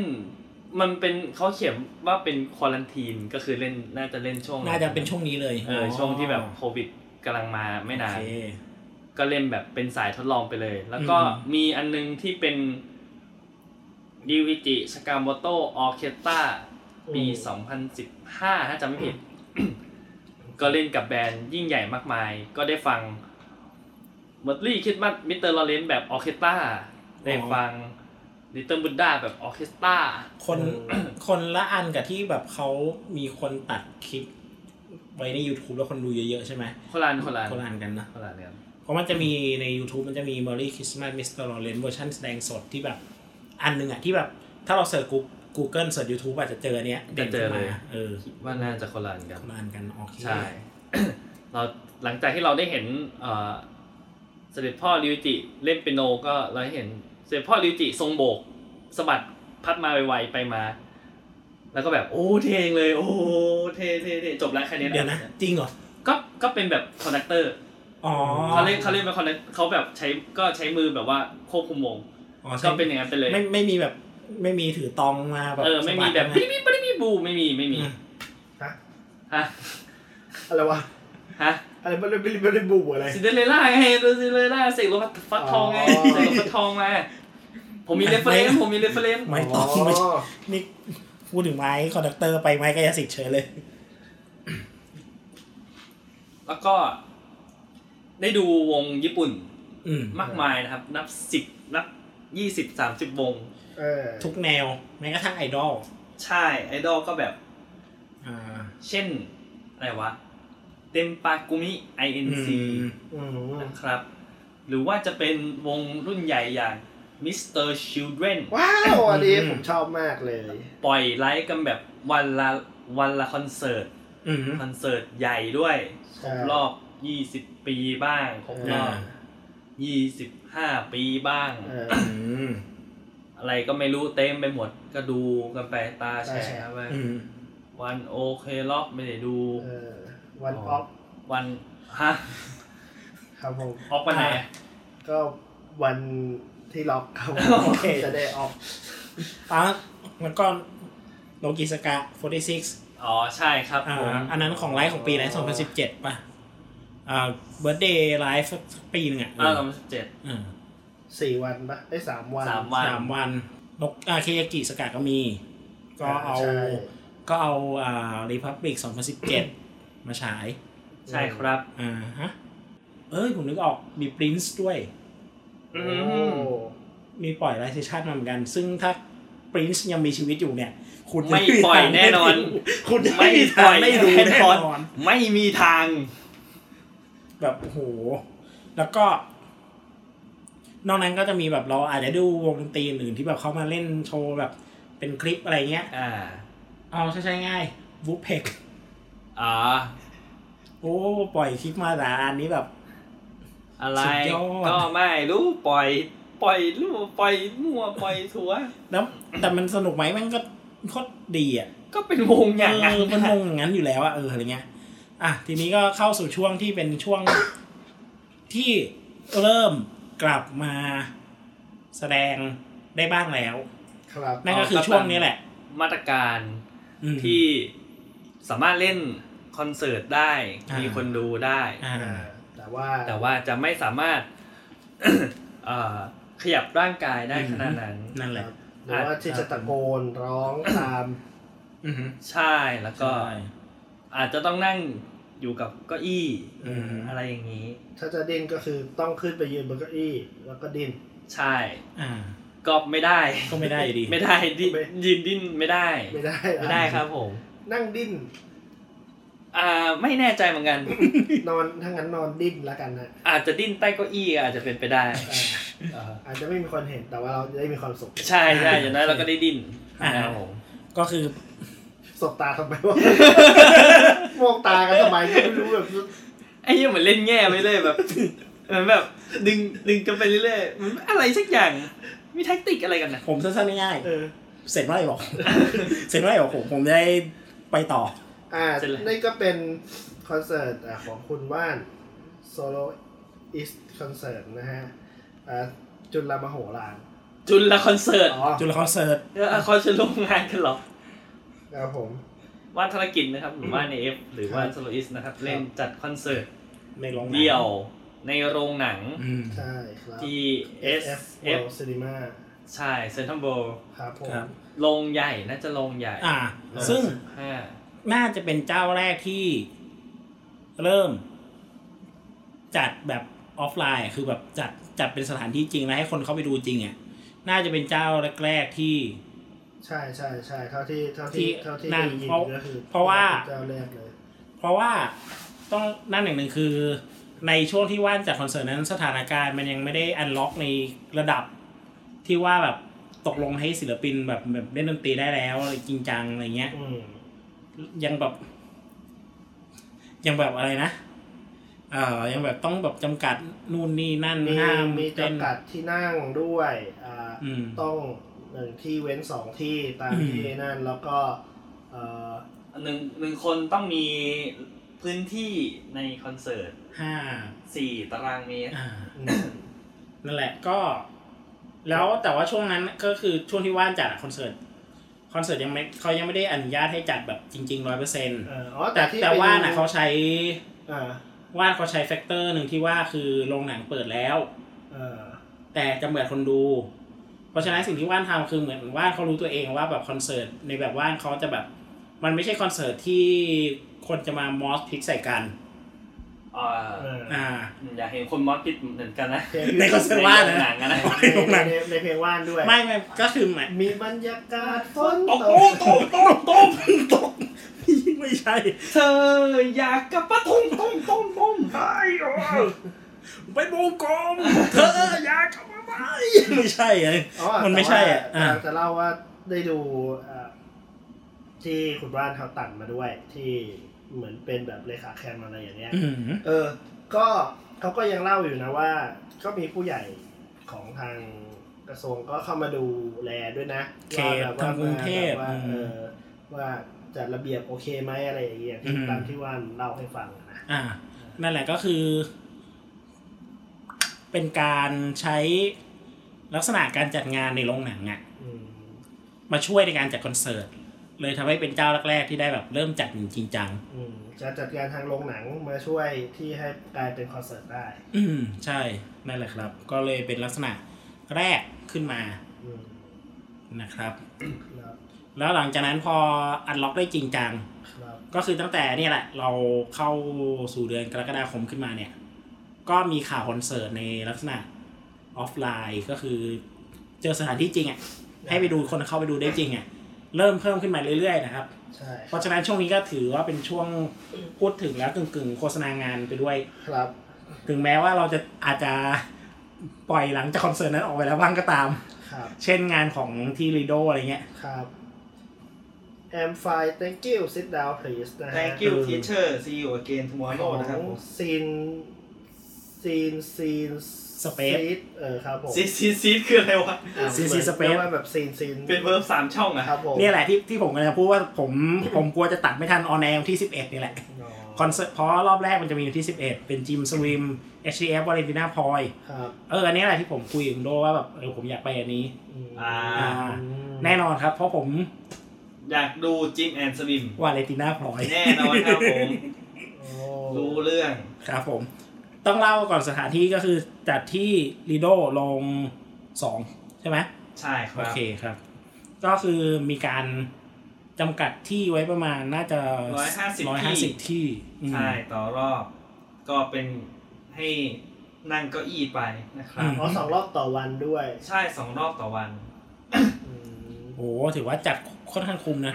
S4: มันเป็นเขาเขียนว่าเป็นควอลันทีนก็คือเล่นน่าจะเล่นช่วง
S2: น่าจะเป็นช่วงนี้เลย
S4: เออช่วงที่แบบโควิดกำลังมาไม่นาน
S2: โอเค
S4: ก็เล่นแบบเป็นสายทดลองไปเลย แล้วก็
S2: อืม
S4: มีอันนึงที่เป็นดิวิจิสกามโตออเคสตราปี 2015 ถ้าจำไม่ ผิด ก็เล่นกับแบรนด์ยิ่งใหญ่มากมาย ก็ได้ฟังมอ l ลี่คิดมัดมิสเตอร์ลอเรนแบบออเคสตราได้ฟังลิตเติ้ลบุ d ดาแบบออเคสตรา
S2: คนคนละอันกับที่แบบเขามีคนตัดคลิปไว้ใน YouTube แล้วคนดูเยอะๆใช่ไหม
S4: คนละอันคนละอัน
S2: คนละอันกันนะ
S4: คนละอันกัน
S2: เพราะมันจะมีใน YouTube มันจะมี Merry Christmas Mr. Lawrence เวอร์ชันแสดงสดที่แบบ อันหนึ่งอะที่แบบ ถ้าเราเสิร์ช Google- Google เสิร์ช YouTube อาจจะเจอเนี้ย
S4: จะ
S2: น
S4: เจอ
S2: ขึ้น
S4: เล
S2: มาย เออ
S4: คิดว่าน่าจะคนละอันกัน
S2: คนละอันกันโอเค
S4: ใช่ เราหลังจากที่เราได้เห็นเอ่อเสด็จพ่อริวจิเล่นเปียโนก็เราได้เห็นเสด็จพ่อริวจิทรงโบกสะบัดพัดมาไวๆไปมา แล้วก็แบบโอ้เท่งเลย โอ้เท่เท่เท่จบแล้วแค่นี้แหละ
S2: เดี๋ยวนะ จริงเหรอ
S4: ก็ก็เป็นแบบคอนดักเตอร์
S2: อ๋อ
S4: เขาเล่นเขาเล่นเป็นคอนดักเขาแบบใช้ก็ใช้มือแบบว่าควบคุมวง
S2: อ๋อใช่
S4: ก็เป็นอย่างนั้นไปเลย
S2: ไม่ไม่มีแบบไม่มีถือตองมาแบบ
S4: เออไม่มีแบบ
S2: สะด
S4: ปิ๊บปิ๊บปิ๊บปิ๊บบูไม่มีไม่มี
S2: นะ
S4: ฮะ
S1: อะไรวะ
S4: ฮะ
S1: อะไรมันไม่ไม่ได้บูอะไร
S4: ซินเดอเรลล่าไงดูซินเดอเรลล่าเสกโลฟัสฟัดทองไง
S1: อ๋อ
S4: เสกโลฟัดทองมา ผมมีเรฟเฟร นผมมีเรฟเฟรน
S2: ไม้ตองไม่ใช่นี่พูดถึงไม้คอนดักเตอร์ไปไม้กายสิทธิ์เฉยเลย
S4: แล้วก็ ได้ดูวงญี่ปุ่น
S2: อืม
S4: มากมายนะครับ นับสิบนับยี่สิบสามสิบวง
S1: เออ
S2: ทุกแนวแม้กระทั่งไอดอล
S4: ใช่ไอดอลก็แบบ
S2: อ่า
S4: เช่น อะไรวะ เต็มปากุมิ INC
S2: อืม
S1: อืม
S4: นะครับ หรือว่าจะเป็นวงรุ่นใหญ่อย่าง Mr. Children
S1: ว้าวอันนี้ผมชอบมากเลย
S4: ปล่อยไลฟ์กันแบบวันละวันละคอนเสิร์ต
S2: อืม
S4: คอนเสิร์ตใหญ่ด้วย
S1: ใช่
S4: รอบ 20 ปีบ้างครบรอบ
S2: อ่า
S4: 25 ปีบ้าง
S1: เออ
S2: อืม
S4: อะไรก็ไม่รู้เต็มไปหมดก็ดูกันไปตาแฉ
S1: ตาแฉะ
S4: ะไป
S2: อืม
S4: วันโอเคล็อกไม่ได้ดู
S1: เออวันออฟ
S4: วันฮะ
S1: ครับผม
S4: ออกวันไหนอะ
S1: ก็วันที่ล็อกครับ
S4: โอเค
S1: จะได้ออก
S2: ปั๊กแล้วก็โลกิสกะ46
S4: อ๋อใช่ครับ
S2: อ่า
S4: ผม
S2: อันนั้นของไลฟ์ของปีไหน2017 ป่ะ อ่าเบิร์ดเดย์ไลฟ์ปีหนึ่งอ่ะ
S4: อ่าสองพันสิบเจ็ด
S2: อ่า
S1: สี่วันปะไอ้ยสามวัน
S4: สามวัน
S2: สามวันนกอาเคยากิสกัดก็มี ก็เอา
S1: ใช่
S2: ก็เอาอ่ารีพับบิกสองพันสิบเจ็ดมาฉาย
S4: ใช่ครับ
S2: อ่าฮะ เอ้ย ผมนึกออกมีปรินซ์ด้วย
S1: โอ้
S2: มีปล่อยไลฟ์เซสชั่นมาเหมือนกัน ซึ่งถ้าปรินซ์ยังมีชีวิตอยู่เนี่ย คุณ
S4: ไม่ปล่อยแน่นอน
S2: คุณ
S4: ไม่
S2: ไม่ป
S4: ปล่
S2: ล่
S4: อ
S2: อย ย
S4: ไม่
S2: ไม่
S4: ดู
S2: ดู
S4: แน่
S2: แน่
S4: นอน
S2: นอน
S4: ไม่มีทาง
S2: แบบโอ้โห แล้วก็ นอกนั้นก็จะมีแบบเราอาจจะดูวงดนตรีอื่นที่แบบเขามาเล่นโชว์แบบเป็นคลิปอะไรเงี้ย
S4: อ่า
S2: เอาใช้ๆง่ายวูเพก
S4: อ่า
S2: โอ้ ปล่อยคลิปมาแต่อันนี้แบบ
S4: อะไร
S2: สุดยอด
S4: ก็ไม่รู้ปล่อย ปล่อยรู้ปล่อยมั่วปล่อยทัว
S2: แล้วแต่มันสนุกไหมมันก็โคตรดีอ่ะ
S4: ก็เป็นวงอย่าง
S2: เอ
S4: นั้น
S2: อมันงงอย่างนั้นอยู่แล้วอะเอออะไรเงี้ยอ่ะทีนี้ก็เข้าสู่ช่วงที่เป็นช่วง ที่เริ่มกลับมาแสดงได้บ้างแล้ว
S1: ครับ
S2: นั่นก็คือช่วงนี้แหละ
S4: มาตรการ
S2: อืม
S4: ที่สามารถเล่นคอนเสิร์ตได้
S2: อ่ามี
S4: มีคนดูได้
S2: อ่า
S1: อ่าแต่ว่า
S4: แต่ว่าจะไม่สามารถ เอ่อขยับร่างกายได้
S2: อืม
S4: ขนาดนั้น
S2: นั่นแหละ
S1: หรือว่าที่จะตะโกนร้องตาม
S2: อืม
S4: ใช่แล้วก็
S2: ใช่
S4: อาจจะต้องนั่งอยู่กับเก้าอี้
S2: อืม
S4: อะไรอย่างนี้
S1: ถ้าจะดิ้นก็คือต้องขึ้นไปยืนบนเก้าอี้แล้วก็ดิ้น
S4: ใช่
S2: อ่า
S4: ก็ไม่ได้
S2: ก็ไม่ได้อยู่ดี
S4: ไม่ได้ดิ
S1: ไม่
S4: ยืนดิ้นไม่ได้
S1: ไม่ได้
S4: ไม่ได้ครับผม
S1: นั่งดิ้น
S4: อ่าไม่แน่ใจเหมือนกัน
S1: นอนถ้างั้นนอนดิ้นแล้วกันนะ
S4: อาจจะดิ้นใต้เก้าอี้อาจจะเป็นไปได้
S1: อ่า
S4: อ่า
S1: อาจจะไม่มีคนเห็นแต่ว่าเราได้มีความสุข
S4: ใช่ใช่อย่างน้อยเราก็ได้ดิ้น
S2: อ่า
S4: นะครับผม
S2: ก็คือ
S1: สบตาทำไมวะ มองตากันทำไมก็ไม่รู้แบบ
S4: ไอ้เหี้ยังเหมือนเล่นแง่ไปเลย แบบ เหมือนแบบดึงดึงกันไปเรื่อยๆเหมันอะไรสักอย่าง มีแท็กติกอะไรกันนะ
S2: ผมสั้นๆง่าย
S1: เออ
S2: ๆเสร็จเมื่อไหร่บอก เสร็จเมื่อไหร่บอกผมผมจะได้ไปต่อ
S1: อ่า นี่ก็เป็นคอนเสิร์ตอ่ะของคุณว่านโซโลอิสคอนเสิร์ตนะฮะอ่าจุลมโหฬาร
S4: จุลคอนเสิร์ต
S1: อ๋อ
S2: จุฬาคอนเสิร์ต
S4: เออเขาจะร่วมงานกันเหรอ
S1: ครับผม
S4: ว่านธนกิจนะครับ หรือว่าในเอฟหรือว่าสโลอิสนะครับ เล่นจัดคอนเสิร์ต
S2: ในโรงหนัง
S4: เดี่ยวในโรงหนัง
S2: อืม
S1: ใช่ครับ
S4: ที่
S1: SF
S4: SF
S1: World Cinema
S4: ใช่เซนทรัลโบ
S1: ครับผม
S2: ครับ
S4: ลงใหญ่น่าจะลงใหญ่
S2: อ่า
S1: เออ
S2: ซึ่ง
S4: ห้า
S2: น่าจะเป็นเจ้าแรกที่เริ่ม จัดแบบออฟไลน์อะคือแบบจัดจัดเป็นสถานที่จริงแล้วให้คนเข้าไปดูจริงอ่ะ น่าจะเป็นเจ้าแรกๆที่
S1: ใช่ใช่ใช่เท่าที่เท่าที่
S2: ที่
S1: เท่าที่
S2: นั่น
S1: ได้ยิน
S2: เพราะ
S1: ก็คือ
S2: เพราะว่า
S1: เจ้าแรกเลย
S2: เพราะว่าต้องนั่นอย่างหนึ่งคือ ในช่วงที่ว่านจากคอนเสิร์ตนั้นสถานการณ์มันยังไม่ได้อันล็อกในระดับ ที่ว่าแบบตกลงให้ศิลปินแบบแบบเล่นดนตรีได้แล้วอะไรจริงจังอะไรเงี้ย
S1: อืม
S2: ยังแบบ ยังแบบอะไรนะ เอ่อ ยังแบบต้องแบบจำกัดนู่นนี่นั่น
S1: มี
S2: ห้าม
S1: มี
S2: เต้น
S1: จำกัดที่นั่งด้วยอ่า
S2: อืม
S1: ต้องหนึ่งที่เว้นสองที่ตาม
S2: อืม
S1: ที่นั่นแล้วก็เอ่อ
S4: หนึ่งหนึ่งคนต้องมีพื้นที่ในคอนเสิร์ต
S2: ห้า
S4: สี่ตารางเมตร
S2: อ่า
S1: อืม
S2: นั่นแหละก็ แล้วแต่ว่าช่วงนั้นก็คือช่วงที่ว่านจัดอะคอนเสิร์ตคอนเสิร์ตยังไม่เขายังไม่ได้อนุญาตให้จัดแบบจริงๆร้อยเปอร์เซ็นต์
S1: เอ่ออ๋อแต่
S2: แต่
S1: ที่
S2: แต่
S1: ไป
S2: ว่า
S1: ดู
S2: น่ะเขาใช้
S1: อ่า
S2: ว่าเขาใช้แฟกเตอร์หนึ่งที่ว่าคือโรงหนังเปิดแล้ว
S1: เออ
S2: แต่จำเบื่อคนดู เพราะฉะนั้นสิ่งที่ว่านทำคือเหมือนว่านเขารู้ตัวเองว่าแบบคอนเสิร์ตในแบบว่านเขาจะแบบ มันไม่ใช่คอนเสิร์ตที่คนจะมามอสพิกใส่กัน
S4: อ่า
S1: เออ
S2: อ่า
S4: อยากเห็นคนมอสปิดเหมือนกันนะ
S1: เพลง
S2: ในคอนเสิร์ตว่าน
S4: ในโร งหนั
S2: นะ
S4: งอะนะ
S2: ในโรงหนัง
S1: ในในเพลงว่านด้วย
S2: ไม่ไม่ก็คือหมาย
S1: มีบรรยากาศฝน
S2: ตก
S1: ต
S2: โอ้
S1: ก
S2: ตกตกตกตกไม่ใช่
S4: เธออยากกับปะทุ่งตุ้งตุ้งตุ้ง
S2: ไปโบกอมเธออยากกลับมาไหมไม่ใช่ไง
S1: อ๋อ
S2: มันไม่ใช่อ่ะ
S1: แต่
S2: อ่ะ
S1: ว่าจะจะเล่าว่าได้ดูเอ่อที่คุณว่านเขาตัดมาด้วย ที่เหมือนเป็นแบบเลขาแคมอะไรอย่างเงี้ย
S2: อืม
S1: เออ ก็เขาก็ยังเล่าอยู่นะว่า ก็มีผู้ใหญ่ของทางกระทรวงก็เข้ามาดูแลด้วยนะ
S2: เข
S1: ว่า
S2: ต
S1: แบบ
S2: ทา
S1: ว่าง
S2: กรุงเทพ
S1: ว่า
S2: อืม
S1: เออว่าจัดระเบียบโอเคไหมอะไรอย่างเงี้ย
S2: อืม
S1: ตามที่ว่านเล่าให้ฟังนะ
S2: อ่า นั่นแหละก็คือ เป็นการใช้ลักษณะการจัดงานในโรงหนังอะ
S1: อืม
S2: มาช่วยในการจัดคอนเสิร์ต เลยทำให้เป็นเจ้าแรกๆที่ได้แบบเริ่มจัดจริงจัง
S1: อืมจะจัดการทางโรงหนังมาช่วยที่ให้กลายเป็นคอนเสิร์ตได้
S2: อืม ใช่ นั่นแหละครับ ก็เลยเป็นลักษณะแรกขึ้นมา
S1: อืม
S2: นะครับ
S1: ครับ
S2: แล้วหลังจากนั้นพออัดล็อกได้จริงจัง
S1: ครับ
S2: ก็คือตั้งแต่เนี่ยแหละ เราเข้าสู่เดือนกรกฎาคมขึ้นมาเนี่ย ก็มีข่าวคอนเสิร์ตในลักษณะออฟไลน์ก็คือ เจอสถานที่จริงอ่ะให้ไปดูคนเข้าไปดูได้จริงอ่ะเริ่มเพิ่มขึ้นมาเรื่อยๆนะครับ
S1: ใช่
S2: เพราะฉะนั้นช่วงนี้ก็ถือว่าเป็นช่วงพูดถึงแล้วกึ่งๆ โฆษณางานไปด้วย
S1: ครับ
S2: ถึงแม้ว่าเราจะอาจจะปล่อยหลังจากคอนเสิร์ตนั้นออกไปแล้วบ้างก็ตาม
S1: ครับ
S2: เช่นงานของที่รีโดอะไรเงี้ย
S1: ครับ I'm fine thank you sit down please นะฮะ
S4: คิวทีเชอร์ซีอูเกนทัวร์โน
S1: ของ
S4: นะครับ
S1: ซีนซีนซีน
S2: Space
S1: ซีนเออครับผม
S4: ซีซีซีคืออะไรวะ
S1: อ่า
S2: Scene
S1: เหมือ
S2: Scene Space
S1: เรียกว่าแบบซีนซีน
S4: เป็นเวิร์บสามช่องอะ
S1: ครับผม
S2: เนี่ยแหละที่ที่ผมกำลังจะพูดว่าผมผมกลัวจะตัดไม่ทันออนแอร์วันที่ 11 นี่แหละ คอนเสิร์ตเพราะรอบแรกมันจะมีอยู่ที่ 11 เป็นจิมสวิม HTF วาเลนติน่าพอย
S1: ครับ
S2: เอออันนี้แหละที่ผมคุยกับคุณโดว่าแบบเออผมอยากไปอันนี้
S1: อืม
S4: อ่า
S2: อ่า แน่นอนครับ เพราะผม
S4: อยากดูจิมแอนด์สลิม
S2: วาเลนติน่าพอย
S4: แน่นอนครับผม
S1: โอ้
S4: รู้เรื่อง
S2: ครับผม ต้องเล่าก่อนสถานที่ก็คือจัดที่ลีโดลง 2 ใช่ไหม
S4: ใช่ค
S2: โอ
S4: รับ
S2: เคครับ ก็คือมีการจำกัดที่ไว้ประมาณน่าจะ
S4: ร้อยห้าสิบ
S2: ร้อยห้าสิ
S4: ที่
S2: บที่อืม
S4: ใช่ต่อรอบก็เป็นให้นั่งเก้าอี้ไปนะครั
S2: อื
S4: บ
S2: ม
S1: อ๋อสองรอบต่อวันด้วย
S4: ใช่สองรอบต่อวัน
S1: อืม
S2: โอ้โหถือว่าจัดค่อนข้างคุ้มนะ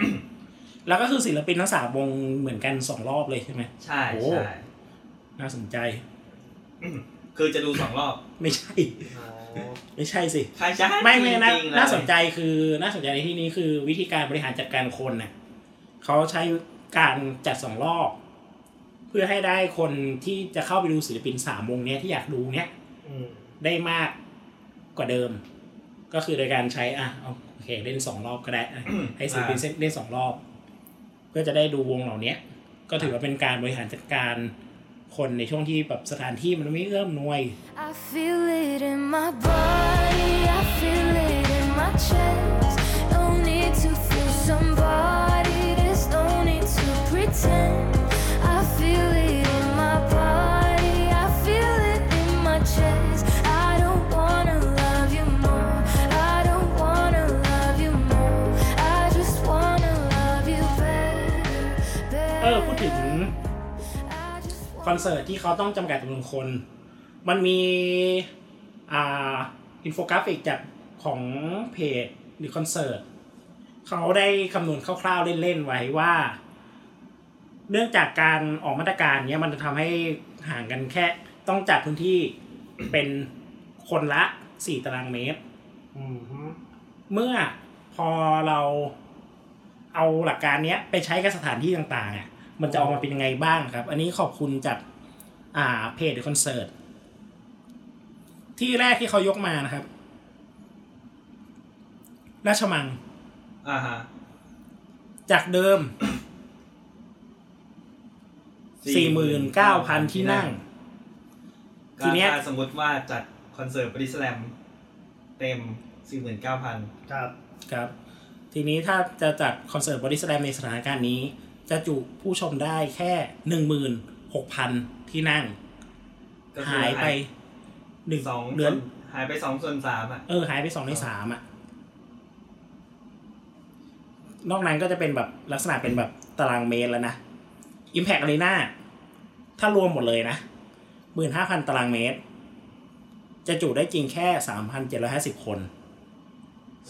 S2: แล้วก็คือศิลปินทั้งสามวงเหมือนกันสองรอบเลยใช่ไหม
S4: ใช่
S2: โอ้
S4: ใช่
S2: น่าสนใจ
S4: คือจะดูสองรอบ
S2: ไม่ใช่
S1: อ๋อ
S2: ไม่ใช่สิ
S4: ใครจะให้
S2: ไม่ไม่น่า
S4: จริงๆเลย
S2: น่าสนใจคือน่าสนใจในที่นี้คือวิธีการบริหารจัดการคนน่ะเขาใช้การจัดสองรอบ เพื่อให้ได้คนที่จะเข้าไปดูศิลปินสามวงเนี้ยที่อยากดูเนี้ย
S1: อืม
S2: ได้มากกว่าเดิม ก็คือโดยการใช้อ่ะเอาโอเคเล่นสองรอบก็ได้ อ่ะให้ศิลปินเล่นสองรอบ เพื่อจะได้ดูวงเหล่าเนี้ย ก็ถือว่าเป็นการบริหารจัดการคนในช่วงที่แบบสถานที่มันไม่เอื้อมหนวย
S6: I feel it in my body, I feel it in my chest. No need to feel somebody, there's no need to pretend. I feel it in my body, I feel it in my chest. I don't wanna love you more, I don't wanna love you more. I just wanna love you better,
S2: เออพูดถึง
S6: better.
S2: คอนเสิร์ตที่เขาต้องจำกัดจำนวนคน มันมีอ่าอินโฟกราฟิกจากของเพจหรือคอนเสิร์ตเขาได้คำนวณคร่าวๆเล่นๆไว้ว่า เนื่องจากการออกมาตรการเนี้ยมันจะทำให้ห่างกันแค่ต้องจัดพื้นที่ เป็นคนละ 4 ตารางเมตร
S1: อืมฮึ
S2: เมื่อพอเราเอาหลักการเนี้ยไปใช้กับสถานที่ต่างๆอ่ะมันจะออกมาเป็นยังไงบ้างครับ อันนี้ขอบคุณจากอ่าเพจคอนเสิร์ตที่แรกที่เขายกมานะครับ ราชมัง
S4: อ่าฮะ
S2: จากเดิม 49,000 ที่นั่ง ที
S4: ก็
S2: เนี้ย
S4: ถ้าสมมติว่าจัดคอนเสิร์ตบริสแลมเต็มสี่หมื่นเก้าพัน
S1: ครับ
S2: ครับ ทีนี้ถ้าจะจัดคอนเสิร์ตบอดี้สแลมในสถานการณ์นี้ จะจุผู้ชมได้แค่ หกพันที่นั่ง
S7: ก็คือ
S2: หายไปหนึ่ง
S7: สอง
S2: เดือน
S7: ส่วนหายไปสองส่วนสามอ่ะ
S2: เออหายไปสองในสามอ่ะ นอกนั้นก็จะเป็นแบบลักษณะเป็นแบบตารางเมตรแล้วนะ Impact Arena ถ้ารวมหมดเลยนะหมื่นห้าพันตารางเมตร จะจุได้จริงแค่สามพันเจ็ดร้อยห้าสิบคน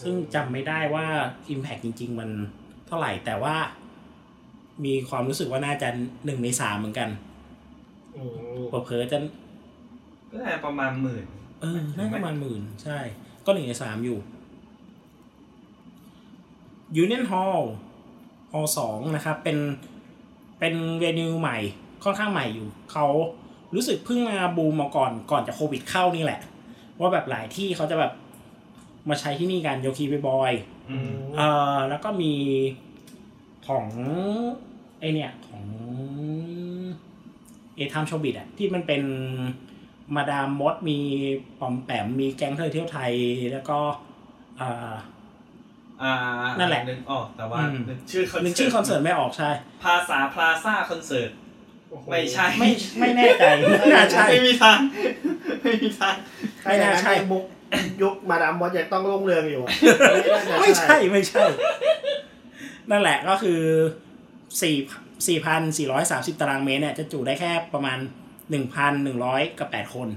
S2: ซึ่งจำไม่ได้ว่า Impact จริง ๆ มันเท่าไหร่แต่ว่ามีความรู้สึกว่าน่าจะหนึ่งในสามเหมือนกัน
S1: อืม
S2: เผลอๆจะ
S7: ก็น่าจะประมาณหมื่น
S2: เออน่า
S7: ถูกไหม
S2: ประมาณหมื่นใช่ ก็หนึ่งในสามอยู่ Union Hall ฮอลสองนะครับ เป็นเป็นเวนิวใหม่ ค่อนข้างใหม่อยู่ เขารู้สึกเพิ่งมาบูมมาก่อนก่อนจะโควิดเข้านี่แหละ ว่าแบบหลายที่เขาจะแบบมาใช้ที่นี่กันโยคีไปบอย
S7: อืม
S2: เอ่อแล้วก็มีของไอเนี่ยของเอทามโชบิดอะที่มันเป็นมาดามมดมีปอมแปมมีแก๊งเธอเที่ยวไทยแล้วก็เอ่อ
S7: อ่า
S2: นั่นแหละ
S7: นึกออกแต่ว่า
S2: อืม
S7: นึกชื่อคอนเสิร์ต
S2: นึกชื่อคอนเสิร์ตไม่ออกใช่
S7: ภาษาพลาซ่าคอนเสิร์ต
S1: โอ้โห
S7: ไม่ใช่
S2: ไม่ไม่แน่ใจ ไม่น่าใช่
S7: ไม่มีทาง ไม่มีทาง
S1: ไม่น่า
S2: ใช่
S1: ใช่บุกยุคมาดามบอสยังต้องรุ่งเรืองอยู่อะ
S2: ไม่ใช่ไม่ใช่ นั่นแหละก็คือสี่สี่พันสี่ร้อยสามสิบตารางเมตรเนี่ยจะจุได้แค่ประมาณหนึ่งพันหนึ่งร้อยกับแปดคน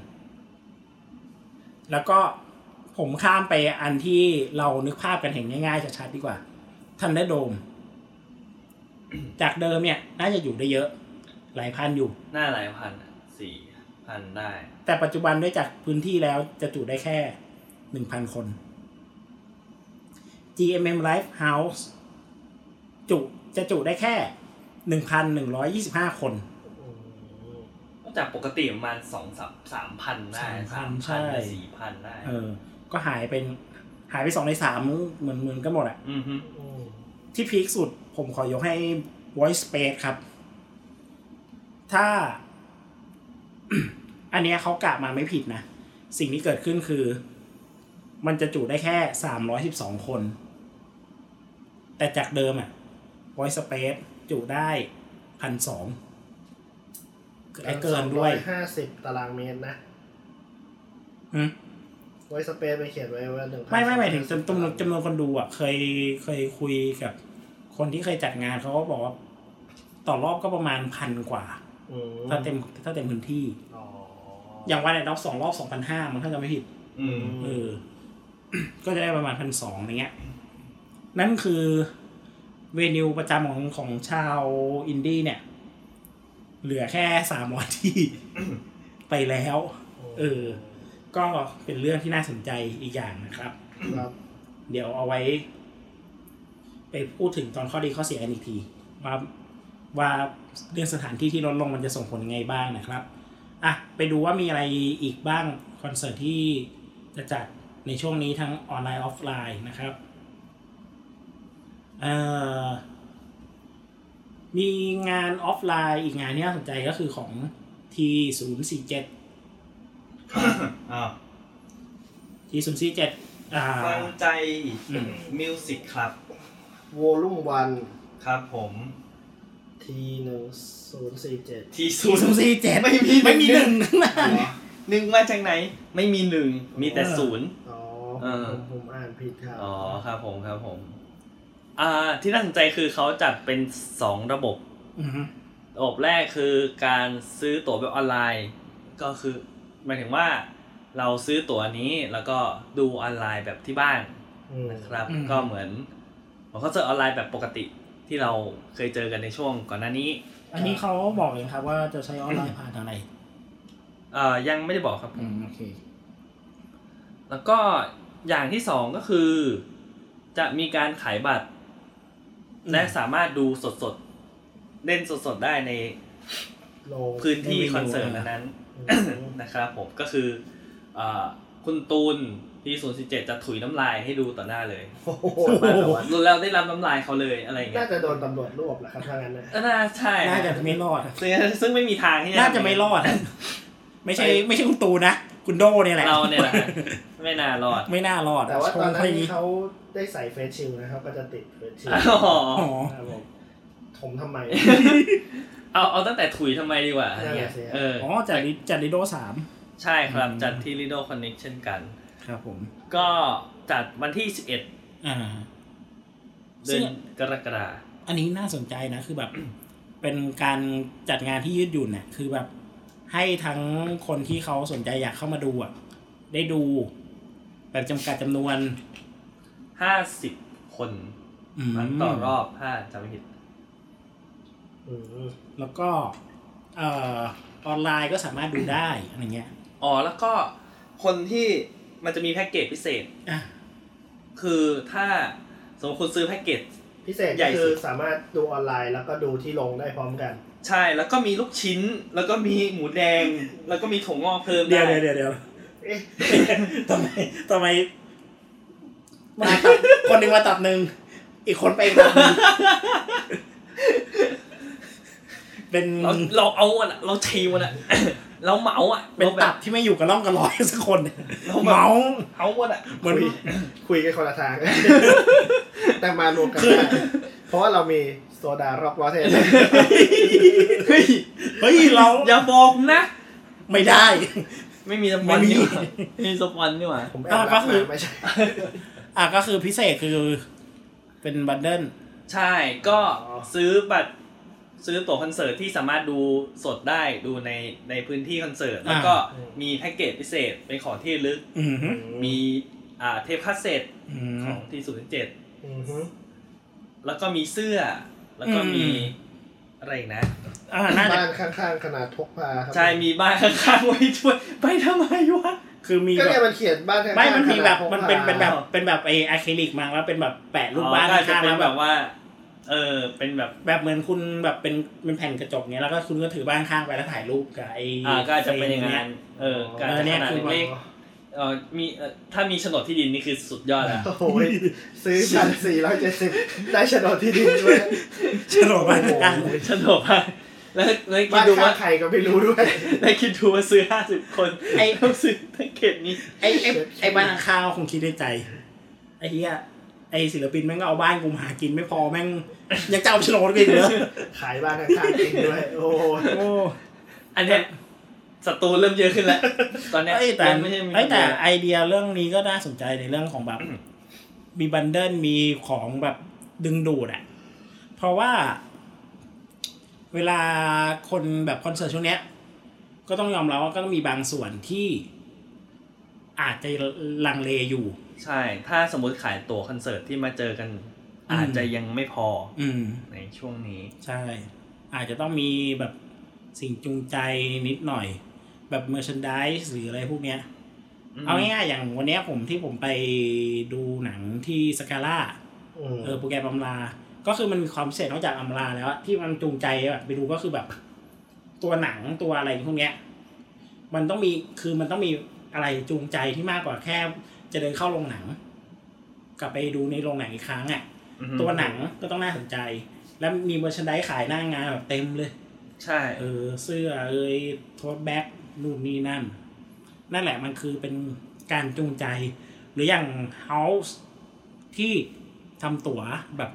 S2: แล้วก็ผมข้ามไปอันที่เรานึกภาพกันเห็นง่ายๆ ชัดๆดีกว่าทันได้โดม จากเดิมเนี่ย น่าจะอยู่ได้เยอะ หลายพันอยู่
S4: หน้าหลายพันอะสี่พันได้
S2: แต่ปัจจุบันด้วยจากพื้นที่แล้วจะจุได้แค่หนึ่งพันคน GMM Live House จุจะจุได้แค่หนึ่งพันหนึ่งร้อยยี่สิบห้าคน
S4: ก็จากปกติประมาณสองสามสามพันได้
S2: 3,000
S4: สาม
S2: ใช่
S4: พันสี่พันได้
S2: เออ ก็หายเป็นหายไปสองในสามเหมือนเหมือนกันหมดอะ
S4: อือฮึ
S1: อืม
S2: ที่พีคสุดผมขอยกให้ Voice Space ครับ ถ้า อันเนี้ยเขากะมาไม่ผิดนะ สิ่งที่เกิดขึ้นคือ มันจะจุได้แค่สามร้อยสิบสองคน แต่จากเดิมอะ Voice Space จุได้พันสองเกินด้วย
S1: สองร้อห้าสิบตารางเมตรนะ
S2: หืม
S1: ไว้สเปซไปเขียนไว้ว่าหนึ่ง
S2: ไม่ไม่หมายถึงจำจำนวนจำนวนคนดูอ่ะ เคยเคยคุยกับคนที่เคยจัดงานเขาก็บอกว่า ต่อรอบก็ประมาณพันกว่า ถ้าเต็มถ้าเต็มพื้นที่
S1: อ๋อ
S2: อย่างวันไหนรอบสองรอบสองพันห้ามันถ้าจะไม่ผิด
S7: อืม
S2: เออ ก็จะได้ประมาณพันสองอะไรเงี้ย นั่นคือเวนิวประจำของของชาวอินดี้เนี่ย เหลือแค่สามร้อยที่ ไปแล้ว เออ ก็เป็นเรื่องที่น่าสนใจอีกอย่างนะครับ
S1: ครับ
S2: เดี๋ยวเอาไว้ ไปพูดถึงตอนข้อดีข้อเสียกันอีกทีว่าว่าเรื่องสถานที่ที่ลดลงมันจะส่งผลยังไงบ้างนะครับอ่ะไปดูว่ามีอะไรอีกบ้างคอนเสิร์ตที่จะจัดในช่วงนี้ทั้งออนไลน์ออฟไลน์นะครับเอ่อมีงานออฟไลน์อีกงานที่น่าสนใจก็คือของทีศูนย์สี่เจ็ด
S7: อ้าว
S2: ทีศูนย์สี่เจ็ดอ่า
S7: ฟังใจ
S2: อืม
S7: มิวสิกครับ
S1: วอลุ่มวัน
S7: ครับผม
S1: ทีหนึ่งศูนย์สี่เจ็ด
S7: ที่
S2: ที
S7: ศูน
S2: ศูนย์
S7: ย์
S2: สี่เจ็ด
S7: ไม่มี
S2: ไม่มีห นึ่งข้างหน้า
S7: หนึ่งมาจากไหน ไม่มีหนึ่ง
S4: มีแต่
S2: เออ
S4: ศูนย์
S1: อ๋อ
S4: เออ
S1: ผมผมอ่านผิดครับ
S4: อ๋อครับผมครับผม อ่า ที่น่าสนใจคือเขาจัดเป็นสองระบบ
S2: อือฮึ
S4: ระบบแรกคือการซื้อตั๋วแบบออนไลน์ ก็คือหมายถึงว่าเราซื้อตั๋วนี้แล้วก็ดูออนไลน์แบบที่บ้าน
S1: ม
S4: นะครับ
S2: อืม
S4: ก็เหมือนเหมือนคอนเสิร์ตออนไลน์แบบปกติที่เราเคยเจอกันในช่วงก่อนหน้านี้
S2: อันนี้เขาบอกเองครับว่าจะใช้ออนไลน์ผ่านอะไร
S4: เอ่อยังไม่ได้บอกครับ
S2: อืมโอเค
S4: แล้วก็อย่างที่สองก็คือ จะมีการขายบัตร
S2: อืม
S4: และสามารถดูสดๆ เล่นสดๆ ได้ใน
S1: โลง
S4: พื้นที่คอนเสิร์ตนั้น
S1: อืม
S4: ๆ นะครับผมก็คือเอ่อคุณตูนที่ศูนย์สิเจ็ดจะถุยน้ำลายให้ดูต่อหน้าเลย
S1: โอ้โห
S4: สามารถแบบว่าเราได้รับน้ำลายเขาเลยอะไรอย่างเงี้
S1: น่าย จะโดนตำรวจรวบแหละครับถ้างั้นนะ
S4: เออน่าใช่
S2: น่าจะไม่รอดอะ
S4: ซึ่งซึ่งไม่มีทางที่
S2: น่าจะไม่รอดอะไม่ใช่ไม่ใช่คุณตูนะ คุณโดเนี่ยแหละ
S4: เราเนี่ยแหละ ไม่น่ารอด
S2: ไม่น่ารอดะ
S1: แต่ว่า
S2: ชง
S1: ตอนนั้
S2: ไป
S1: นเขาได้ใส่เฟซชิลด์นะครับ ก็จะติดเฟซชิล
S4: อ๋
S1: ด์
S4: อ
S2: อ๋อ
S1: ครับผมถมทำไม
S4: เอาเอาตั้งแต่ถุยทำไมดีกว่า
S1: นั่นแหละ
S4: เนี่ย
S1: สิ
S4: เออ
S2: อ๋อจากลิจากลิโดสาม
S4: ใช่ครับจัดที่ลิโดคอนเน็กเช่นกัน
S2: ครับผม
S4: ก็จัดวันที่ 11 เ
S2: อ่า
S4: ดือนกรกฎาคม
S2: อันนี้น่าสนใจนะคือแบบ เป็นการจัดงานที่ยืดหยุ่นเนี่ยคือแบบ ให้ทั้งคนที่เขาสนใจอยากเข้ามาดูอ่ะได้ดู แบบจำกัดจำนวน
S4: ห้าสิบคน
S2: ม
S4: มันต่อรอบถ้าจำไม่ผิด
S1: อืม
S2: แล้วก็เอ่อออนไลน์ก็สามารถดูได้อะไรเงี้ย
S4: อ๋อ แล้วก็คนที่มันจะมีแพ็กเกจพิเศษ
S2: อ่ะ
S4: คือถ้าสมมติคุณซื้อแพ็กเกจ
S1: พิเศษ
S4: ใหญ่
S1: ก็คื
S4: สุ
S1: อ
S4: ด
S1: สามารถดูออนไลน์แล้วก็ดูที่ลงได้พร้อมกัน
S4: ใช่ แล้วก็มีลูกชิ้น แล้วก็มีหมูแดง แล้วก็มีถั่วงอกเพิ่ม
S2: เดี๋ยว
S4: ไ
S2: เดี๋ยวเดี๋ยวเดี๋ยว
S1: เอ๊ะ
S2: ทำไมทำไมมาตับคนหนึ่งมาตับหนึ่งอีกคนไปอีกตับหนึ่ง เป็น
S4: เราเราเอาอะน่ะเราชีวันอะ เราเหมาอะ
S2: เป็น
S4: ราแ
S2: ตับที่ไม่อยู่กับร่องกับรอย สักคนเนี่ย
S4: เราแบบ
S2: เมา
S4: เอาวันอะ
S2: เหมือน
S1: คุยคุยกันคนละ ทาง แต่มารวมกันได้เพราะว่าเรามีโซดาร็อกวอ เทน
S4: เฮ้ย
S2: เฮ้ยเรา
S4: อย่าบอกนะ
S2: ไม่ได้
S4: ไม่มีสปอน
S2: ไม่มี
S4: นี่ห ว่าไม่มีสปอนนี่หว่า
S1: ผมแอบรั
S2: ก็
S1: บ
S2: คือ
S1: มาไม่ใช่
S2: อ่ะก็คือพิเศษคือเป็นบันเดิล
S4: ใช่ก็
S1: อ๋อ
S4: ซื้อบัตรซื้อตั๋วคอนเสิร์ตที่สามารถดูสดได้ดูในในพื้นที่คอนเสิร์ตแล้วก็มีแพ็กเกจพิเศษเป็นของที่ระลึก
S2: อืม
S4: มีอ่าเทปคาสเซ็ต
S2: อืม
S4: ของทีศูนย์เจ็ด
S1: อือฮึ
S4: แล้วก็มีเสื้อ แล้วก็
S2: อืม
S4: มีอะไรอีกนะ
S2: อ่าน่าจะ
S1: บ้านข้างๆขนาดพกพาครับ
S4: ใช่มีบ้านข้างๆไว้ช่วย ไปทำไมวะ
S2: คือมี
S1: ก็
S2: แบ
S1: เนี่ย
S2: บ
S1: มันเขียนบ้านข้างๆ
S2: ไม่มันมีแบบ
S1: ขนาดพก
S2: มันเป็น
S1: พา
S2: เป็นแบบเป็นแบบไออะคริลิกมาแล้วเป็นแบบแปะรูปบ้าน
S4: อ๋อก็อจจะ
S2: ข้างๆ
S4: เป็
S2: แล้
S4: น
S2: ว
S4: แบ
S2: แบบ บ
S4: ว่า เออเป็นแบบ
S2: แบบเหมือนคุณแบบเป็นเป็นแผ่นกระจกเนี้ยแล้วก็คุณก็ถือบ้านข้างไปแล้วถ่ายรูปกับไอ
S4: อ่าก็อาจจะเป็นอย่าง
S2: เ
S4: นั้นเออก็อาจ
S2: เออ
S4: จะ
S2: เนี่
S4: ข
S2: ย
S4: นาด
S2: คือ
S4: เล็กๆเออมีเอ่อถ้ามีโฉนดที่ดินนี่คือสุดยอดแล้ว
S1: โอ้โหซื้อพันสี่ร้อยเจ็ดสิบได้โฉนดที่ดิน ด้วย
S2: ฉลองบ้านข้าง
S4: โฉนดมากแล้วแล้วคิ
S1: บ้าน
S4: ดดู
S1: ข้า
S4: ว่าง
S1: ใครก็ไม่รู้ ด้วย
S4: แล้วคิดดูว่าซื้อห้าสิบคนไอ้ต้องซื้อแพ็กเกจนี้
S2: ไอไอไอบ้านข้างๆคงคิดในใจไอเฮียไอศิลปินแม่งก็เอาบ้านกูมาหากินไม่พอแม่งยังจะเอาโฉนดกูอีกันเหรอ
S1: ขายบ้านข้างๆจริงด้วย โอ้โห
S2: โอ้
S4: อันเนี้ยศัตรูเริ่มเยอะขึ้นแล้ว ตอนเนี้ย
S2: ไอ้ยแต่
S4: เริ่มไม่ใช่มี
S2: ไอ้ยแต่
S4: คนเดียว
S2: ไอเดียเรื่องนี้ก็น่าสนใจในเรื่องของแบบ มีบันเดิลมีของแบบดึงดูดอะเพราะว่า เวลาคนแบบคอนเสิร์ตช่วงเนี้ย ก็ต้องยอมรับว่าก็ต้องมีบางส่วนที่ อาจจะลังเลอยู่
S4: ใช่ ถ้าสมมติขายตั๋วคอนเสิร์ตที่มาเจอกัน
S2: อืม
S4: อาจจะยังไม่พอ
S2: อืม
S4: ในช่วงนี้
S2: ใช่ อาจจะต้องมีแบบสิ่งจูงใจนิดหน่อย แบบเมอร์ช n นด s e หรืออะไรพวกเนี้ย เอาง่ายๆอย่างวันเนี้ยผมที่ผมไปดูหนังที่สกาล่า
S1: อืม
S2: เออโปรแกรมอำลา ก็คือมันมีความพิเศษนอกจากอำลาแล้วอะที่มันจูงใจแบบไปดูก็คือแบบ ตัวหนังตัวอะไรพวกเนี้ย มันต้องมีคือมันต้องมีอะไรจูงใจที่มากกว่าแค่ จะเดินเข้าโรงหนัง กลับไปดูในโรงหนังอีกครั้งอ่ะ
S4: อือฮึ
S2: ตัวหนังก็ต้องน่าสนใจ แล้วมีเวอร์ชันได้ขายหน้างานแบบเต็มเลย
S4: ใช่
S2: เออเสื้อเอยโทสแบ็กนู่นนี่นั่น นั่นแหละมันคือเป็นการจูงใจ หรืออย่าง House ที่ทำตั๋วแบบ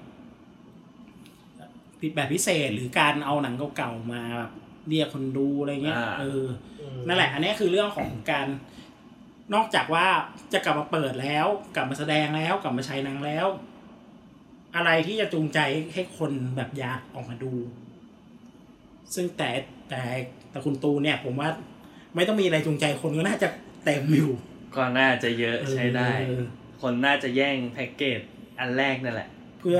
S2: ผิดแบบพิเศษหรือการเอาหนังเก่าๆมาแบบเรียกคนดูอะไรเงี้ยเออ นั่นแหละ อันนี้คือเรื่องของการนอกจากว่าจะกลับมาเปิดแล้ว กลับมาแสดงแล้ว กลับมาใช้หนังแล้ว อะไรที่จะจูงใจให้คนแบบอยากออกมาดู ซึ่งแต่แต่แต่คุณตูนเนี่ย ผมว่า ไม่ต้องมีอะไรจูงใจคนก็น่าจะเต็มอยู่
S4: ก็น่าจะเยอะใช้ได้
S2: เออ
S4: คนน่าจะแย่งแพ็กเกจอันแรกนั่นแหละ
S2: เพื่อ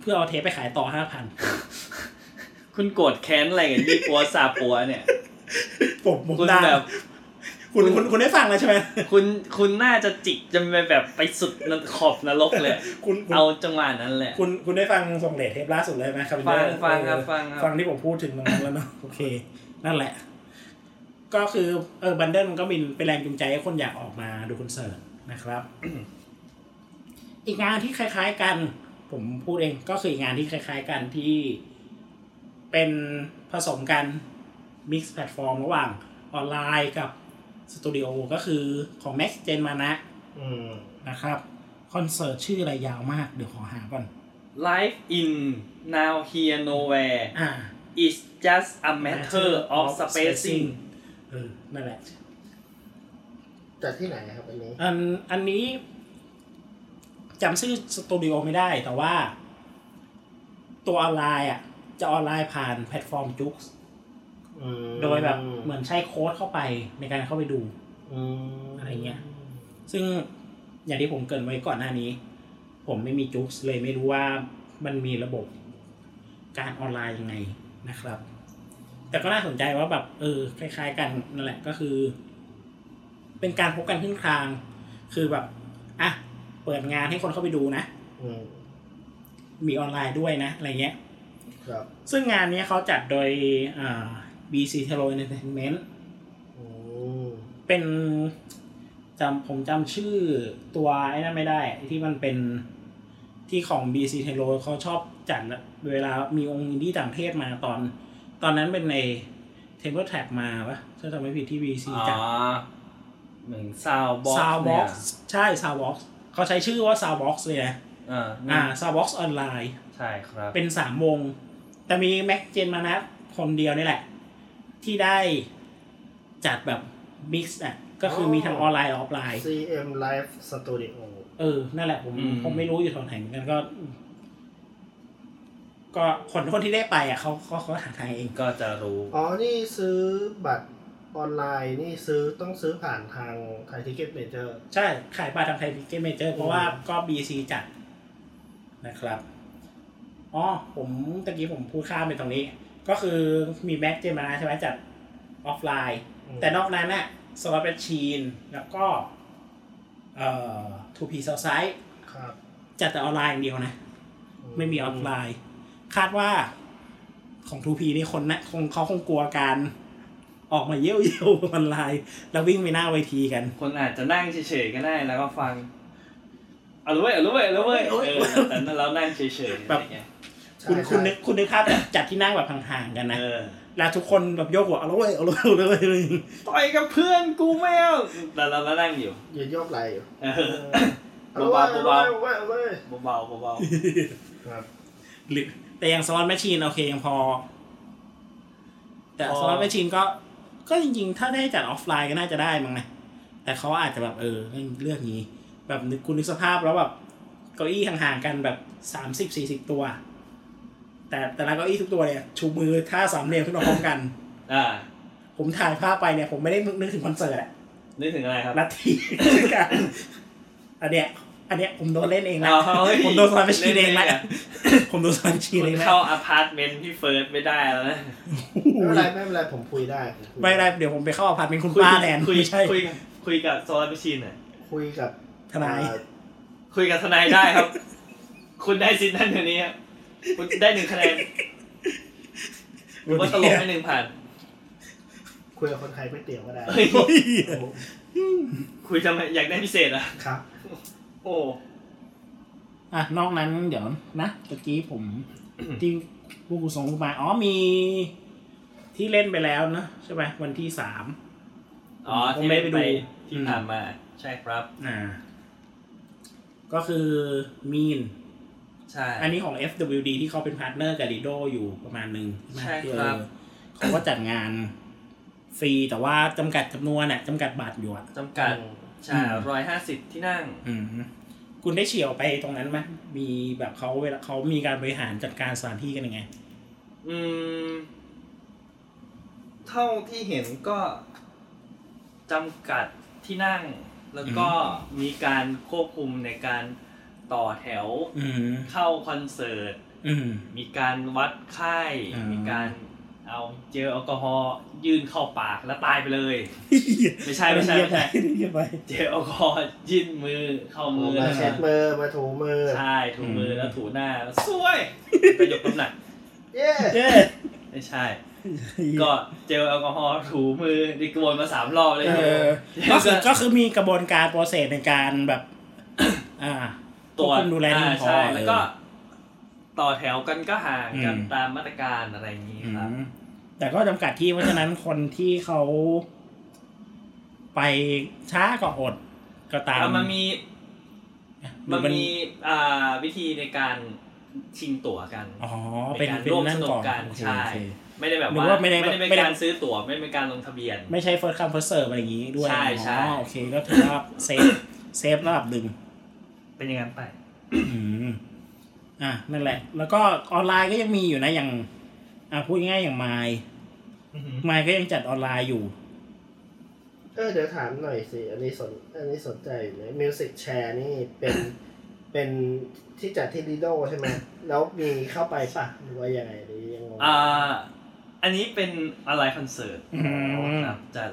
S2: เพื่อเอาเทปไปขายต่อห้าพัน
S4: คุณโกรธแค้นอะไรกันยี่ปัวซาปัวเนี่ย
S2: ผมผม
S4: คุณ
S2: ได้
S4: แบบ
S2: คุณคุณคุณได้ฟังแล้วใช่ไหม
S4: คุณคุณน่าจะจิกจะไปแบบไปสุดขอบนรกเลย
S2: คุณคุณ
S4: เอาจังหวะนั้นแหละ
S2: คุณคุณได้ฟังส่งเลทเทปล่าสุดเลยไหมครับ
S4: ฟังฟังครับฟังครับ
S2: ฟังที่ผมพูดถึงตรงนั้นแล้วเนาะ โอเค นั่นแหละ ก็คือเออบันเดิลมันก็มีเป็นแรงจูงใจให้คนอยากออกมาดูคอนเสิร์ตนะครับ อีกงานที่คล้าย ๆ กัน ผมพูดเองก็คืออีกงานที่คล้าย ๆ กันที่เป็นผสมกันมิกซ์แพลตฟอร์มระหว่างออนไลน์กับสตูดิโอก็คือของ Max Gen มานะ
S1: อืม
S2: นะครับคอนเสิร์ตชื่ออะไรยาวมากเดี๋ยวขอหาก่อน
S4: Life in now here nowhere
S2: อ่า
S4: is just a matter of spacing
S2: เออนั่นแหละ
S1: จากที่ไหนครับอันนี้
S2: อันอันนี้จำชื่อสตูดิโอไม่ได้แต่ว่า ตัวออนไลน์อ่ะ จะออนไลน์ผ่านแพลตฟอร์มจุก
S1: อืม
S2: โดยแบบเหมือนใช้โค้ดเข้าไปในการเข้าไปดู
S1: อืม
S2: อะไรเงี้ย ซึ่งอย่างที่ผมเกรินไว้ก่อนหน้านี้ ผมไม่มีจุกเลยไม่รู้ว่ามันมีระบบการออนไลน์ยังไงนะครับ แต่ก็น่าสนใจว่าแบบ เออ คล้าย ๆ กันนั่นแหละก็คือ เป็นการพบกันครึ่งทาง คือแบบอ่ะเปิดงานให้คนเข้าไปดูนะ
S1: อืม
S2: มีออนไลน์ด้วยนะ อะไรเงี้ย
S1: ครับ
S2: ซึ่งงานเนี้ยเขาจัดโดยอ่า BC t e l o Entertainment
S1: อืม
S2: เป็นจำผมจำชื่อตัวไอ้นั่นไม่ได้ที่มันเป็นที่ของ BC t e l o เขาชอบจัดเวลามีองค์อินดี้ต่างประเทศมาตอน ตอนนั้นเป็นใน Temple Track มาปะถ้าจำไม่ผิดที่ BC
S4: อ๋อ
S2: จัด
S4: เหมือนซาวบ็อก
S2: Sound Box ใช่ Sound Box เขาใช้ชื่อว่า Sound Box เลยนะ
S4: อ่า
S2: อ่า Sound Box ออนไลน์
S4: ใช่ครับ
S2: เป็นสามวง แต่มีแม็กเจนมานะคนเดียวนี่แหละ ที่ได้จัดแบบมิกซ์อ่ะ ก็คือมีทั้งออนไลน์และออฟไลน์
S1: ซีเอ็มไลฟ์สตูดิโอ
S2: เออ นั่นแหละผม
S4: อืม
S2: ผมไม่รู้อยู่แถวไหนเหมือนกันก็ ก็คนคนที่ได้ไปอ่ะเขาเขาเขาหาทางเอง
S4: ก็จะรู้
S1: อ๋อ นี่ซื้อบัตรออนไลน์นี่ซื้อต้องซื้อผ่านทางไทยทิเก็ตเมเจอร์
S2: ใช่ ขายบาททางไทยทิกเก็ตเมเจอร์เพราะว่า
S1: อืม
S2: ก็บีซีจัดนะครับอ๋อผมตะกี้ผมพูดข้ามไปตรงนี้ ก็คือมีแม็กเจมาใช่ไหมจัดออฟไลน์ แต่นอกนั้นน่ะสล็อตแมชชีน แล้วก็เอ่อทูพีเซลไซด์
S1: ครับ
S2: จัดแต่ออนไลน์อย่างเดียวนะ ไม่มีออฟไลน์ คาดว่าของทูพีนี่คนนะคงเขาคงกลัวการออกมาเยี่ยวเยี่ยวๆอ อนไลน์ แล้ววิ่งไปหน้าเวทีกัน
S4: คนอาจจะนั่งเฉยๆก็ได้แล้วก็ฟังเอาเลยเอาเลยเอาเลยเออแต่นั้นเรานั่งเฉยๆ
S2: แบบ
S4: อะไรเงี้ย
S1: ใช่
S2: คุณคุณนึก
S1: ใช่
S2: คุณนึกภาพแบบจัดที่นั่งแบบห่างๆกันนะ
S4: เออ
S2: แล้วทุกคนแบบโยกหัวเอาเลยเอาเลยเอาเลยเอาเลย
S4: ต่อยกับเพื่อนกูไม่เอาแต่เราเรานั่งอยู่
S1: ยืนโยกไหลอยู่
S4: เออ
S1: เอาเว้ย
S4: เบาๆ
S1: เอาเว้ยเอาเว้ยเอาเว้ย
S4: เบาๆเบา
S1: ครับ
S2: หรือแต่อย่างสล็อตแมชชีนโอเคยังพอ แต่
S1: พอ
S2: สล็อตแมชชีนก็ ก็จริงๆ ถ้าได้จัดออฟไลน์ก็น่าจะได้มั้งนะ แต่เขาอาจจะแบบเออเลือกนี้ แบบนึกคุณนึกสภาพแล้วแบบเก้าอี้ห่างๆกันแบบสามสิบสี่สิบตัว แต่แต่ละเก้าอี้ทุกตัวเนี่ยชูมือท่าสามเหลี่ยมขึ้นมาพร้อมกัน
S4: ๆอ่า
S2: ผมถ่ายภาพไปเนี่ยผมไม่ได้นึกถึงคอนเสิร์ตอะ
S4: นึกถึงอะไรครับ
S2: ลัทธิ อันเนี้ย อันเนี้ยผมโดนเล่นเองนะ
S4: เอาเฮ้ย
S2: ผมโดนสอนไปชีเองนะ
S4: เล่นเองอะ
S2: ผมโดนสอนไปชี
S4: คุ
S2: เอ
S4: ณ
S2: งนะ
S4: เข้าอพาร์ตเมนต์พี่เฟิร์สไม่ได้แล้วนะ
S1: ไม่เป็นไรไม่เป็นไรผมคุยได้ผคุย
S2: ไม่ได้เดี๋ยวผมไปเข้าอพาร์ตเมนต์คุณป้าแทน
S4: คุย
S2: ไม่ใช่
S4: คุยคุยกับโซลาร์มิชินอ่ะ
S1: คุยกับ
S2: ทนาย
S1: เอ่อ
S4: คุยกับทนายได้ครับ คุณได้สิทธิ์นั่นเดี๋ยวนี้ครับคุณได้หนึ่งคะแนนหรือว่าตลกให้หนึ่งผ่าน
S1: คุยกับคนไทยไม่เตี่ยวก็ได้
S4: เฮ้ย
S2: โอ้ย
S4: คุยทำไมอยากได้พิเศษเหรอ่ะ
S1: ครับ
S4: โอ้
S2: อ่ะนอกนั้นเดี๋ยวนะตะกี้ผม ที่พวกกูส่งมาอ๋อมี ที่เล่นไปแล้วนะใช่ไหมวันที่สาม
S4: อ๋อ
S2: ผม
S4: ที่
S2: ไม่
S4: ไม่
S2: ไป
S4: ไป
S2: ดู
S4: ดูที่ผ่านมา ใช่ครับ
S2: อ่า ก็คือมีน
S4: ใช่
S2: อันนี้ของ FWD ที่เขาเป็นพาร์ทเนอร์กับดีโดอยู่ประมาณหนึ่ง
S4: ใช่ครับ
S2: เออเขาก็จัดงานฟรีแต่ว่าจำกัดจำนวนน่ะจำกัดบัตรอยู่อ่ะ
S4: จำกัดใช่
S2: อืม
S4: ร้อยห้าสิบที่นั่ง
S2: อืมคุณได้เฉียวไปตรงนั้นไหมมีแบบเขาเวลาเขามีการบริหารจัดการสถานที่กันยังไง
S4: อืม
S7: เท่าที่เห็น
S4: ก็จำกัดที่นั่ง แล้วก็มีการควบคุมในการต่อแถว
S2: อืม
S4: เข้าคอนเสิร์ต
S2: อืม
S4: มีการวัดไข้
S2: อ่ามี
S4: มีการเอาเจลแอลกอฮอล์ยื่นเข้าปากแล้วตายไปเลย ไม่ใช่ไม่ใช่ไม่ใช่
S2: เยี่ยมไป
S4: เจลแอลกอฮอล์ยื่นมือเข้ามือ
S1: มาเช็ดมือมาถูมือ
S4: ใช่ ถูมือ
S2: อืม
S4: แล้วถูหน้าแล้วสวยไปยกน้ำหนัก
S1: เย้
S2: เย้
S4: ไม่ใช่ ก็เจลแอลกอฮอล์ถูมือดิกวนมาสามรอบเลย
S2: เอ
S4: เนี่ย
S2: อก็คือก็คือมีกระบวนการโปรเซสในการแบบ อ่า
S4: ตรว
S2: คว
S4: จ
S2: บคุมดูแล
S4: อ่า
S2: พอ
S4: ใช่
S2: เออ
S4: แล้วก็ ต่อแถวกันก็ห่างกัน
S2: อืม
S4: ตามมาตรการอะไรอย่างนี้ครับ
S2: อืมแต่ก็จำกัดที่เพราะฉะนั้น คนที่เขาไปช้าก็อด ก็ตาม
S4: อ่ะมันมี
S2: หรื
S4: มั
S2: อน
S4: มีอ่าวิธีในการชิงตั๋วกัน
S2: อ๋อเป็น
S4: ในการ
S2: เป็น
S4: ร่วม
S2: นั่น
S4: สนุก
S2: ก่อน
S4: กัน
S2: โอเค
S4: ใช่
S2: โอเค
S4: ไม่ได้แบบ
S2: หรือว่า
S4: ว่า
S2: ไม่ได้
S4: ไม่ได้
S2: ไม่
S4: เป็น
S2: ได้
S4: การซื้อตั๋วไม่ได้เป็นการลงทะเบียน
S2: ไม่ใช่ first come first serve อะไรอย่างนี้ด้วย
S4: ใช่ใช่
S2: อ๋อโอเคก็ถือว่าเซ ฟเซฟระดับหนึ่ง
S4: เป็นอย่างนั้นไป
S2: อืมอ่ะนั่นแหละ แล้วก็ออนไลน์ก็ยังมีอยู่นะอย่าง อ่ะพูดง่ายๆอย่างไมล์ไมล์ก็ยังจัดออนไลน์อยู่
S1: เออเดี๋ยวถามหน่อยสิ อันนี้สนอันนี้สนใจอยู่เลยมิวสิกแชร์นี่เป็นเป็นที่จัดที่ลีโดใช่ไหมแล้วมีเข้าไปปะหรือว่ายังไงหรือยังไง
S4: อ่าอันนี้เป็นออนไลน์คอนเสิร์ต
S2: อืม
S4: ครับจะ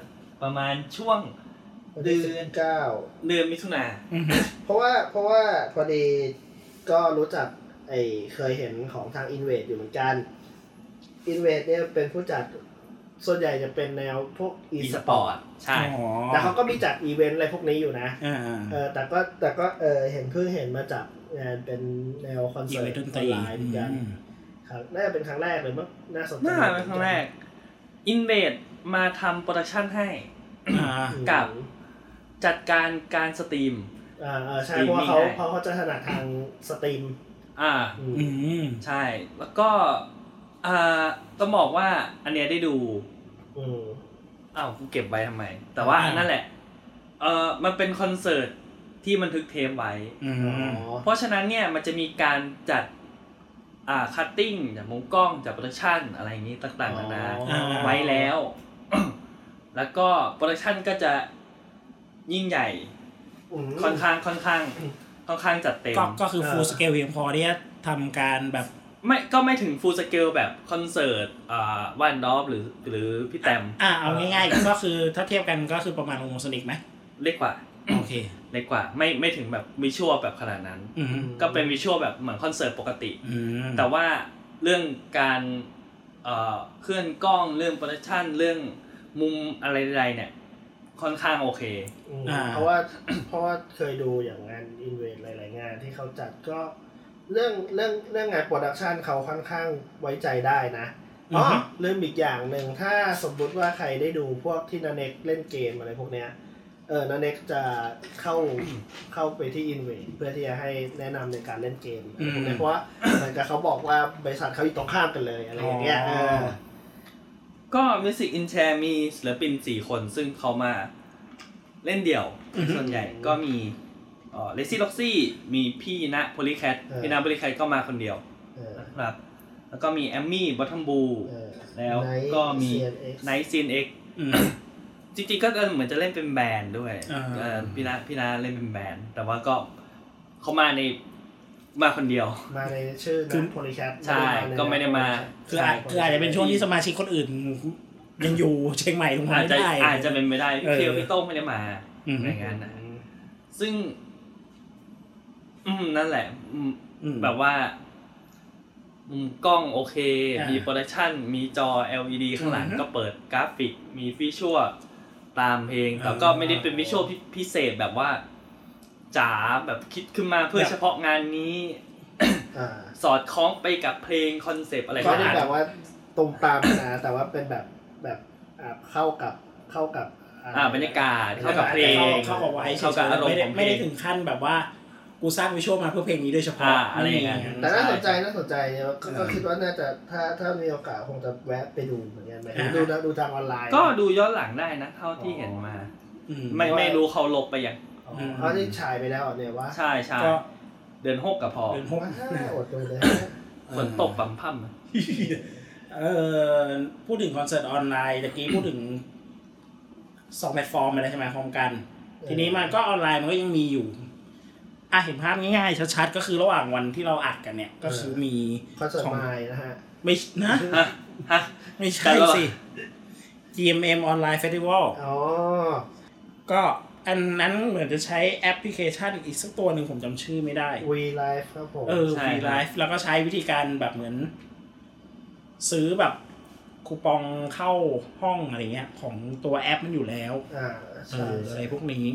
S4: ประมาณช่วง
S1: วันที่
S4: เดื
S1: สิ
S4: อน
S1: บเก้า
S4: เดือนมิถุนา
S2: อืม
S1: เพราะว่าเพราะว่าพอดีก็รู้จักไอเคยเห็นของทางอินเวดอยู่เหมือนกันอินเวดเนี่ยเป็นผู้จัดส่วนใหญ่จะเป็นแนวพวกอีสปอร์ต
S4: ใช่
S2: อ๋อ
S1: แต่เขาก็มีจัดอีเวนต์อะไรพวกนี้อยู่นะ
S2: อ่า
S1: เออแต่ก็แต่ก็เออเห็นเพิ่งเห็นมาจับงานเป็นแนวคอน
S2: อี
S1: เสิ
S2: เว
S1: ร์
S2: น
S1: ต
S2: ต์ดน
S1: อ
S2: ต
S1: อ
S2: รี
S1: นไลน์เหมือนกัน
S2: อืม
S1: ครับน่าจะเป็นครั้งแรกเลยมั้งน่าสนใจ
S4: น่าเป็นครั้งแรก อินเวดมาทำโปรดักชันให้
S2: อ่า
S1: อืม
S4: กับ จัดการการสตรีม
S1: อ่าอ่าใช่เพราะว่าเขา
S4: streaming ให้
S1: เพราะเขาจะถนัดทางสตรีม
S4: อ่า
S1: อืม
S2: อืม
S4: ใช่ แล้วก็อ่าต้องบอกว่าอันเนี้ยได้ดู
S1: อืม
S4: อ้าวกูเก็บไว้ทำไม แต่ว่า
S2: อ่า
S4: นั่นแหละ เออมันเป็นคอนเสิร์ตที่บันทึกเทปไว้
S2: อื
S1: อ๋อ
S2: ม
S4: เพราะฉะนั้นเนี่ยมันจะมีการจัด อ่าคัตติ้งจากมุมกล้องจากโปรดักชันอะไรอย่างนี้ต่างๆนานา
S2: อ๋อ
S4: ไว้แล้ว แล้วก็โปรดักชันก็จะยิ่งใหญ่
S1: ม
S4: ค่อนข้างค่อนข้าง ค่อนข้างจัดเต็ม
S2: ก็ก็คือ
S1: เออ
S2: ฟูลสเกลเพียงพอที่จะทำการแบบ
S4: ไม่ก็ไม่ถึงฟูลสเกลแบบคอนเสิร์ตอ่าวันดอฟหรือหรือพี่แตม
S2: อ่าเอาง่ายๆ ก็คือถ้าเทียบกันก็คือประมาณวงสนิกไหม
S4: เล็กกว่า
S2: โอเค
S4: เล็กกว่า ไม่ไม่ถึงแบบวิชวลแบบขนาดนั้น
S2: อืม
S4: ก็เป็นวิชวลแบบเหมือนคอนเสิร์ตปกติ
S2: อืม
S4: แต่ว่าเรื่องการเอ่อเคลื่อนกล้องเรื่องโปรดักชันเรื่องมุมอะไรใดๆเนี่ย ค่อนข้างโอเค
S1: อืม
S2: อ่า
S1: เพราะว่า เพราะว่าเคยดูอย่างงานอินเวนหลาย ๆ งานที่เขาจัดก็เรื่องเรื่องเรื่องงานโปรดักชันเขาค่อนข้างไว้ใจได้นะอ๋อ
S2: อือฮึ
S1: ลืมอีกอย่างหนึ่งถ้าสมมุติว่าใครได้ดูพวกที่นาเน็กเล่นเกมอะไรพวกเนี้ยเออนาเน็กจะเข้าเข้าไปที่อินเวนเพื่อที่จะให้แนะนำในการเล่นเกมอะไรพวกเนี้ยเพราะว่าเหมือนกับเขาบอกว่าบริษัทเขาอยู่ตรงข้ามกันเลยอะไรอย่างเงี้ยเออ
S4: ก็มิวสิกอินแชร์มีศิลปินสี่คนซึ่งเขามาเล่นเดี่ยว ส่วนใหญ่ก็มีเลซี่ล็อกซี่อ Lexi Loxi มีพี่ณโพลิแคทพี่ณโพลิแคทก็มาคนเดียว
S1: เออ
S4: นะครับ แล้วก็มีแอมมี่บอท o มบู
S1: เออ
S4: แล้ว
S1: Night
S4: ก็มี
S1: CNX
S4: ไนซีนเอ็ก
S2: อืม
S4: จริงๆก็เหมือนจะเล่นเป็นแบรนด์ด้วย
S2: อ่า
S4: เอ่อพี่นาพี่นาเล่นเป็นแบรนด์ แต่ว่าก็เขามาในมาคนเดียว
S1: มาในชื่อนะโพลิแคท
S4: ใช่ก็ไม่ได้มา
S2: คืออาจคืออาจจะเป็นช่วงที่สมาชิกคนอื่น ยังอยู่ เชียงใหม่ลงมา
S4: อาจ
S2: ไม่
S4: จะ
S2: ได้
S4: อาจจะเป็นไม่ได้พี่
S2: เออ
S4: เคียวพี่โต้งไม่ได้มา
S2: อืม
S4: อะไรเงี้ยนะซึ่ง อืมนั่นแหละอืม
S2: อืม
S4: แบบว่ามุมกล้องโอเค
S2: อ่ามี
S4: มีโปรดักชันมีจอ LED ข้างหลัง
S2: อือฮึ
S4: ก็เปิดกราฟิก มีฟิชชัวตามเพลง แต่
S2: อ่า
S4: ก็ไม่ได้เป็นวิชวลพิเศษแบบว่าจ๋าแบบคิดขึ้นมาเพื่อเฉพาะงานนี้
S1: อ่า
S4: สอดคล้องไปกับเพลงคอนเซปต์อะไร
S1: ก็
S4: ก็
S1: เป็น
S4: ได้
S1: แบบว่าตรงตามนะแต่ว่าเป็นแบบแบบอ่าเข้ากับเข้ากับ
S4: อ่าบรรยากาศเข้ากับเพลง
S2: เข้าเข้ากับไว้
S4: เข้ากับอารมณ์
S2: ไม่ได้ไม่
S4: ของเพลง
S2: ได้ถึงขั้นแบบว่า กูสร้างวิชวลมาเพื่อเพลงนี้โดยเฉพาะ
S4: อ่าอะไรอย่างเงี้ย
S1: แต่น่าสนใจน่าสนใจเนี่ยก็ก็คิดว่าน่าจะถ้าถ้ามีโอกาสคงจะแวะไปดูเหมือนกันไหมดูนะดูทางออนไลน์
S4: ก็ดูย้อนหลังได้นะ เท่าที่เห็นมา
S2: อืม
S4: ไม่ไม่รู้เขาลบไปยัง
S1: อ๋อเขาที่ฉายไปแล้วเหรอเนี่ยว่า
S4: ใช่ใช่
S2: ก็
S4: เดือนหกกับพอ
S2: เป็น พวก
S1: ว่าอดดูเลย
S4: ฝนตกปั๊มพั่มอะ
S2: เออพูดถึงคอนเสิร์ตออนไลน์ตะ กี้พูดถึงสองแพลตฟอร์มอะไรใช่ไหมพร้อมกัน ทีนี้มันก็ออนไลน์มันก็ยังมีอยู่อ่ะเห็นภาพง่ายๆชัดๆก็คือระหว่างวันที่เราอัดกันเนี่ย ก็คือมี
S1: คอนเสิร์ต
S2: ของ
S1: ไมล์นะฮะ
S2: ไม่นะ
S4: ฮะฮะ
S2: ไม่
S4: แต่
S2: ใช่
S4: ก็
S2: สิ GMM Online Festival
S1: อ๋อ
S2: ก็อันนั้นเหมือนจะใช้แอปพลิเคชันอีกสักตัวหนึ่งผมจำชื่อไม่ได้
S1: วีไลฟ์ครับผม
S2: เออ
S4: ใช่
S2: ฟรีไลฟ์แล้วก็ใช้วิธีการแบบเหมือน ซื้อแบบคูปองเข้าห้องอะไรเงี้ย ของตัวแอปมันอยู่แล้ว
S1: อ่า
S2: เอ
S1: ใช่
S2: ออะไรพวกนี้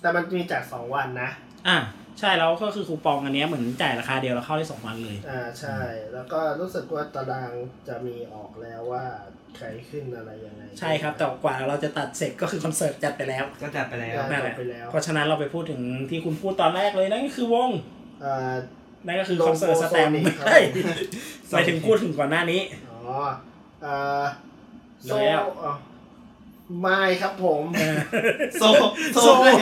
S1: แต่มันมีจากสองวันนะ
S2: อ่ะใช่แล้วก็คือคูปองอันเนี้ยเหมือนจ่ายราคาเดียวแล้วเข้าได้สองวันเลย
S1: อ่าใช่ แล้วก็รู้สึกว่าตารางจะมีออกแล้วว่าใครขึ้นอะไรยังไง
S2: ใช่ครับ แต่กว่าเราจะตัดเสร็จก็คือคอนเสิร์ตจัดไปแล้ว
S7: ก็จัดไปแล้ว
S1: ได้
S2: นั่น
S1: จ
S2: แห
S1: บ
S2: ละ
S1: ไปแล้ว
S2: เพราะฉะนั้นเราไปพูดถึงที่คุณพูดตอนแรกเลยนั่นก็คือวง
S1: เอ่อ
S2: นั่นก็คือคอนเสิร์ตสแตมป์
S1: Lobo Sonic ครับ
S2: ไม่ใช่หมายถึงพูดถึงก่อนหน้านี้
S1: อ๋อ เอ่อโซ
S2: แล้ว
S1: อ๋อไม่ครับผม
S7: โซโซเลย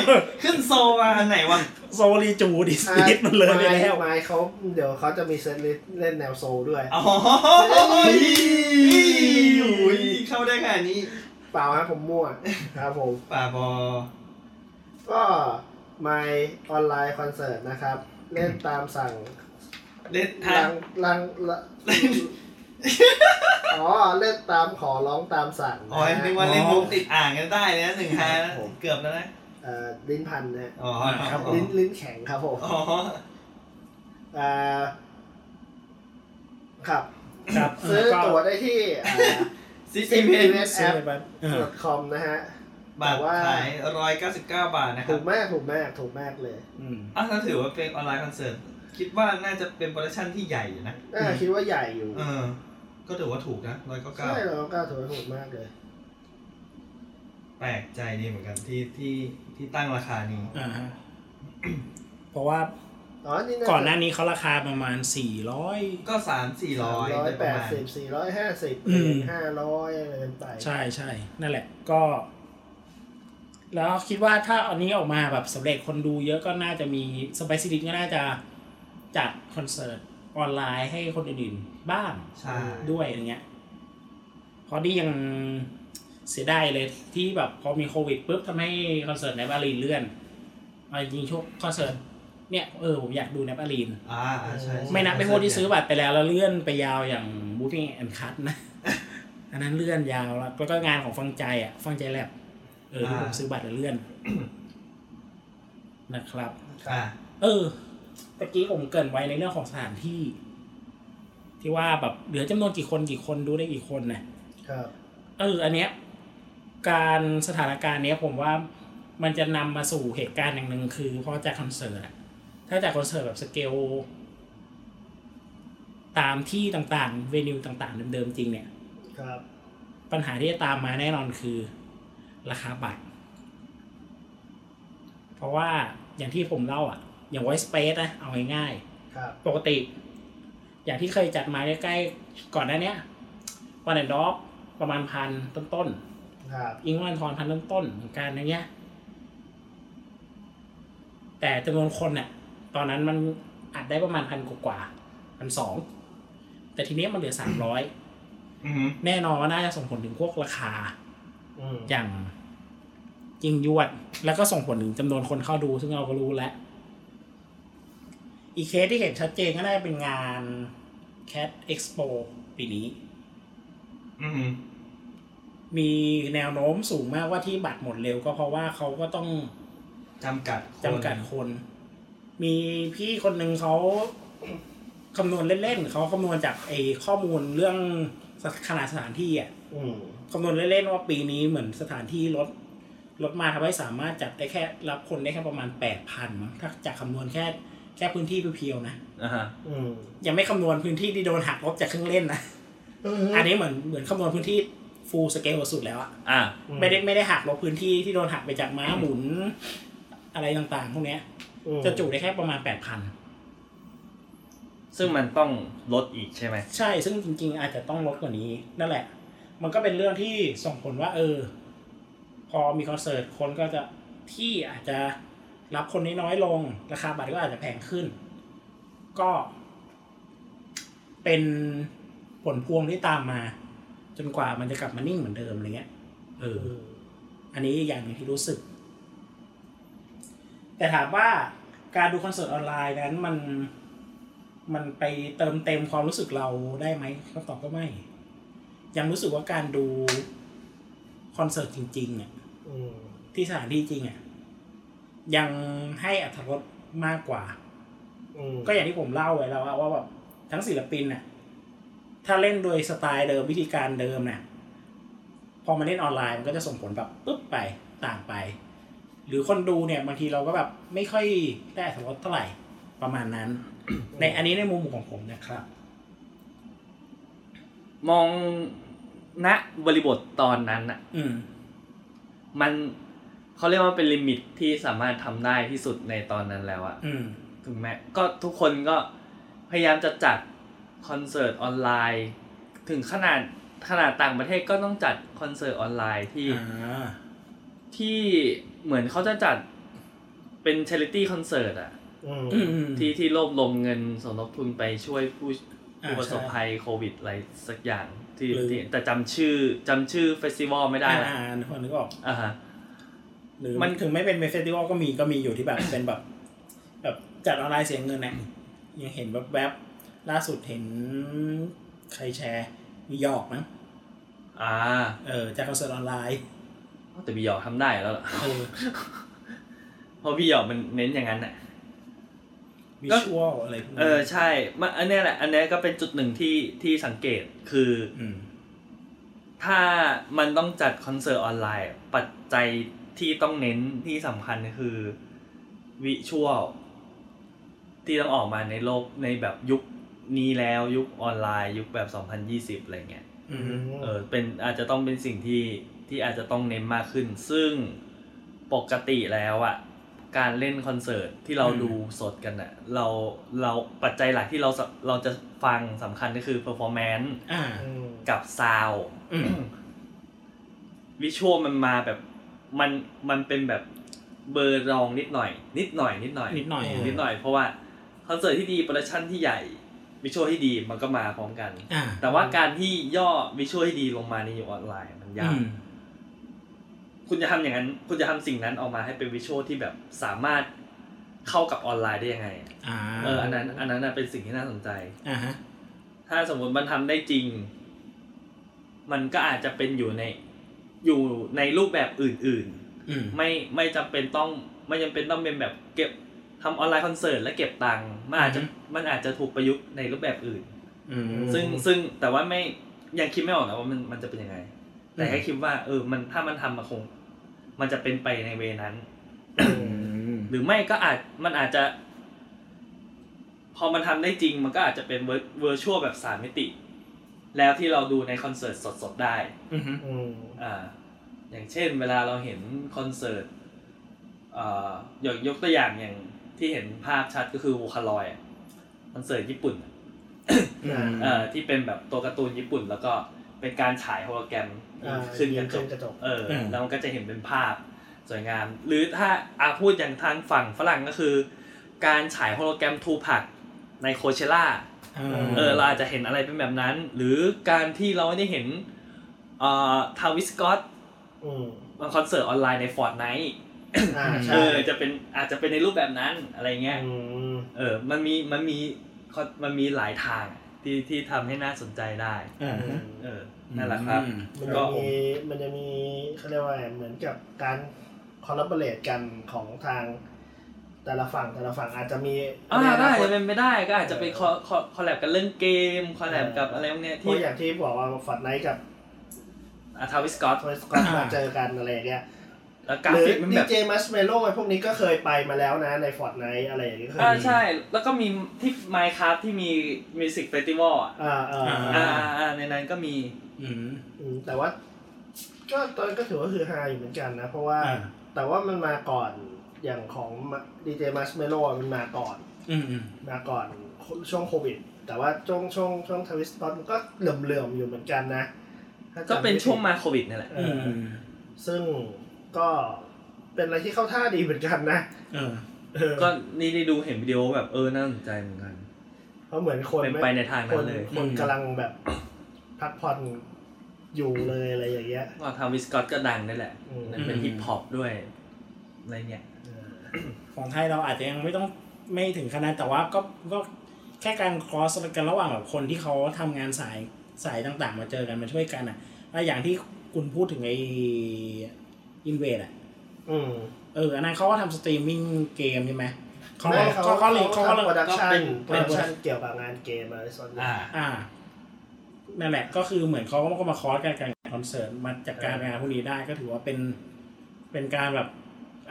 S7: ขึ้นโซมาอันไหนวะ
S2: โซลีจูดิสลิสมันเลยไป
S1: ไม่
S2: แล้ว
S1: ไม่เขาเดี๋ยวเขาจะมีเซตลิสต์เล่นแนวโซลด้วย
S7: อ๋ออุ้ยเข้าได้ขนาดนี้
S1: เปล่าครับผมมั่วครับผม
S7: ป่าบอ
S1: ก็ My Online Concert นะครับ เล่นตามสั่ง
S7: เล่นทา
S1: รั
S7: ง
S1: งรังละอ๋อ เล่นตามขอร้องตามสั่ง
S7: อ๋อนึกว่าเล่นมุกติดอ่างกันได้เลยนะหนึ่งฮานะเกือบแล้วนะ
S1: เอ่อลิ้นพันนะฮะ
S7: อ๋อ
S2: ครับผม
S1: ลิ้นลิ้นแข็งครับผม
S7: อ๋อ
S1: เอ่อครับ
S2: ครับ
S1: ซื้อตั๋วได้ที่
S7: ซิ
S1: ซี
S7: ซี
S1: พี
S7: เพน
S1: เอสแอ
S2: ซื้อ
S1: ป
S2: ไปปั๊บเออ
S1: คอมนะฮะ
S7: บาทขายร้อยเก้าสิบเก้าบาทนะค
S1: ถู
S7: รับ
S1: กมากถูกมากถูกมากเลย
S2: อืม
S7: อ้าวถ้าถือว่าเป็นออนไลน์คอนเสิร์ต คิดว่าน่าจะเป็นโปรดักชั่นที่ใหญ่อยู่นะ
S1: น่าคิดว่าใหญ่อยู่
S7: เออ ก็ถือว่าถูกนะร้อยเก้าเก้า
S1: ใช่เราก็ถือว่าถูกมากเลย
S7: แปลกใจดีเหมือนกันที่ที่ที่ตั้งราคานี้
S2: อ่าฮะเพราะว่า
S1: อ๋อ นี่
S2: ก่อนหน้านี้เขาราคาประมาณสี่ร้อย
S7: ก็สามสี่ร้อย
S1: ร้อย
S7: โดยป
S1: แประ ด
S7: มาณ
S1: สิบสี่ร้อยห้าสิบ
S2: อืม
S1: ห้าร้อยอะไรกันไป
S2: ใช่ใช่นั่นแหละก็ แล้วคิดว่าถ้าอันนี้ออกมาแบบสำเร็จคนดูเยอะก็น่าจะมีสไปซิลินก็น่าจะจัดคอนเสิร์ตออนไลน์ให้คนอื่นๆบ้าง
S7: ใช่
S2: ด้วยอย่างเงี้ยเพราะนี่ยังเสียดายเลยที่แบบพอมีโควิดปุ๊บทำให้คอนเสิร์ตในบาลีนเลื่อนเอาจริงๆช่วงคอนเสิร์ตเนี่ยเออผมอยากดูในบาลีน
S7: อ่าอ่าใช่ใช่
S2: ไม่นับไปพวกที่ซื้อบัตรไปแล้วแล้วเลื่อนไปยาวอย่างบูธ i ี g แอนคัท นะ อันนั้นเลื่อนยาวแล้วแล้วก็งานของฟังใจอ่ะ ฟังใจแลบเออที่ผมซื้อบัตรแล้ว เลื่อน นะครับ
S7: อ่า
S2: เออตะกี้ผมเกรินไว้ในเรื่องของสถานที่ ที่ว่าแบบเหลือจำนวนกี่คนกี่คนดูได้กี่คนนะ
S1: ครับ
S2: เออ อันเนี้ยการสถานการณ์เนี้ยผมว่ามันจะนำมาสู่เหตุการณ์อย่างหนึ่งคือพอจากคอนเสิร์ตอะถ้าจากคอนเสิร์ตแบบสเกลตามที่ต่างๆ เวนิวต่างๆ เดิมๆ จริงเนี่ย
S1: ครับ
S2: ปัญหาที่จะตามมาแน่นอนคือ ราคาบัตร เพราะว่าอย่างที่ผมเล่าอ่ะ อย่างไวสเปซนะเอาง่ายๆ
S1: ครับ
S2: ปกติ อย่างที่เคยจัดมาใกล้ๆก่อนหน้าเนี้ยวันแอนด์ด็อกประมาณพันต้น
S1: ครับ
S2: ๆอิงวันทอนพันต้นๆเหมือนกันอย่างเงี้ย แต่จำนวนคนเนี่ยตอนนั้นมันอัดได้ประมาณพันกว่าพันสองแต่ทีเนี้ยมันเหลือสามร้อย
S7: อือหือ
S2: แน่นอนว่าน่าจะส่งผลถึงพวกราคา
S1: อืม
S2: อย่างยิ่งยวด แล้วก็ส่งผลถึงจำนวนคนเข้าดูซึ่งเราก็รู้แล้ว อีกเคสที่เห็นชัดเจนก็น่าจะเป็นงาน Cat Expo ปีนี้
S7: อือหือ
S2: มีแนวโน้มสูงมากว่าที่บัตรหมดเร็วก็เพราะว่าเขาก็ต้อง
S7: จำกัดคน
S2: จำกัดคน มีพี่คนหนึ่งเขาคำนวณเล่นๆ เขาคำนวณจากไอ้ข้อมูลเรื่องขนาดสถานที่อ่ะ
S1: อืม
S2: คำนวณเล่นๆว่าปีนี้เหมือนสถานที่ลดลดมาทำให้สามารถจัดได้แค่รับคนได้แค่ประมาณแปดพันมั้งถ้าจากคำนวณแค่แค่พื้นที่เพียวๆนะ
S4: อ่าฮะ
S1: อืม
S2: ยังไม่คำนวณพื้นที่ที่โดนหักลบจากเครื่องเล่นนะ อันนี้เหมือนเหมือนคำนวณพื้นที่ฟูลสเกลสุดแล้วอะ
S4: อ่า
S2: ไม่ได้ไม่ได้หักลบพื้นที่ที่โดนหักไปจากม้าหมุน อะไรต่างๆพวกเนี้ย
S1: อืม
S2: จะจุได้แค่ประมาณแปดพัน
S4: ซึ่งมันต้องลดอีกใช่ไหม
S2: ใช่ซึ่งจริง ๆ อาจจะต้องลดกว่านี้ นั่นแหละ มันก็เป็นเรื่องที่ส่งผลว่า เออ พอมีคอนเสิร์ตคนก็จะที่อาจจะรับคนน้อยๆลง ราคาบัตรก็อาจจะแพงขึ้น ก็ เป็นผลพวงที่ตามมา จนกว่ามันจะกลับมานิ่งเหมือนเดิมอะไรเงี้ยเออ
S1: อืม
S2: อันนี้อีกอย่างหนึ่งที่รู้สึก แต่ถามว่าการดูคอนเสิร์ตออนไลน์นั้นมันมันไปเติมเต็มความรู้สึกเราได้ไหมคำตอบก็ไม่ ยังรู้สึกว่าการดูคอนเสิร์ตจริงๆอ่ะ
S1: อืม
S2: ที่สถานที่จริงอ่ะยังให้อัตรสมากกว่า
S1: อืม
S2: ก็อย่างที่ผมเล่าไว้แล้วอะว่าแบบทั้งศิลปินน่ะถ้าเล่นโดยสไตล์เดิมวิธีการเดิมน่ะพอมาเล่นออนไลน์มันก็จะส่งผลแบบปึ๊บไปต่างไป หรือคนดูเนี่ยบางทีเราก็แบบไม่ค่อยได้สมรสเท่าไหร่ประมาณนั้น ในอันนี้ในมุมของผมนะครับ
S4: มองณบริบทตอนนั้นอ่ะ
S2: อืม
S4: มันเขาเรียกว่าเป็นลิมิตที่สามารถทำได้ที่สุดในตอนนั้นแล้วอะ
S2: อืม
S4: ถึงแม้ก็ทุกคนก็พยายามจะจัดคอนเสิร์ตออนไลน์ ถึงขนาดขนาดต่างประเทศก็ต้องจัดคอนเสิร์ตออนไลน์ที่
S2: อ่า
S4: ที่เหมือนเขาจะจัดเป็น charity concert อะ
S1: อืม
S4: ที่ที่รวบรวมเงินสมทบทุนไปช่วยผู้ผู้
S2: อ่า
S4: ประสบภัยโควิดอะไรสักอย่างที่
S2: หรือ
S4: ที่แต่จำชื่อจำชื่อเฟสติวัลไม่ได้
S2: อ่า
S4: ละ
S2: อ่านึกออกนึกออก
S4: อ่าฮะ
S2: หรือ
S4: มั
S2: มัน นถึงไม่เป็นเฟสติวัลก็มีก็มีอยู่ที่แบบ เป็นแบบ แบบจัดออนไลน์เสียเงินเนี่ยยังเห็นแบบแบบๆล่าสุดเห็นใครแชร์มีหยอกมั้ง
S4: อ่า
S2: เออจากคอนเสิร์ตออนไลน์
S4: แต่บีหยอกทำได้แล้วล่ะ
S2: เออ
S4: เพราะบีหยอกมันเน้นอย่างนั้นน่ะ
S2: วิชวลอะไรพวก
S4: เอ
S2: นี้
S4: อใช่มันอันเนี้ยแหละ อันเนี้ยก็เป็นจุดหนึ่งที่ที่สังเกตคือ
S2: ม
S4: ถ้ามันต้องจัดคอนเสิร์ตออนไลน์ ปัจจัยที่ต้องเน้นที่สำคัญคือวิชวลที่ต้องออกมาในโลกในแบบยุคนี้แล้วยุคออนไลน์ยุคแบบ 2020 อะไรเงี้ย
S2: อืม
S4: เออเป็นอาจจะต้องเป็นสิ่งที่ที่อาจจะต้องเน้นมากขึ้น ซึ่งปกติแล้วอะ่ะการเล่นคอนเสิร์ตที่เราดูสดกันอะ่ะเราเราปัจจัยหลักที่เราสเราจะฟังสำคัญก็คือเพอร์ฟอร์แมนซ์
S2: อ่า
S1: ม
S4: กับซาว
S2: อืม
S4: วิชวลมันมาแบบมันมันเป็นแบบเบอร์รองนิดหน่อย นิดหน่อยนิดหน่อย
S2: นิดหน่อย
S4: เนิดหน่อยเพราะว่าคอนเสิร์ตที่ดีโปรดักชั่นที่ใหญ่ วิชวลที่ดีมันก็มาพร้อมกัน
S2: อ่า
S4: แต่ว่าการที่ย่อวิชวลให้ดีลงมาในอยู่ออนไลน์มันยา
S2: อื
S4: ก
S2: ม
S4: คุณจะทำอย่างนั้น คุณจะทำสิ่งนั้นออกมาให้เป็นวิชวลที่แบบสามารถเข้ากับออนไลน์ได้ยังไง
S2: อ่า
S4: เออ อันนั้น อันนั้นน่ะเป็นสิ่งที่น่าสนใจ
S2: อ่าฮะ
S4: ถ้าสมมติมันทำได้จริง มันก็อาจจะเป็นอยู่ใน อยู่ในรูปแบบอื่น
S2: อืม
S4: ๆ ไม่ ไม่จำเป็นต้อง ไม่จำเป็นต้องเป็นแบบเก็บทำออนไลน์คอนเสิร์ตและเก็บตังค์ มันอาจจะ มันอาจจะถูกประยุกต์ในรูปแบบอื่น
S2: อืม
S4: ซึ่งซึ่งแต่ว่าไม่ยังคิดไม่ออกนะว่ามันมันจะเป็นยังไง แต่
S2: อืม
S4: แค่คิดว่า เออ มันถ้ามันทำมาคง มันจะเป็นไปในเวนั้น
S2: อืม
S4: หรือไม่ก็อาจมันอาจจะ พอมันทำได้จริง มันก็อาจจะเป็นเวอร์ชวลแบบสามมิติ แล้วที่เราดูในคอนเสิร์ตสดๆได้
S2: อืม
S1: อืม
S4: อ่า อย่างเช่น เวลาเราเห็นคอนเสิร์ตอ่ายกยกตัวอย่างอย่างที่เห็นภาพชัดก็คือโวคาลอยด์อะคอนเสิร์ตญี่ปุ่นอะ
S2: อืม
S4: เอ่อที่เป็นแบบตัวการ์ตูนญี่ปุ่น แล้วก็เป็นการฉายโฮโลแกรม
S1: อ่า
S4: ขึ้นกระจ
S1: ขึ้
S4: ก
S1: นกระจก
S4: เออแล้วมันก็จะเห็นเป็นภาพสวยงาม หรือถ้าอาพูดอย่างทางฝั่งฝรั่งก็คือ การฉายโฮโลแกรมทูพักในโคเชล่า
S2: อ่า
S4: เออเราอาจจะเห็นอะไรเป็นแบบนั้น หรือการที่เราไม่ได้เห็นเอ่อทาวิสกอต
S1: อืม
S4: มาคอนเสิร์ตออนไลน์ในฟอร์ดไนท์
S1: อ่าใช่
S4: เออจะเป็นอาจจะเป็นในรูปแบบนั้นอะไรเงี้ย
S1: อืม
S4: เออ มันมี มันมีคอนมันมีหลายทางอะที่ที่ทำให้น่าสนใจได้
S2: อ่า
S1: อืม
S2: ฮะ
S4: เออ นั่นแหละครับ
S2: อืม
S1: มัน
S4: ก็
S1: จะมีมันจะมีเขาเรียกว่าไงเหมือนกับการคอลลาบอร์เรทกันของทาง แต่ละฝั่งแต่ละฝั่งอาจจะมี
S4: อ่าได้
S1: ค
S4: จะ
S1: ต
S4: เป็นไม่ได้ก็อาจจะไป
S1: เออ
S4: คอคอคอลแลบกันเรื่องเกม คอลแลบกับอะไรพวกเนี้ย
S1: เพ
S4: ที่
S1: ราะอย่างที่บอกว่าฟอร์ดไนท์กับ
S4: อาทาวิสกอต
S1: ทอยสกอต
S2: อ่าม
S1: มาเจอกันอะไรอย่างเงี้ย
S4: แล้วกรา
S1: หรือ
S4: ฟิกมัน
S1: ดี
S4: แบบ
S1: เจมัสเมโล่ไอ้พวกนี้ก็เคยไปมาแล้วนะในฟอร์ดไนท์อะไรอย่างเงี้ยเคย
S4: อ่า
S1: มี
S4: ใช่แล้วก็มีที่ไมค์ครับที่มีมิวสิกเฟสติวัลอ่ะ
S1: อ่าอ่า
S2: อ่
S4: อ่าอ่าในนั้นก็มี
S2: อืม
S1: อืมแต่ว่า ก็ตอนก็ถือว่าคือฮาอยู่เหมือนกันนะ เพราะว่า
S2: อ่า
S1: แต่ว่ามันมาก่อนอย่างของดีเจมัสเมโล่มันมาก่อน
S2: อืมอืม
S1: มาก่อนช่วงโควิด แต่ว่าช่วงช่วงช่วงทวิสตอนก็เหลื่อมๆอยู่เหมือนกันนะถ้าจำ
S4: ก็เป็นช่วง
S1: ไม่ผิด
S4: มาโควิดนี่แหละ
S1: เอ
S2: อื
S1: ออ
S2: ม
S1: ซึ่งก็เป็นอะไรที่เข้าท่าดีเหมือนกันนะ
S2: เออ
S1: เออ
S4: ก็นี่ได้ดูเห็นวิดีโอแบบเออน่าสนใจเหมือนกัน
S1: เพราะเหมือนคน
S4: เป็น
S1: ม่
S4: ไปในทางนั้นเลย
S1: คนคน
S2: อืม
S1: กำลังแบบพักผ่อนอยู่เลยอะไรอย่างเงี้ย
S4: ก็ทาวิสกอตก็ดังนี่แหละ
S1: อืม
S4: นั่นเป็นฮิปฮอปด้วยอะไรเงี้ย
S1: เออ
S2: ของไทยเราอาจจะยังไม่ต้องไม่ถึงขนาดแต่ว่าก็ก็แค่การครอสกันระหว่างแบบคนที่เขาทำงานสายสายต่างๆ มาเจอกันมาช่วยกันอ่ะแล้วอย่างที่คุณพูดถึงไออินเวดอ่ะ
S1: อืม
S2: เอออันนั้นเขาก็ทำสตรีมมิ่งเกมใช่ไหมเขา
S1: ไม่
S2: เขาเขาเลยเขา
S1: เขา
S2: ก็เลย
S1: โปรดักชั
S4: ก็เป็น น
S1: โปรดักชันเกี่ยวกับงานเกมอะไรส่วนใหญ่
S4: อ่า
S2: อ่านั่นแหละก็คือเหมือนเขาก็มาคอสกันการคอนเสิร์ตมาจัดการงานพวกนี้ได้ก็ถือว่าเป็นเป็นการแบบ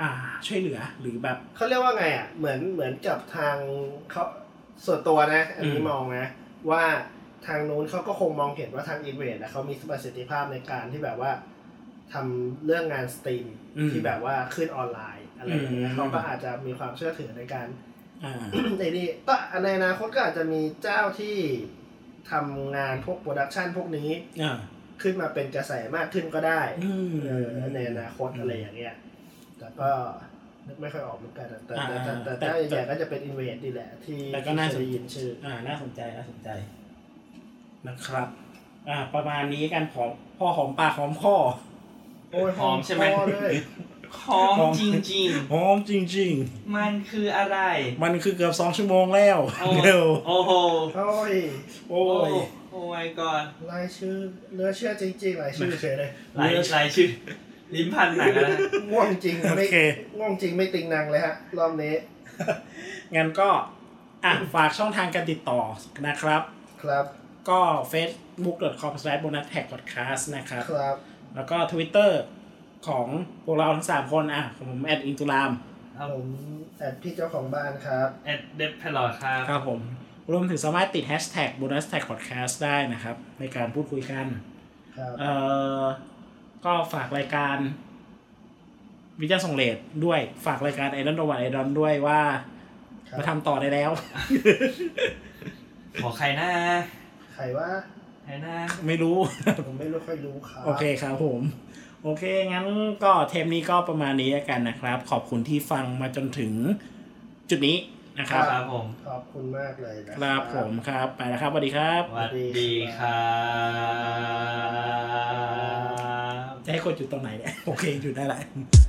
S2: อ่าช่วยเหลือหรือแบบ
S1: เขาเรียกว่าไงอ่ะ เหมือนเหมือนกับทางเขาส่วนตัวนะ อันนี้
S2: อืม
S1: มองนะ ว่าทางนู้นเขาก็คงมองเห็นว่าทางอินเวดนะเขามีประสิทธิภาพในการที่แบบว่าทำเรื่องงานสตรีม
S2: อืม
S1: ที่แบบว่าขึ้นออนไลน์อะไรอย่างเงี้
S2: อื
S1: ย
S2: ม
S1: เขาก็อาจจะมีความเชื่อถือในการ
S2: อ่า
S1: ในนี่ก็ในอนาคตก็อาจจะมีเจ้าที่ ทำงานพวกโปรดักชันพวกนี้
S2: อ่า
S1: ขึ้นมาเป็นกระแสมากขึ้นก็ได้
S2: อืม
S1: เออในอนาคตอะไรอย่างเงี้ยแต่ก็นึกไม่ค่อยออกเหมือนกันอะแต่แต่แต่แต่แต่
S2: อ่า
S1: ถ้า
S2: แต่
S1: ใหญ่ๆก็จะเป็นอินเวสดีแหละ ที่
S2: แต่ก็
S1: ที่
S2: น่าสน
S1: เคยได้ยินชื่อ
S2: อ่าน่าสนใจน่าสนใจนะครับ อ่า ประมาณนี้กันพอพ่อหอมปากหอมคอ
S1: โอ้ย
S4: หอมใช่ไหม
S1: คอเลย
S4: ของ
S2: ของ
S4: จริง
S2: หอมจริง
S4: ๆ มันคืออะไร
S2: ๆ มันคือเกือบสองชั่วโมงแล้ว
S4: โอ้
S2: เร็ว
S4: โอ้โห
S1: โอ้ย
S2: โอ้
S4: โอ้
S2: ย
S4: โอ้ my god
S1: รายชื่อเหลือเชื่อจริงๆรายชื่อเฉยเลย
S4: ลายลายชื่อ ลิ้นพันหนักแล้วนะ
S1: ง่วงจริงไม่
S2: โอเค
S1: ง่วงจริงไม่ติงนางเลยฮะ รอบนี้
S2: งั้นก็ อ่ะ ฝากช่องทางการติดต่อนะครับ
S1: ครับ
S2: ก็ facebook.com/bonustaggpodcast นะครับ
S1: ครับ
S2: แล้วก็ Twitter ของพวกเราทั้ง 3 คนอ่ะของผมแอดอิงตุลาม
S1: ผมแอดพี่เจ้าของบ้านครับ
S4: แอดเดฟพลอดครับ
S2: ครับผม รวมถึงสามารถติด hashtag bonus tag podcast ได้นะครับ ในการพูดคุยกัน
S1: ครับ
S2: เอ่อ ก็ฝากรายการ วิจารณ์ส่งเลดด้วย ฝากรายการไอดอนดวันไอดอนด้วยว่า
S1: ครับ
S2: มาทำต่อได้แล้ว
S4: ขอใครหน้า
S1: ใครว่า
S4: ใครหน้า
S2: ไม่รู้
S1: ผมไม่รู้ค่อยรู้ครับ
S2: โอเคครับผม โอเค งั้นก็เทปนี้ก็ประมาณนี้แล้วกันนะครับ ขอบคุณที่ฟังมาจนถึงจุดนี้นะครับ
S4: ครับผม
S1: ขอบคุณมากเลยนะ
S2: ครับผมครับ ไปแล้วครับสวัสดีครับ
S4: สวัสดีครับ
S2: จะให้กดจุดตรงไหนเนี่ย โอเคหยุดได้แหละ